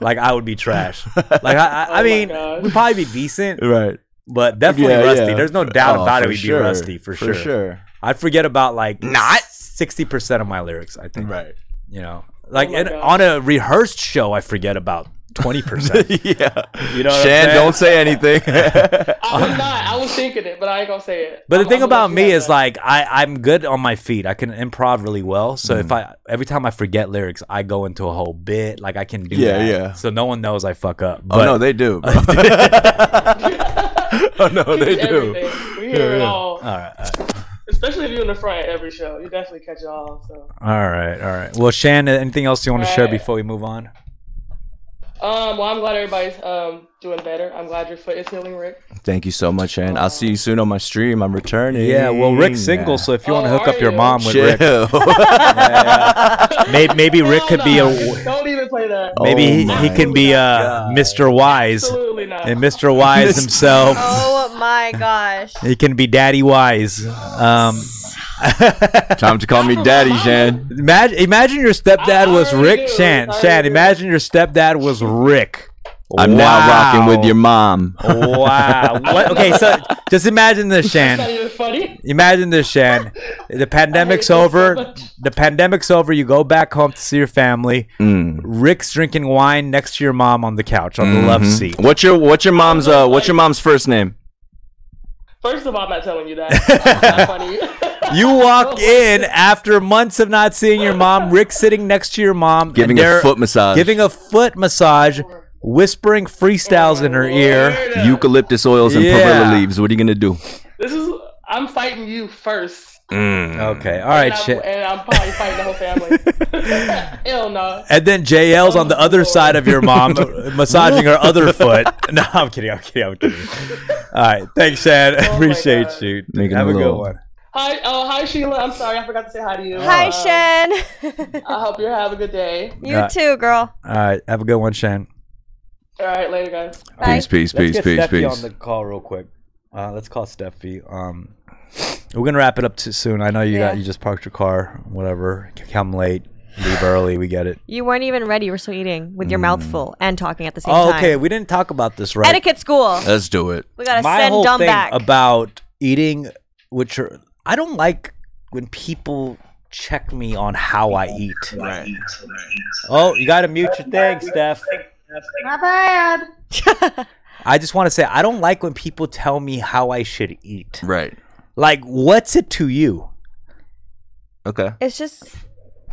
Speaker 1: like I would be trash. Like I, I,
Speaker 8: Oh my
Speaker 1: I mean,
Speaker 8: gosh.
Speaker 1: we'd probably be decent,
Speaker 2: right.
Speaker 1: but definitely
Speaker 2: Yeah,
Speaker 1: rusty.
Speaker 2: yeah.
Speaker 1: There's no doubt
Speaker 2: Oh,
Speaker 1: about it.
Speaker 2: for
Speaker 1: We'd
Speaker 2: sure.
Speaker 1: be rusty for,
Speaker 2: For
Speaker 1: sure.
Speaker 2: sure.
Speaker 1: I'd forget about like
Speaker 2: Not.
Speaker 1: sixty percent of my lyrics. I think.
Speaker 2: Right.
Speaker 1: You know, like
Speaker 8: Oh my
Speaker 1: in-
Speaker 8: gosh.
Speaker 1: on a rehearsed show, I forget about twenty percent.
Speaker 2: yeah.
Speaker 1: You know what I'm
Speaker 2: Shan,
Speaker 1: saying?
Speaker 2: don't say anything.
Speaker 8: I was not. I was thinking it, but I ain't gonna say it.
Speaker 1: But the
Speaker 8: I'm-
Speaker 1: thing
Speaker 8: I'm gonna
Speaker 1: about
Speaker 8: let you
Speaker 1: me
Speaker 8: have
Speaker 1: is
Speaker 8: that.
Speaker 1: like I, I'm good on my feet. I can improv really well. So
Speaker 2: Mm.
Speaker 1: if I every time I forget lyrics, I go into a whole bit. Like I can do
Speaker 2: Yeah,
Speaker 1: that.
Speaker 2: yeah.
Speaker 1: So no one knows I fuck up.
Speaker 2: oh
Speaker 1: But
Speaker 2: no, they do. bro. oh no,
Speaker 8: We
Speaker 2: they
Speaker 8: hear
Speaker 2: do.
Speaker 8: everything. We hear it
Speaker 2: Yeah.
Speaker 8: all,
Speaker 1: all right, all right.
Speaker 8: especially if you're in the front at every show. You definitely catch it all. So,
Speaker 1: all right, all right. Well, Shan, anything else you want to share
Speaker 8: Right.
Speaker 1: before we move on?
Speaker 8: um, well, I'm glad everybody's um doing better. I'm glad your foot is healing, Rick.
Speaker 2: Thank you so much, Shan. I'll see you soon on my stream. I'm returning.
Speaker 1: Yeah. Well, Rick's single, so if you want to
Speaker 8: Oh,
Speaker 1: hook up
Speaker 8: are
Speaker 1: your
Speaker 8: you?
Speaker 1: mom with
Speaker 2: Mm. chill.
Speaker 1: Rick, maybe, maybe Rick
Speaker 8: Hell
Speaker 1: could be
Speaker 8: nah.
Speaker 1: a
Speaker 8: Don't even play that.
Speaker 1: maybe he,
Speaker 2: Oh
Speaker 1: he
Speaker 2: my
Speaker 1: can be a
Speaker 2: God.
Speaker 1: Mr. Wise
Speaker 8: Absolutely not.
Speaker 1: and Mr. Wise himself.
Speaker 3: Oh my gosh.
Speaker 1: He can be Daddy Wise. Um,
Speaker 2: Time to call me daddy, Shan.
Speaker 1: Imagine, imagine your stepdad
Speaker 8: I
Speaker 1: was
Speaker 8: already
Speaker 1: Rick
Speaker 8: do.
Speaker 1: Shan.
Speaker 8: I already
Speaker 1: Shan,
Speaker 8: do.
Speaker 1: imagine your stepdad was Rick.
Speaker 2: I'm now rocking with your mom.
Speaker 1: Wow. What? Okay, so just imagine this,
Speaker 8: That's not
Speaker 1: Shan.
Speaker 8: even funny.
Speaker 1: Imagine this, Shan. The pandemic's
Speaker 8: I hate this
Speaker 1: over.
Speaker 8: so much.
Speaker 1: The pandemic's over. You go back home to see your family.
Speaker 2: Mm.
Speaker 1: Rick's drinking wine next to your mom on the couch on the love
Speaker 2: Mhm.
Speaker 1: seat.
Speaker 2: What's your What's your mom's uh What's your mom's first name?
Speaker 8: First of all, I'm not telling you that. That's not funny.
Speaker 1: You walk in after months of not seeing your mom. Rick sitting next to your mom, and
Speaker 2: Giving
Speaker 1: they're
Speaker 2: a foot massage.
Speaker 1: giving a foot massage, whispering freestyles in her ear.
Speaker 8: Word.
Speaker 2: eucalyptus oils and
Speaker 1: Yeah.
Speaker 2: perilla leaves. What are you gonna do?
Speaker 8: This is I'm fighting you first.
Speaker 1: Okay. All right,
Speaker 8: and I'm,
Speaker 1: shit.
Speaker 8: And I'm probably fighting the whole family. Hell no.
Speaker 1: And then JL's on the other side of your mom, massaging her other foot. Oh. No, I'm kidding. I'm kidding. I'm kidding. All right. Thanks, Shad.
Speaker 8: my
Speaker 1: Appreciate
Speaker 8: God.
Speaker 1: you.
Speaker 2: Making
Speaker 1: Oh Have
Speaker 2: a
Speaker 1: a good
Speaker 2: little-
Speaker 1: one.
Speaker 8: Hi, oh hi Sheila. I'm sorry, I forgot to say hi to you.
Speaker 1: Oh.
Speaker 3: Hi,
Speaker 8: Um,
Speaker 3: Shen.
Speaker 8: I hope you have a good day.
Speaker 3: you
Speaker 1: Yeah.
Speaker 3: too, girl.
Speaker 1: All right, have a good one, Shan.
Speaker 8: All right, later, guys.
Speaker 3: Bye.
Speaker 2: Peace, peace, peace, peace, peace.
Speaker 1: on the call real quick. Uh, let's call Steffi. Um, we're gonna wrap it up too soon. I know you
Speaker 3: Yeah.
Speaker 1: got you just parked your car, whatever. Come late, leave early. We get it.
Speaker 3: You weren't even ready. You were still eating with your mouth full and talking at the same
Speaker 1: Mm. Oh,
Speaker 3: time.
Speaker 1: okay. We didn't talk about this, right?
Speaker 3: Etiquette school.
Speaker 2: Let's do it.
Speaker 3: We gotta
Speaker 1: My
Speaker 3: send
Speaker 1: whole
Speaker 3: dumb
Speaker 1: thing
Speaker 3: back.
Speaker 1: about eating, which are, I don't like when people check me on how I eat.
Speaker 2: Right.
Speaker 1: Oh, you gotta mute your thing, Steph.
Speaker 4: My bad.
Speaker 1: I just want to say I don't like when people tell me how I should eat.
Speaker 2: Right.
Speaker 1: Like, what's it to you?
Speaker 2: Okay.
Speaker 3: it's just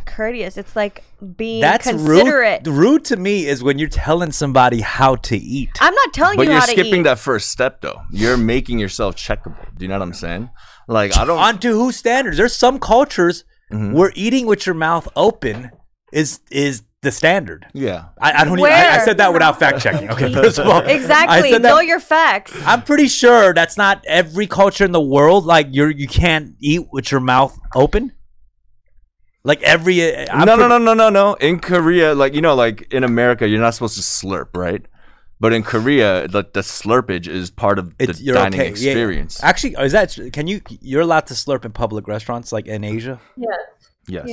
Speaker 3: courteous. It's like being
Speaker 1: That's
Speaker 3: considerate.
Speaker 1: rude. Rude to me is when you're telling somebody how to eat.
Speaker 3: I'm not telling
Speaker 2: But
Speaker 3: you
Speaker 2: you're
Speaker 3: how to
Speaker 2: skipping
Speaker 3: eat.
Speaker 2: that first step though. You're making yourself checkable. Do you know what I'm saying? Like I don't
Speaker 1: Onto whose standards? There's some cultures
Speaker 2: Mhm.
Speaker 1: where eating with your mouth open is is the standard.
Speaker 2: Yeah.
Speaker 1: I, I don't. Even, I, I
Speaker 3: Where?
Speaker 1: said that without fact checking. Okay, first of all, I
Speaker 3: exactly.
Speaker 1: said that-
Speaker 3: Know your facts.
Speaker 1: I'm pretty sure that's not every culture in the world. Like you're, you can't eat with your mouth open. Like every. uh, I'm
Speaker 2: no,
Speaker 1: pretty-
Speaker 2: no, no, no, no, no. In Korea, like you know, like in America, you're not supposed to slurp, right? But in Korea, like the slurpage is part of the
Speaker 1: It's, you're
Speaker 2: dining
Speaker 1: okay. Yeah, yeah.
Speaker 2: experience.
Speaker 1: Actually, is that? Can you? You're allowed to slurp in public restaurants, like in Asia.
Speaker 2: Yes.
Speaker 4: Yeah.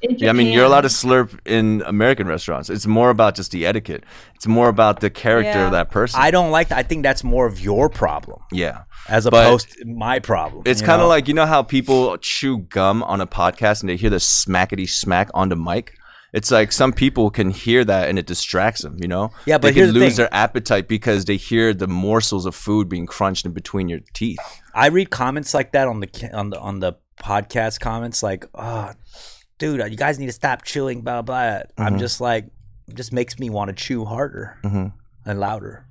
Speaker 2: Yeah, I mean, you're allowed to slurp in American restaurants. It's more about just the etiquette. It's more about the character
Speaker 3: Yeah.
Speaker 2: of that person.
Speaker 1: I don't like that. I think that's more of your problem
Speaker 2: yeah.
Speaker 1: as
Speaker 2: But-
Speaker 1: opposed to my problem.
Speaker 2: It's
Speaker 1: you
Speaker 2: kind
Speaker 1: know?
Speaker 2: of like you know how people chew gum on a podcast and they hear the smackety smack on the mic. It's like some people can hear that and it distracts them. You know,
Speaker 1: Yeah, but
Speaker 2: they
Speaker 1: here's
Speaker 2: can
Speaker 1: the
Speaker 2: lose
Speaker 1: thing.
Speaker 2: their appetite because they hear the morsels of food being crunched in between your teeth.
Speaker 1: I read comments like that on the ca- on the on the podcast comments, like, "Oh, dude, you guys need to stop chewing." Blah blah. I'm just like, it just makes me want to chew harder and louder,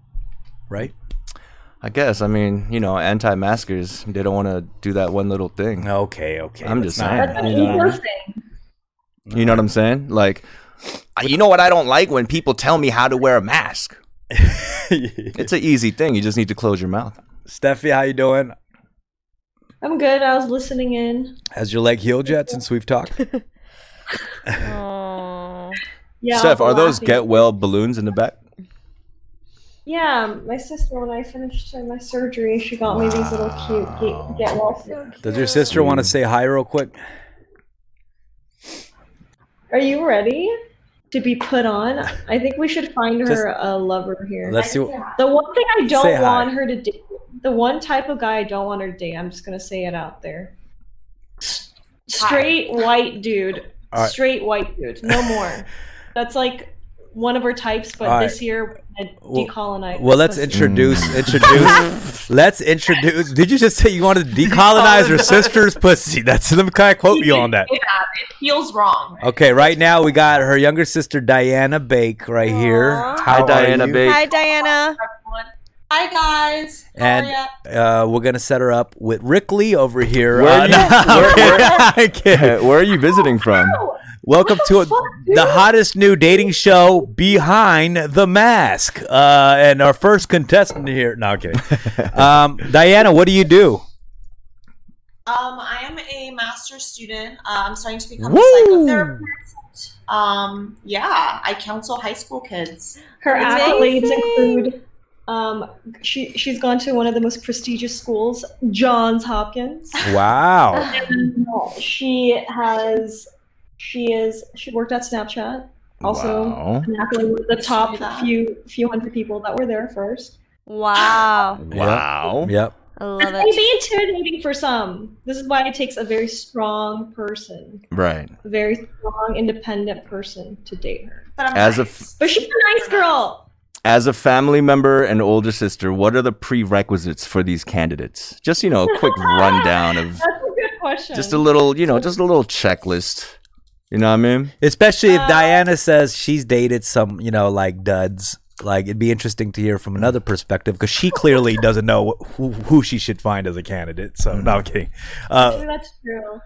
Speaker 1: right?
Speaker 2: I guess. I mean, you know, anti-maskers they don't want to do that one little thing.
Speaker 1: Okay, okay.
Speaker 2: I'm
Speaker 1: let's
Speaker 2: just
Speaker 1: not-
Speaker 2: saying. You know, what I mean? You know what I'm saying? Like, I- you know what I don't like when people tell me how to wear a mask. It's an easy thing. You just need to close your mouth.
Speaker 1: Steffi, how you doing?
Speaker 4: I'm good. I was listening in.
Speaker 1: Has your leg healed yet since we've talked?
Speaker 3: Aw.
Speaker 4: Yeah. I
Speaker 2: Steph, are
Speaker 4: was
Speaker 2: those
Speaker 4: laughing.
Speaker 2: get well balloons in the back?
Speaker 4: Yeah, my sister. When I finished my surgery, she got me these little cute get, get well. suits.
Speaker 1: Does your sister want to say hi real quick?
Speaker 4: Are you ready to be put on? I think we should find her
Speaker 1: Just-
Speaker 4: a lover here.
Speaker 1: Let's see. what-
Speaker 4: The one thing I
Speaker 1: Say
Speaker 4: don't
Speaker 1: hi.
Speaker 4: want her to date, the one type of guy I don't want her to date, I'm just gonna say it out there. S- Straight white dude.
Speaker 1: All right.
Speaker 4: Straight white dude. No more. That's like one of her types, but
Speaker 1: All right.
Speaker 4: this year we're gonna
Speaker 1: Well-
Speaker 4: decolonize.
Speaker 1: Well, let's
Speaker 4: this.
Speaker 1: introduce introduce. let's introduce. Did you just say you wanted to decolonize your sister's pussy? That's let me kind of quote you on that.
Speaker 9: Yeah, it feels wrong.
Speaker 1: Okay, right now we got her younger sister Diana Bake right here.
Speaker 3: Aw.
Speaker 1: How
Speaker 2: Hi,
Speaker 1: are
Speaker 2: Diana
Speaker 1: you?
Speaker 2: Bake.
Speaker 3: Hi, Diana.
Speaker 9: Hi guys. How
Speaker 1: And-
Speaker 9: are ya?
Speaker 1: Uh, we're gonna set her up with Rickley over here.
Speaker 2: Where
Speaker 1: Uh,
Speaker 2: you-
Speaker 1: no, I'm
Speaker 2: where-
Speaker 1: kidding.
Speaker 2: where-
Speaker 1: I'm kidding.
Speaker 2: Hey, where are you visiting from?
Speaker 1: Welcome
Speaker 4: What
Speaker 1: to
Speaker 4: the
Speaker 1: a-
Speaker 4: fuck, dude?
Speaker 1: the hottest new dating show, Behind the Mask. Uh, and our first contestant here. No, I'm kidding. Um, Diana, what do you do?
Speaker 9: Um, I am a master's student. Uh, I'm starting to become
Speaker 1: Woo!
Speaker 9: a psychotherapist. Um, yeah, I counsel high school kids.
Speaker 4: Her
Speaker 3: Amazing.
Speaker 4: accolades include um, she she's gone to one of the most prestigious schools, Johns Hopkins.
Speaker 1: Wow.
Speaker 4: she has she is she worked at Snapchat. Also,
Speaker 2: Wow.
Speaker 4: an accolade with the top
Speaker 9: do that.
Speaker 4: few few hundred people that were there first.
Speaker 3: Wow.
Speaker 2: Wow.
Speaker 1: Yep.
Speaker 3: I love
Speaker 4: It may
Speaker 3: it.
Speaker 4: be intimidating for some. This is why it takes a very strong person,
Speaker 2: Right.
Speaker 4: a very strong, independent person to date her.
Speaker 9: But I'm
Speaker 2: As a
Speaker 9: nice.
Speaker 4: But she's a nice girl.
Speaker 2: As a family member and older sister, what are the prerequisites for these candidates? Just you know, a quick rundown of
Speaker 4: That's a good question.
Speaker 2: just a little, you know, just a little checklist. You know what I mean?
Speaker 1: Especially if
Speaker 4: Uh,
Speaker 1: Diana says she's dated some, you know, like duds. Like it'd be interesting to hear from another perspective because she clearly doesn't know wh- who, who she should find as a candidate. So no, I'm kidding. Uh,
Speaker 4: Actually, that's true. Um,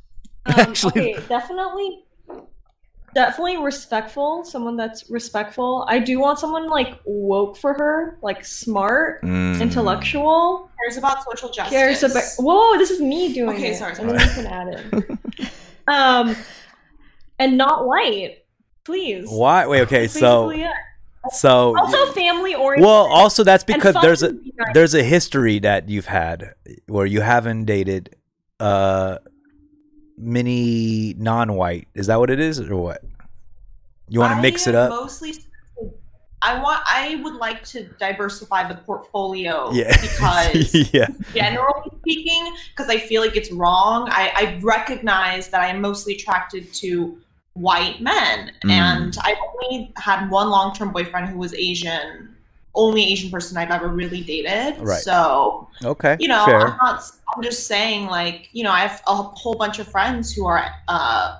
Speaker 1: Actually-
Speaker 4: okay, definitely. definitely respectful. Someone that's respectful. I do want someone like woke for her, like smart,
Speaker 2: Mm.
Speaker 4: intellectual.
Speaker 9: Cares about social justice.
Speaker 4: Cares about. Whoa, this is me doing
Speaker 9: Okay,
Speaker 4: it.
Speaker 9: sorry,
Speaker 4: And then you can add it. um, and not white, please.
Speaker 1: Why? Wait. Okay.
Speaker 4: That's
Speaker 1: So
Speaker 4: basically it.
Speaker 1: so.
Speaker 4: also family oriented.
Speaker 1: Well, also that's because
Speaker 4: fun
Speaker 1: there's a
Speaker 4: would be nice.
Speaker 1: there's a history that you've had where you haven't dated uh many non-white. Is that what it is or what? You want to mix
Speaker 9: I
Speaker 1: it up?
Speaker 9: Mostly, I want. I would like to diversify the portfolio.
Speaker 1: yeah.
Speaker 9: Because
Speaker 1: yeah.
Speaker 9: generally speaking, because I feel like it's wrong. I, I recognize that I am mostly attracted to white men,
Speaker 2: Mm.
Speaker 9: and I only had one long-term boyfriend who was Asian. Only Asian person I've ever really dated.
Speaker 1: Right.
Speaker 9: So
Speaker 1: Okay.
Speaker 9: you know,
Speaker 1: fair.
Speaker 3: uh,
Speaker 9: I'm not. I'm just saying, like, you know, I have a whole bunch of friends who are, uh,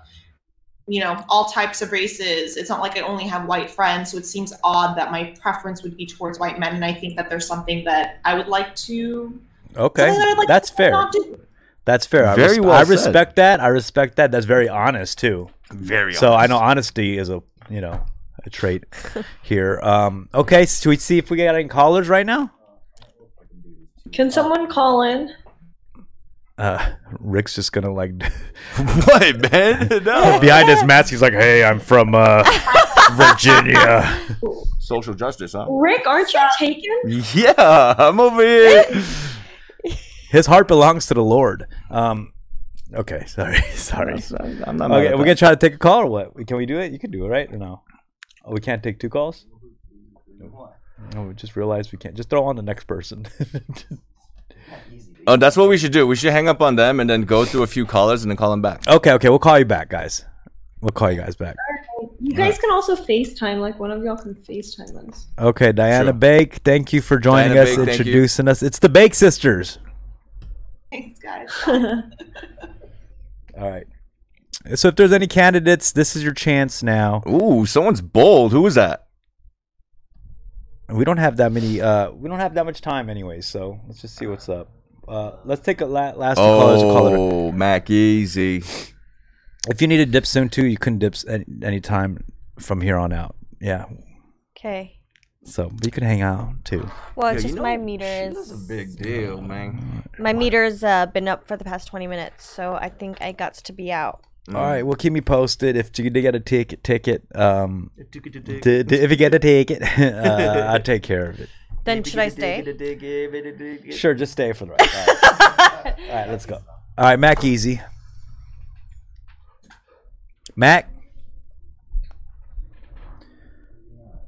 Speaker 9: you know, all types of races. It's not like I only have white friends, so it seems odd that my preference would be towards white men, and I think that there's something that I would like to.
Speaker 1: okay.
Speaker 9: something that I'd like
Speaker 1: that's
Speaker 9: to
Speaker 1: fair.
Speaker 9: not do.
Speaker 1: That's fair. I,
Speaker 2: Very
Speaker 1: res-
Speaker 2: well
Speaker 1: I
Speaker 2: said.
Speaker 1: respect that. I respect that. That's very honest too.
Speaker 2: Very.
Speaker 1: So I know honesty is a you know a trait here. Um, okay, should we see if we got any callers right now?
Speaker 4: Can someone call in?
Speaker 1: Uh, Rick's just gonna like
Speaker 2: what, man? No.
Speaker 1: behind his mask. He's like, "Hey, I'm from uh, Virginia."
Speaker 2: Social justice, huh?
Speaker 4: Rick, aren't you taken?
Speaker 2: Yeah, I'm over here.
Speaker 1: His heart belongs to the Lord. Um, okay, sorry, sorry.
Speaker 2: I'm, I'm not mad
Speaker 1: Okay,
Speaker 2: at
Speaker 1: we're gonna
Speaker 2: that.
Speaker 1: try to take a call or what? Can we do it? You can do it, right? Or no? Oh, we can't take two calls. No, Oh, we just realized we can't. Just throw on the next person.
Speaker 2: Oh, that's what we should do. We should hang up on them and then go through a few callers and then call them back.
Speaker 1: okay, okay, we'll call you back, guys. We'll call you guys back.
Speaker 4: You guys can also FaceTime. Like one of y'all can FaCetime us.
Speaker 1: Okay, Diana
Speaker 2: Sure.
Speaker 1: Bake, thank you for joining
Speaker 2: Diana
Speaker 1: us,
Speaker 2: Bake, thank you.
Speaker 1: introducing us. It's the Bake Sisters.
Speaker 9: Thanks, guys.
Speaker 1: All right. So if there's any candidates, this is your chance now.
Speaker 2: Ooh, someone's bold. Who was that?
Speaker 1: We don't have that many. Uh, we don't have that much time anyway. So let's just see what's up. Uh, let's take a la- last two callers. Caller.
Speaker 2: Oh, Mac Easy.
Speaker 1: If you need to dip soon too, you can dip s- any, any time from here on out. Yeah.
Speaker 3: Okay.
Speaker 1: So but you can hang out too.
Speaker 3: Well, it's just my meter is
Speaker 2: big deal, man.
Speaker 3: my meter's uh, been up for the past 20 minutes, so I think I got to be out.
Speaker 1: All right. Well, keep me posted if you did get a ticket. Ticket. Um. t- t- if you get a ticket, uh, I'll take care of it.
Speaker 3: Then should I stay?
Speaker 1: Sure, just stay for the ride. All right, All right, let's go. All right, Mac Easy. Mac.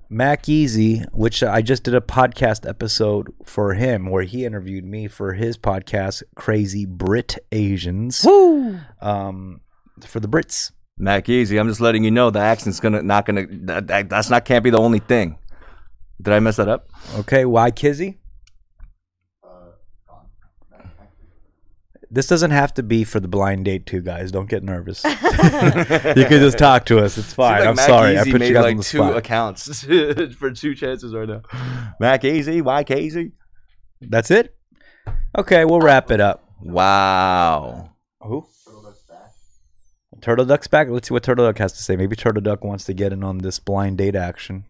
Speaker 1: Mac Easy, which I just did a podcast episode for him where he interviewed me for his podcast, Crazy Brit Asians. Woo! Um, for the Brits.
Speaker 2: Mac Easy, I'm just letting you know the accent's gonna not gonna that, that, that's not can't be the only thing. Did I mess that up?
Speaker 1: Okay, why Kizzy? This doesn't have to be for the blind date, too, guys. Don't get nervous. you can just talk to us. It's
Speaker 2: Seems
Speaker 1: fine.
Speaker 2: like
Speaker 1: I'm
Speaker 2: Mac
Speaker 1: sorry.
Speaker 2: Easy
Speaker 1: I put
Speaker 2: made
Speaker 1: you guys
Speaker 2: like
Speaker 1: on the
Speaker 2: two
Speaker 1: spot.
Speaker 2: accounts for two chances right now. Mac Easy, why Easy?
Speaker 1: That's it. Okay, we'll wrap it up.
Speaker 2: Wow.
Speaker 1: Who? Turtle Duck's back. Let's see what Turtle Duck has to say. Maybe Turtle Duck wants to get in on this blind date action.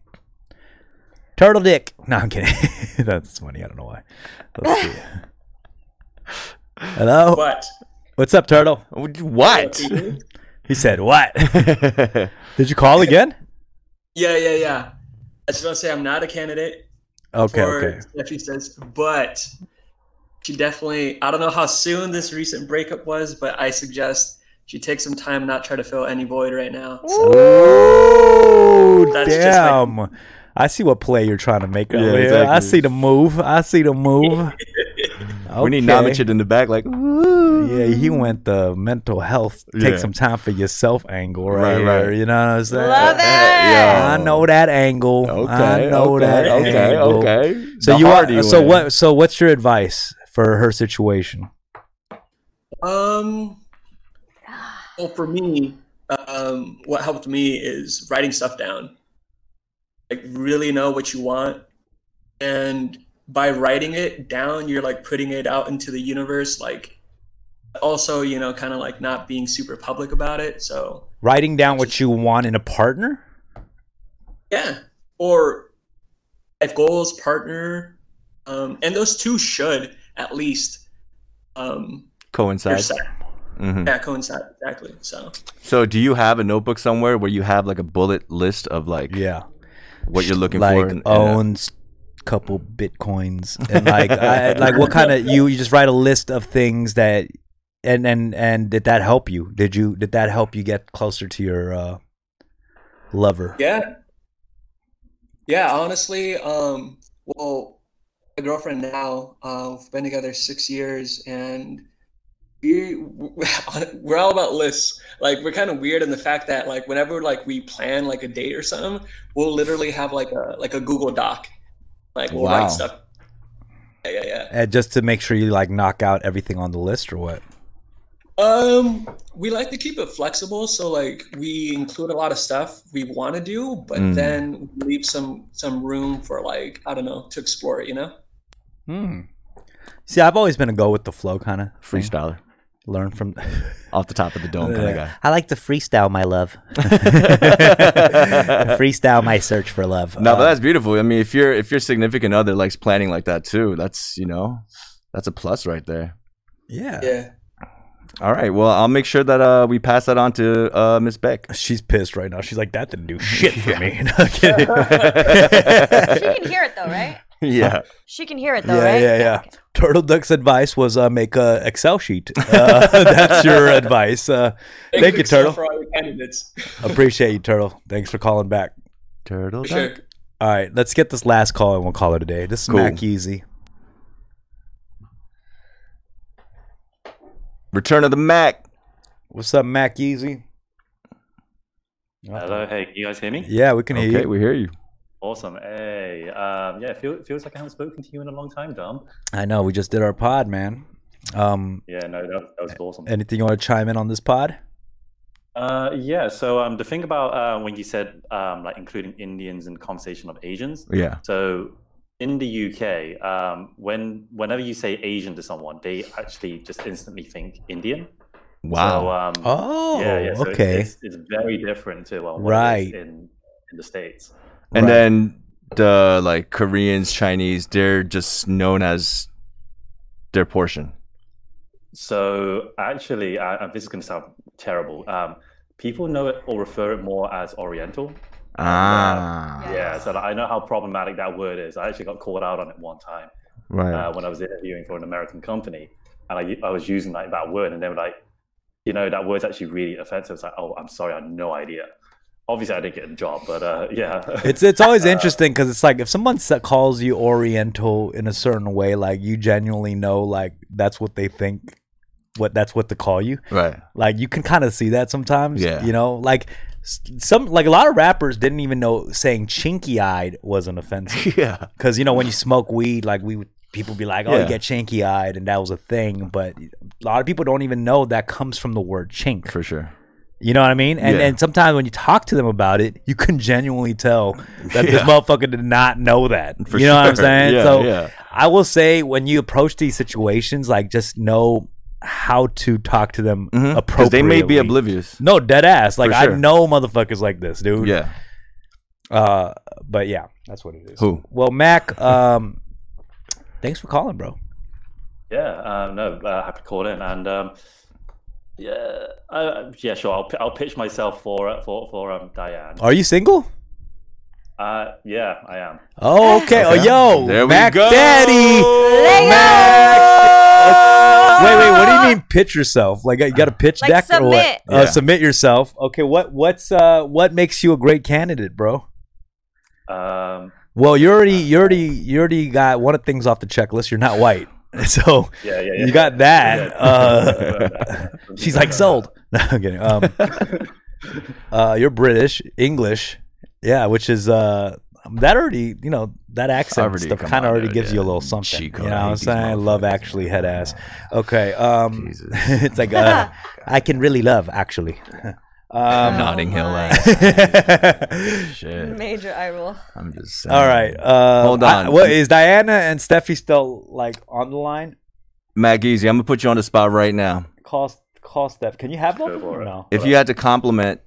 Speaker 1: Turtle Dick. No, I'm kidding. That's funny. I don't know why. Let's see. Hello.
Speaker 6: But
Speaker 1: What's up, Turtle?
Speaker 2: What?
Speaker 1: He said, "What? Did you call again?"
Speaker 6: yeah, yeah, yeah. I just want to say I'm not a candidate
Speaker 1: Okay,
Speaker 6: for
Speaker 1: okay.
Speaker 6: Steffi says, but she definitely. I don't know how soon this recent breakup was, but I suggest she take some time, not try to fill any void right now. So
Speaker 1: Ooh,
Speaker 6: That's just
Speaker 1: damn. I see what play you're trying to make over
Speaker 2: Yeah,
Speaker 1: here. I
Speaker 2: exactly.
Speaker 1: see the move. I see the move.
Speaker 2: We need
Speaker 1: Okay.
Speaker 2: Namichin in the back, like
Speaker 1: Yeah, he went the mental health, take
Speaker 2: Yeah.
Speaker 1: some time for yourself angle right,
Speaker 2: Right,
Speaker 1: here.
Speaker 2: right.
Speaker 1: You know what I'm saying?
Speaker 3: Love it.
Speaker 1: I know that angle.
Speaker 2: Okay.
Speaker 1: I know
Speaker 2: okay,
Speaker 1: that
Speaker 2: Okay.
Speaker 1: angle.
Speaker 2: Okay.
Speaker 1: So
Speaker 2: The
Speaker 1: you
Speaker 2: harder
Speaker 1: are. So
Speaker 2: win.
Speaker 1: what? So what's your advice for her situation?
Speaker 6: Um, well, for me, um, what helped me is writing stuff down. Like, really know what you want. And by writing it down, you're like putting it out into the universe, like also, you know, kind of like not being super public about it. So
Speaker 1: Writing down what you want in a partner?
Speaker 6: yeah, or life goals, partner, um, and those two should at least um, your
Speaker 2: coincides.
Speaker 6: side.
Speaker 2: Mhm.
Speaker 6: Yeah, coincide exactly. So
Speaker 2: So, do you have a notebook somewhere where you have like a bullet list of like
Speaker 1: Yeah.
Speaker 2: what you're looking
Speaker 1: like oh,
Speaker 2: for? and- and, uh,
Speaker 1: owns couple bitcoins and like I, like what kind of you you just write a list of things that and and and did that help you did you did that help you get closer to your uh lover
Speaker 6: Yeah. Yeah, honestly, um, well, my girlfriend now, uh, we've been together six years and we we're all about lists. Like we're kind of weird in the fact that like whenever like we plan like a date or something, we'll literally have like a like a Google Doc. Like we'll
Speaker 1: Wow.
Speaker 6: write stuff. Yeah, yeah, yeah.
Speaker 1: Uh, just to make sure you like knock out everything on the list or what
Speaker 6: Um, we like to keep it flexible, so like we include a lot of stuff we want to do, but
Speaker 2: Mm.
Speaker 6: then leave some some room for like I don't know to explore it. You know?
Speaker 1: hmm see i've always been a go with the flow kind of
Speaker 2: freestyler
Speaker 1: learn from
Speaker 2: off the top of the dome kind of guy.
Speaker 1: i like to freestyle my love freestyle my search for love
Speaker 2: No,
Speaker 1: Um,
Speaker 2: but that's beautiful. I mean, if your if your significant other likes planning like that too, that's you know, that's a plus right there.
Speaker 1: yeah
Speaker 6: Yeah.
Speaker 2: All right. Well, I'll make sure that uh, we pass that on to uh, Miss Beck.
Speaker 1: She's pissed right now. She's like, that didn't do shit for me. No, I'm kidding.
Speaker 3: She can hear it though, right?
Speaker 2: yeah.
Speaker 3: She can hear it though,
Speaker 1: yeah,
Speaker 3: right?
Speaker 1: yeah, yeah. Turtle Duck's advice was uh, make a Excel sheet. Uh, that's your advice. Uh, thank you,
Speaker 6: Excel
Speaker 1: Turtle.
Speaker 6: For all your candidates,
Speaker 1: Appreciate you, Turtle. Thanks for calling back.
Speaker 2: Turtle.
Speaker 6: for sure.
Speaker 2: duck.
Speaker 1: All right, let's get this last call and we'll call it a day. This is
Speaker 2: Cool.
Speaker 1: Mac Easy.
Speaker 2: Return of the Mac.
Speaker 1: What's up, Mac Easy?
Speaker 10: Hello, hey, can you guys hear me?
Speaker 1: Yeah, we can hear
Speaker 2: Okay,
Speaker 1: you.
Speaker 2: we hear you.
Speaker 10: Awesome. Hey, um, yeah, feel, feels like I haven't spoken to you in a long time, Dom.
Speaker 1: I know. We just did our pod, man. Um,
Speaker 10: Yeah, no, that, that was awesome.
Speaker 1: anything you want to chime in on this pod?
Speaker 10: Uh, yeah, so um, the thing about uh, when you said um, like including Indians in the conversation of Asians,
Speaker 2: Yeah.
Speaker 10: so in the UK, um, when whenever you say Asian to someone, they actually just instantly think Indian. So,
Speaker 2: Wow.
Speaker 10: um,
Speaker 1: Oh,
Speaker 10: yeah, yeah, so
Speaker 1: okay.
Speaker 10: It's, it's very different to uh, what it is
Speaker 1: Right.
Speaker 10: in in the states.
Speaker 2: and
Speaker 1: Right.
Speaker 2: then the like Koreans, Chinese, they're just known as their portion.
Speaker 10: So actually, uh, and this is going to sound terrible. Um, people know it or refer it more as Oriental.
Speaker 2: Ah.
Speaker 10: Yeah. so like, I know how problematic that word is. I actually got called out on it one time
Speaker 2: Right.
Speaker 10: uh, when I was interviewing for an American company, and I, I was using like that word, and they were like, you know, that word's actually really offensive. It's like, oh, I'm sorry, I had no idea. Obviously, I didn't get a job, but uh, yeah. Uh,
Speaker 1: It's it's always interesting because it's like if someone sa- calls you Oriental in a certain way, like you genuinely know, like that's what they think, what that's what to call you.
Speaker 2: right.
Speaker 1: Like you can kind of see that sometimes.
Speaker 2: Yeah.
Speaker 1: You know, like s- some like a lot of rappers didn't even know saying chinky eyed was an offensive
Speaker 2: Yeah.
Speaker 1: because you know when you smoke weed, like we would people be like, oh,
Speaker 2: Yeah.
Speaker 1: you get chinky eyed, and that was a thing. But a lot of people don't even know that comes from the word chink.
Speaker 2: For sure.
Speaker 1: You know what I mean? And
Speaker 2: Yeah.
Speaker 1: and sometimes when you talk to them about it, you can genuinely tell that this
Speaker 2: Yeah.
Speaker 1: motherfucker did not know that.
Speaker 2: For
Speaker 1: you know what I'm
Speaker 2: sure.
Speaker 1: saying?
Speaker 2: Yeah,
Speaker 1: so
Speaker 2: yeah.
Speaker 1: I will say when you approach these situations, like just know how to talk to them
Speaker 2: Mhm. 'Cause
Speaker 1: appropriately.
Speaker 2: they may be oblivious.
Speaker 1: No, dead ass. Like
Speaker 2: For
Speaker 1: I
Speaker 2: sure.
Speaker 1: know motherfuckers like this, dude.
Speaker 2: Yeah.
Speaker 1: Uh, but yeah, that's what it is.
Speaker 2: Who?
Speaker 1: Well, Mac, um, thanks for calling, bro.
Speaker 10: Yeah, um, no, uh, happy to call in, and um, yeah, uh, yeah, sure. I'll pi- I'll pitch myself for uh, for for um, Diane.
Speaker 1: Are you single?
Speaker 10: Uh, yeah, I am.
Speaker 1: Oh, okay. Oh,
Speaker 2: Okay.
Speaker 1: yo,
Speaker 2: There we
Speaker 1: Mac
Speaker 2: go.
Speaker 1: Daddy.
Speaker 3: Lego!
Speaker 1: Wait, wait. What do you mean pitch yourself? Like uh, you got to pitch
Speaker 3: Like
Speaker 1: deck or what?
Speaker 3: submit.
Speaker 1: Uh,
Speaker 2: Yeah.
Speaker 1: submit yourself. Okay. What what's uh what makes you a great candidate, bro?
Speaker 10: Um, uh,
Speaker 1: Well, you already you already you already got one of the things off the checklist. You're not white, so
Speaker 10: yeah, yeah, yeah.
Speaker 1: you got that.
Speaker 10: Yeah.
Speaker 1: Uh, she's like sold. No, I'm kidding. Um, uh, you're British, English, yeah, which is uh. That already, you know, that accent
Speaker 2: Already,
Speaker 1: stuff
Speaker 2: come
Speaker 1: kind of
Speaker 2: on,
Speaker 1: already
Speaker 2: dude,
Speaker 1: gives you a
Speaker 2: yeah.
Speaker 1: little something.
Speaker 2: Cheat
Speaker 1: you
Speaker 2: code. I
Speaker 1: know what
Speaker 2: hate
Speaker 1: I'm
Speaker 2: these
Speaker 1: saying? I love
Speaker 2: motherfuckers.
Speaker 1: actually head ass. Okay. Um,
Speaker 2: Jesus.
Speaker 1: it's like uh, I can really love actually. Um,
Speaker 2: Notting Hill
Speaker 3: Oh my.
Speaker 2: ass. Shit.
Speaker 3: Major eye roll.
Speaker 2: I'm just saying.
Speaker 1: all right. Uh,
Speaker 2: Hold on.
Speaker 1: I, what is Diana and Steffi still like on the line?
Speaker 2: Mac Easy, I'm gonna put you on the spot right now.
Speaker 1: cost cost that? Can you have one? Or no.
Speaker 2: If you had to compliment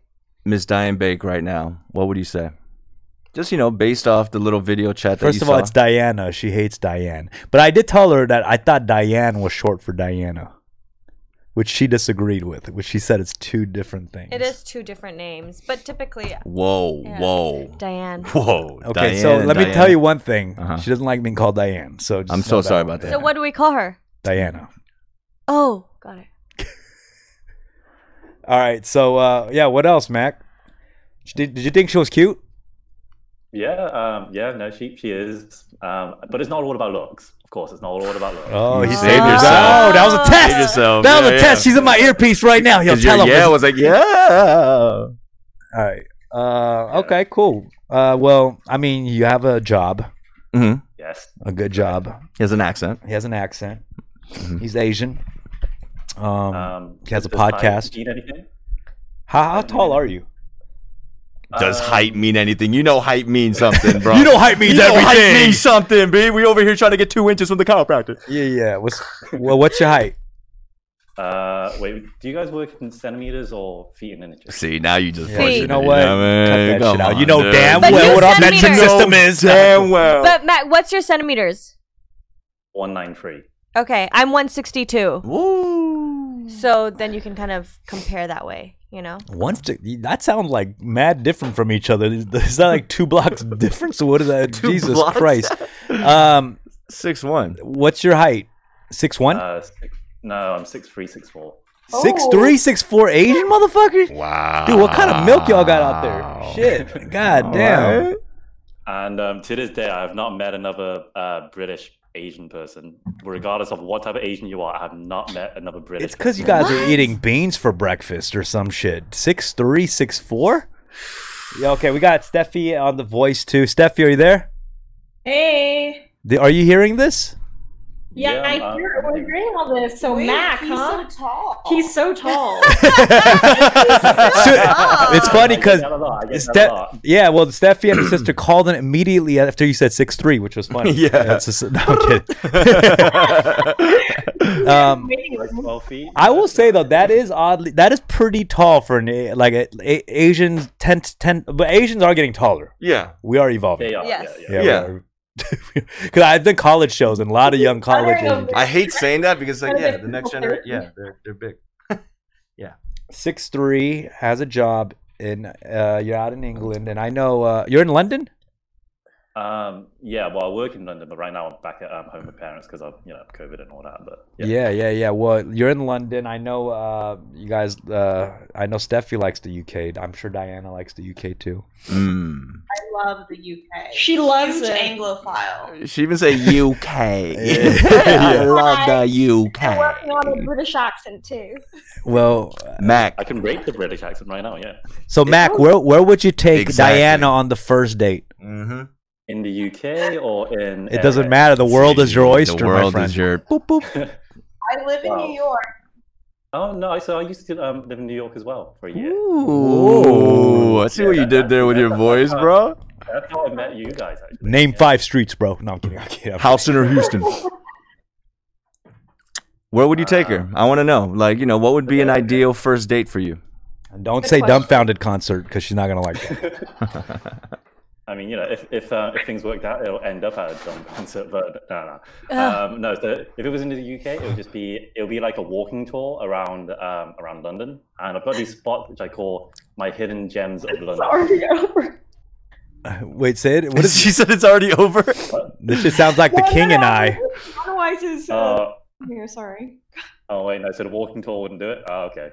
Speaker 2: Miss Diane Bake right now, what would you say? Just you know, based off the little video chat.
Speaker 1: First
Speaker 2: that
Speaker 1: of
Speaker 2: you
Speaker 1: all,
Speaker 2: saw.
Speaker 1: it's Diana. She hates Diane. But I did tell her that I thought Diane was short for Diana, which she disagreed with, which she said it's two different things.
Speaker 3: It is two different names, but typically.
Speaker 2: Whoa,
Speaker 3: Yeah.
Speaker 2: whoa.
Speaker 3: Diane.
Speaker 2: Whoa.
Speaker 1: Okay,
Speaker 2: Diane,
Speaker 1: so let me
Speaker 2: Diane.
Speaker 1: tell you one thing.
Speaker 2: Uh-huh.
Speaker 1: She doesn't like being called Diane. So just
Speaker 2: I'm
Speaker 1: know
Speaker 2: so sorry about
Speaker 3: So what do we call her?
Speaker 1: Diana.
Speaker 3: Oh, got it.
Speaker 1: All right. So uh, yeah, what else, Mac? Did, did you think she was cute?
Speaker 10: Yeah, um, yeah, no, she she is, um, but it's not all about looks. Of course, it's not all about looks.
Speaker 1: Oh,
Speaker 10: you
Speaker 1: he saved yourself. Oh, that was a test. That was a test. She's in my earpiece right now. Yo,
Speaker 2: Is your
Speaker 1: tell him.
Speaker 2: yeah was like, yeah. All
Speaker 1: right. Uh, okay. Cool. Uh, well, I mean, you have a job.
Speaker 2: Mm-hmm.
Speaker 10: Yes.
Speaker 1: A good job. Mm-hmm.
Speaker 2: He has an accent.
Speaker 1: He has an accent. He's Asian. Um, he has a
Speaker 10: does height
Speaker 1: podcast.
Speaker 10: mean anything?
Speaker 1: How, how tall are you?
Speaker 2: Does height mean anything? You know, height means something, bro.
Speaker 1: You know height means
Speaker 2: you know Height
Speaker 1: everything.
Speaker 2: means something, b. We over here trying to get two inches from the chiropractor.
Speaker 1: Yeah, yeah. What's well, what's your height?
Speaker 10: Uh, wait, do you guys work in centimeters or feet in inches?
Speaker 2: See, now you just
Speaker 1: Yeah,
Speaker 2: pushing
Speaker 1: you know
Speaker 2: it,
Speaker 1: what?
Speaker 2: I mean?
Speaker 1: Cut that
Speaker 2: Come
Speaker 1: shit out.
Speaker 2: on,
Speaker 1: You know
Speaker 2: dude.
Speaker 1: damn But well you what our said metric meters. system is.
Speaker 2: Damn well.
Speaker 3: But Matt, what's your centimeters?
Speaker 10: One nine three.
Speaker 3: Okay, I'm 162.
Speaker 2: Woo.
Speaker 3: So then you can kind of compare that way, you know?
Speaker 1: One stick. That sounds like mad different from each other. Is is that like two blocks difference? What is that?
Speaker 2: Two
Speaker 1: Jesus
Speaker 2: blocks?
Speaker 1: Christ. Um,
Speaker 2: six one.
Speaker 1: What's your height? Six one.
Speaker 10: Uh, six, no, I'm six three, six four.
Speaker 1: Six
Speaker 2: Oh.
Speaker 1: three, six four Asian motherfucker.
Speaker 2: Wow.
Speaker 1: Dude, what kind of milk y'all got out there? Shit. God damn.
Speaker 10: And um, to this day, I have not met another uh, British Asian person. Regardless of what type of Asian you are, I have not met another British.
Speaker 1: It's because you
Speaker 10: person.
Speaker 1: guys are eating beans for breakfast or some shit. Six three, six four. Yeah, okay, we got Steffi on the voice too. Steffi, are you there?
Speaker 4: Hey.
Speaker 1: The- Are you hearing this?
Speaker 4: Yeah,
Speaker 10: Yeah,
Speaker 4: I
Speaker 10: I'm-
Speaker 4: hear we're hearing all this. So
Speaker 9: Wait,
Speaker 4: Mac,
Speaker 9: he's
Speaker 4: huh?
Speaker 9: so tall.
Speaker 4: He's so tall.
Speaker 1: So- it's funny because
Speaker 10: I don't know. I get that a lot.
Speaker 1: yeah, well, Steffi and her sister called in immediately after you said six three, which was funny.
Speaker 2: Yeah.
Speaker 1: That's just- no, I'm kidding. um,
Speaker 10: Like twelve feet.
Speaker 1: I will say though that is oddly that is pretty tall for an A- like a, a, Asians ten ten, but Asians are getting taller.
Speaker 2: Yeah.
Speaker 1: We are evolving.
Speaker 10: They are.
Speaker 3: Yes.
Speaker 10: Yeah, yeah.
Speaker 2: Yeah.
Speaker 1: Because I've done college shows and a lot of young college
Speaker 4: know.
Speaker 1: Asians.
Speaker 2: I hate saying that because like
Speaker 4: Are they
Speaker 2: yeah, the next
Speaker 4: people
Speaker 2: generation
Speaker 4: thirty?
Speaker 2: yeah, they're they're big.
Speaker 1: Six three has a job in uh, you're out in England, and I know uh, you're in London.
Speaker 10: Um, yeah. Well, I work in London, but right now I'm back at um, home with parents because of you know COVID and all that. But yeah.
Speaker 1: Yeah. yeah, yeah, Well, you're in London. I know uh, you guys. Uh, I know Steffi likes the UK. I'm sure Diana likes the UK too.
Speaker 2: Mm.
Speaker 9: I love the UK.
Speaker 4: She loves
Speaker 9: Huge
Speaker 4: it.
Speaker 9: Anglophile.
Speaker 2: She even said UK.
Speaker 1: Yeah.
Speaker 2: I love the
Speaker 4: I'm
Speaker 2: UK.
Speaker 4: working on a British accent too.
Speaker 1: Well,
Speaker 2: Mac.
Speaker 10: I can break the British accent right now. Yeah.
Speaker 1: so Mac, where where would you take
Speaker 2: Exactly.
Speaker 1: Diana on the first date?
Speaker 2: Mm-hmm.
Speaker 10: In the UK or in
Speaker 1: It doesn't matter. The world is your oyster,
Speaker 2: Eh, The world
Speaker 1: my friend.
Speaker 2: is your.
Speaker 9: I live in
Speaker 10: Wow.
Speaker 9: New York.
Speaker 10: Oh no! So I used to um, live in New York as well for a year.
Speaker 2: Ooh, I see what you did there with your voice, bro.
Speaker 10: Uh, That's how I met you guys. Actually.
Speaker 1: Name five streets, bro. No, I'm kidding. I'm kidding.
Speaker 2: Houston or Houston? Where would you take her? I want to know. Like, you know, what would be an ideal first date for you?
Speaker 1: And Don't say dumbfounded concert because she's not gonna like that.
Speaker 10: I mean, you know, if if, uh, if things worked out, it'll end up at a dumb concert. But no, no, um, no. So if it was in the UK, it would just be it'll be like a walking tour around um, around London, and I've got these spots which I call my hidden gems of London.
Speaker 4: Already over.
Speaker 1: Wait, say it. What is
Speaker 2: she said it's already over.
Speaker 1: this? Shit sounds like the
Speaker 4: No, no,
Speaker 1: King
Speaker 4: no,
Speaker 1: and I.
Speaker 4: Otherwise, is uh,
Speaker 10: Uh,
Speaker 4: here. Sorry.
Speaker 10: oh wait, no. So the walking tour wouldn't do it. Oh, okay.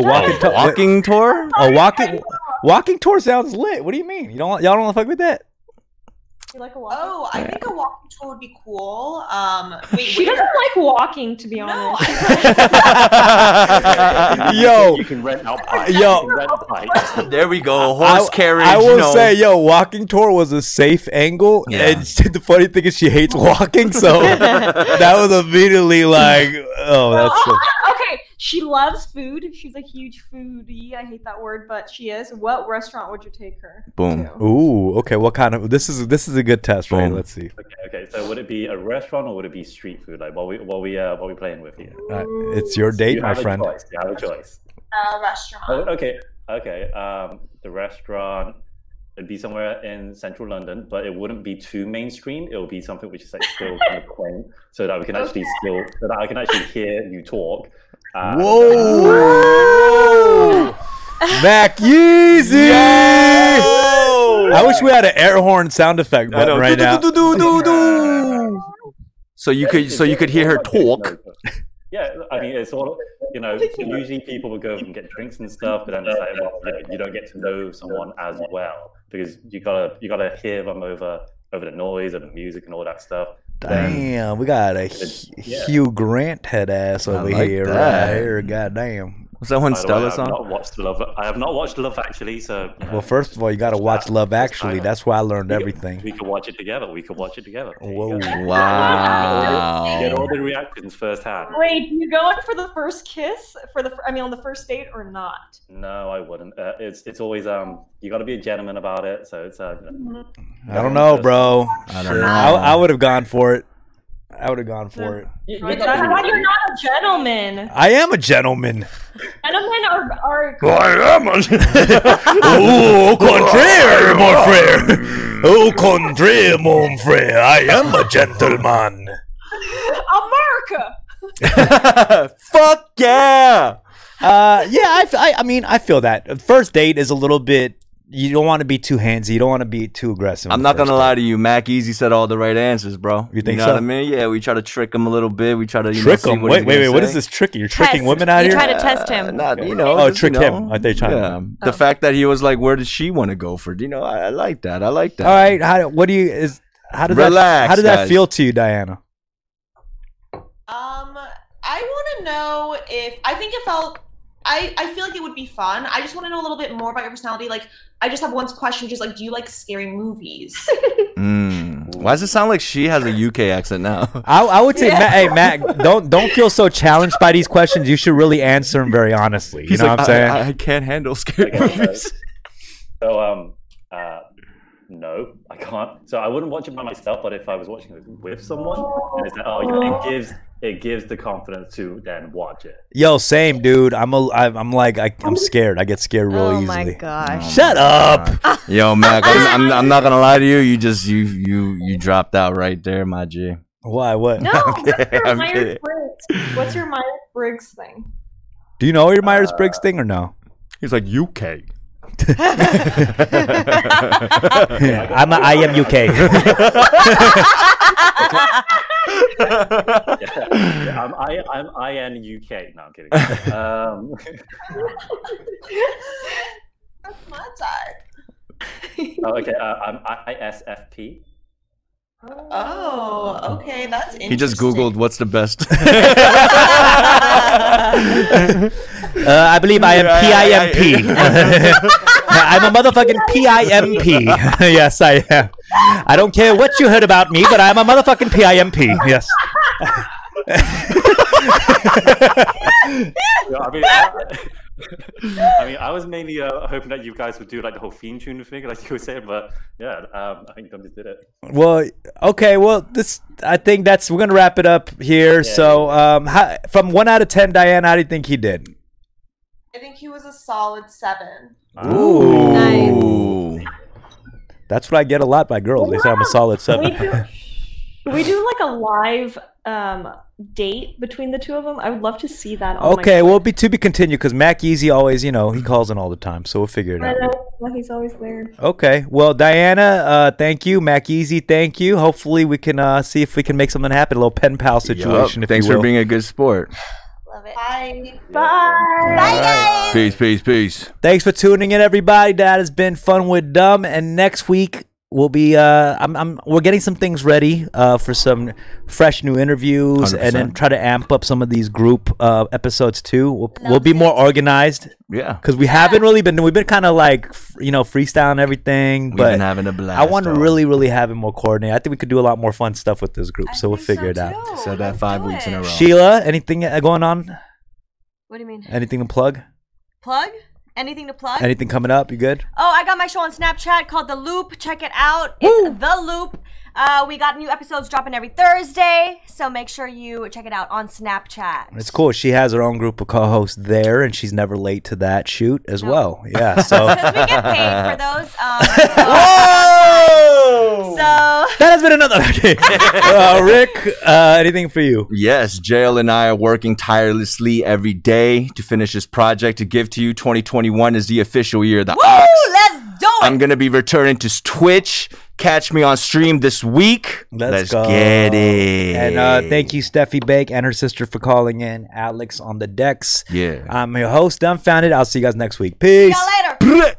Speaker 1: walking to-
Speaker 2: Walking tour?
Speaker 1: A walking walking tour sounds lit. What do you mean? You don't y'all don't wanna fuck with that?
Speaker 4: You like a walk?
Speaker 9: Oh, I think a walking tour would be cool. Um, wait,
Speaker 4: she
Speaker 9: where?
Speaker 4: doesn't like walking, to be
Speaker 9: No,
Speaker 4: honest.
Speaker 1: yo,
Speaker 10: you can rent out bikes.
Speaker 1: Yo.
Speaker 10: you can rent bikes.
Speaker 2: There we go.
Speaker 1: I-
Speaker 2: Horse carriage.
Speaker 1: I will
Speaker 2: you know.
Speaker 1: say, yo, walking tour was a safe angle,
Speaker 2: Yeah.
Speaker 1: and she- the funny thing is she hates walking, so that was immediately like, oh, that's so-
Speaker 4: okay, she loves food. She's a huge foodie. I hate that word, but she is. What restaurant would you take her?
Speaker 2: Boom.
Speaker 4: to?
Speaker 1: ooh, okay. What kind of this is this is a good test, right?
Speaker 2: Boom.
Speaker 1: Let's see.
Speaker 10: Okay, Okay, so would it be a restaurant or would it be street food? Like what we what we uh, what we playing with here?
Speaker 1: Uh, it's your date,
Speaker 10: you
Speaker 1: my
Speaker 10: have
Speaker 1: friend.
Speaker 10: A choice. You have a choice.
Speaker 9: Uh, restaurant.
Speaker 10: Oh, okay, okay. Um, the restaurant it'd be somewhere in central London, but it wouldn't be too mainstream. It would be something which is like still kind of quaint, so that we can actually still so that I can actually hear you talk. Uh,
Speaker 1: Whoa! Mac Yeezy! I wish we had an air horn sound effect
Speaker 11: I know.
Speaker 1: button right now.
Speaker 2: So you could so you could hear her talk.
Speaker 10: Yeah, I mean, it's all you know. Usually, people will go and get drinks and stuff, but then it's like, well, you, know, you don't get to know someone as well because you gotta you gotta hear them over over the noise and the music and all that stuff.
Speaker 1: Damn, we got a H- Hugh Grant head ass over
Speaker 10: like
Speaker 1: here,
Speaker 10: that.
Speaker 1: right here. Goddamn.
Speaker 2: Was that one
Speaker 10: By the way,
Speaker 1: Stella
Speaker 10: I've not watched Love. I have not watched Love actually, so you know,
Speaker 1: Well, first of all, you got to watch Love Actually. That's where I learned
Speaker 10: we could-
Speaker 1: everything.
Speaker 10: we could watch it together. We could watch it together. There you
Speaker 1: Whoa.
Speaker 10: go. Get all the-
Speaker 1: Wow.
Speaker 10: Get all the reactions firsthand.
Speaker 4: Wait, you going for the first kiss for the? I mean, on the first date or not?
Speaker 10: No, I wouldn't. Uh, it's it's always um you got to be a gentleman about it. So it's uh, you know,
Speaker 1: I don't know, bro.
Speaker 10: I don't know.
Speaker 1: I, I would have gone for it. I would have gone for it.
Speaker 4: Why you're not a gentleman?
Speaker 1: I am a gentleman.
Speaker 4: Gentlemen are are.
Speaker 1: am a Oh, au contraire, mon frère. Au contraire, mon frère. I am a gentleman.
Speaker 4: America.
Speaker 1: Fuck yeah. Uh, yeah, I, f- I- I mean, I feel that. First date is a little bit, you don't want to be too handsy. You don't want to be too aggressive.
Speaker 2: I'm not gonna lie to you, Mac Easy said all the right answers, bro. You
Speaker 1: think
Speaker 2: know
Speaker 1: so?
Speaker 2: what I mean? Yeah, we try to trick him a little bit. We try to you know,
Speaker 1: Trick
Speaker 2: see
Speaker 1: him?
Speaker 2: what he's
Speaker 1: Wait, wait,
Speaker 2: gonna
Speaker 1: wait. What is
Speaker 2: say.
Speaker 1: this tricking? You're tricking women out
Speaker 3: you
Speaker 1: here?
Speaker 3: try to test Oh. him.
Speaker 2: Not, you know,
Speaker 1: Oh,
Speaker 2: just,
Speaker 1: trick
Speaker 2: you know,
Speaker 1: him. Aren't they trying to-
Speaker 2: Yeah. The fact that he was like, "Where does she want to go for?" You know, I, I like that. I like that.
Speaker 1: All right. How, what do you, is, how does that,
Speaker 2: Relax,
Speaker 1: how does that
Speaker 2: guys.
Speaker 1: feel to you, Diana?
Speaker 9: Um, I want to know if I think it felt. I I feel like it would be fun. I just want to know a little bit more about your personality. Like, I just have one question, just like, do you like scary movies?
Speaker 2: Mm. Why does it sound like she has a UK accent now?
Speaker 1: I, I would say, Matt, hey Matt, don't don't feel so challenged by these questions. You should really answer them very honestly. You
Speaker 2: He's
Speaker 1: know
Speaker 2: like,
Speaker 1: what I'm
Speaker 2: "I-
Speaker 1: saying?
Speaker 2: I, I can't handle scary
Speaker 10: Okay,
Speaker 2: movies.
Speaker 10: So um uh no, I can't. So I wouldn't watch it by myself, but if I was watching it with someone, and it's like, oh, you know, it gives it gives the confidence to then watch it.
Speaker 1: Yo, same dude. I'm a, I'm I'm like I, I'm scared. I get scared real easily.
Speaker 3: gosh.
Speaker 1: Shut up.
Speaker 2: Yo, Mac, I'm, I'm, I'm not gonna lie to you. You just you you you dropped out right there, my G.
Speaker 1: Why? What?
Speaker 4: No,
Speaker 2: I'm
Speaker 4: what's
Speaker 2: kidding,
Speaker 4: your
Speaker 2: I'm
Speaker 4: Myers
Speaker 2: kidding.
Speaker 4: Briggs? What's your Myers Briggs thing?
Speaker 1: Do you know your Myers Briggs thing or no?
Speaker 2: He's like UK.
Speaker 1: I'm a, I am UK.
Speaker 10: yeah. Yeah, I'm I I'm I N U K. No, I'm kidding. Um,
Speaker 9: That's my type.
Speaker 10: oh, okay, uh, I'm I S F P.
Speaker 9: Oh, okay, that's interesting.
Speaker 2: He just googled what's the best.
Speaker 1: Uh, I believe I am
Speaker 2: Yeah,
Speaker 1: P I M P.
Speaker 2: yeah,
Speaker 1: I'm a motherfucking P I M P. Yes, I am. I don't care what you heard about me, but I'm a motherfucking P I M P. Yes.
Speaker 10: Yeah, I mean, I, I mean, I was mainly uh, hoping that you guys would do like the whole theme tune thing, like you were saying, but yeah, um, I think Dom just did it.
Speaker 1: Well, okay. Well, this I think that's we're gonna wrap it up here. so, um, how, from one out of ten, Diane, how do you think he did?
Speaker 9: I think he was a solid seven.
Speaker 1: Ooh,
Speaker 3: Nice.
Speaker 1: that's what I get a lot by girls. They say I'm a solid
Speaker 4: We
Speaker 1: seven.
Speaker 4: do, we do like a live um, date between the two of them. I would love to see that. On
Speaker 1: okay,
Speaker 4: oh my
Speaker 1: well, be to be continued because Mac Easy always, you know, he calls in all the time, so we'll figure it
Speaker 4: I
Speaker 1: out.
Speaker 4: know, well, he's always there.
Speaker 1: Okay, well, Diana, uh, thank you, Mac Easy, thank you. Hopefully, we can uh, see if we can make something happen. A little pen pal situation, if
Speaker 2: Thanks
Speaker 1: you will.
Speaker 2: for being a good sport.
Speaker 9: Bye.
Speaker 4: Bye.
Speaker 2: Peace, peace, peace.
Speaker 1: Thanks for tuning in, everybody. That has been fun with dumb. And next week we'll be uh, I'm, I'm we're getting some things ready uh, for some fresh new interviews, and then
Speaker 2: 100%.
Speaker 1: try to amp up some of these group uh, episodes too. We'll, we'll be more organized
Speaker 2: Yeah.
Speaker 1: because we haven't really been we've been kind of like f- you know freestyling everything,
Speaker 2: We've
Speaker 1: but
Speaker 2: been having a blast.
Speaker 1: I want to
Speaker 2: dog.
Speaker 1: really really have it more coordinated. I think we could do a lot more fun stuff with this group, so we'll figure it out.
Speaker 2: said that five weeks in a row.
Speaker 1: Sheila, anything uh, going on?
Speaker 3: What do you mean?
Speaker 1: Anything to plug?
Speaker 3: Plug? Anything to plug?
Speaker 1: Anything coming up? You good?
Speaker 3: Oh, I got my show on Snapchat called The Loop. Check it out. It's The Loop. Uh, we got new episodes dropping every Thursday, so make sure you check it out on Snapchat.
Speaker 1: It's cool. She has her own group of co-hosts there, and she's never late to that shoot as well. Yeah, so
Speaker 3: Because we get paid for those. Um,
Speaker 1: Whoa!
Speaker 3: so
Speaker 1: That has been another. Okay. Uh, Rick, uh, anything for you?
Speaker 2: Yes, JL and I are working tirelessly every day to finish this project to give to you. 2021 is the official year of the Ox.
Speaker 3: Woo, let's do it.
Speaker 2: I'm gonna be returning to Twitch. Catch me on stream this week. Let's,
Speaker 1: go.
Speaker 2: get it.
Speaker 1: And uh, thank you, Steffi Bake and her sister, for calling in. Alex on the decks.
Speaker 2: Yeah.
Speaker 1: I'm your host, Dumbfounded. I'll see you guys next week. Peace.
Speaker 3: y'all later.
Speaker 2: Blech.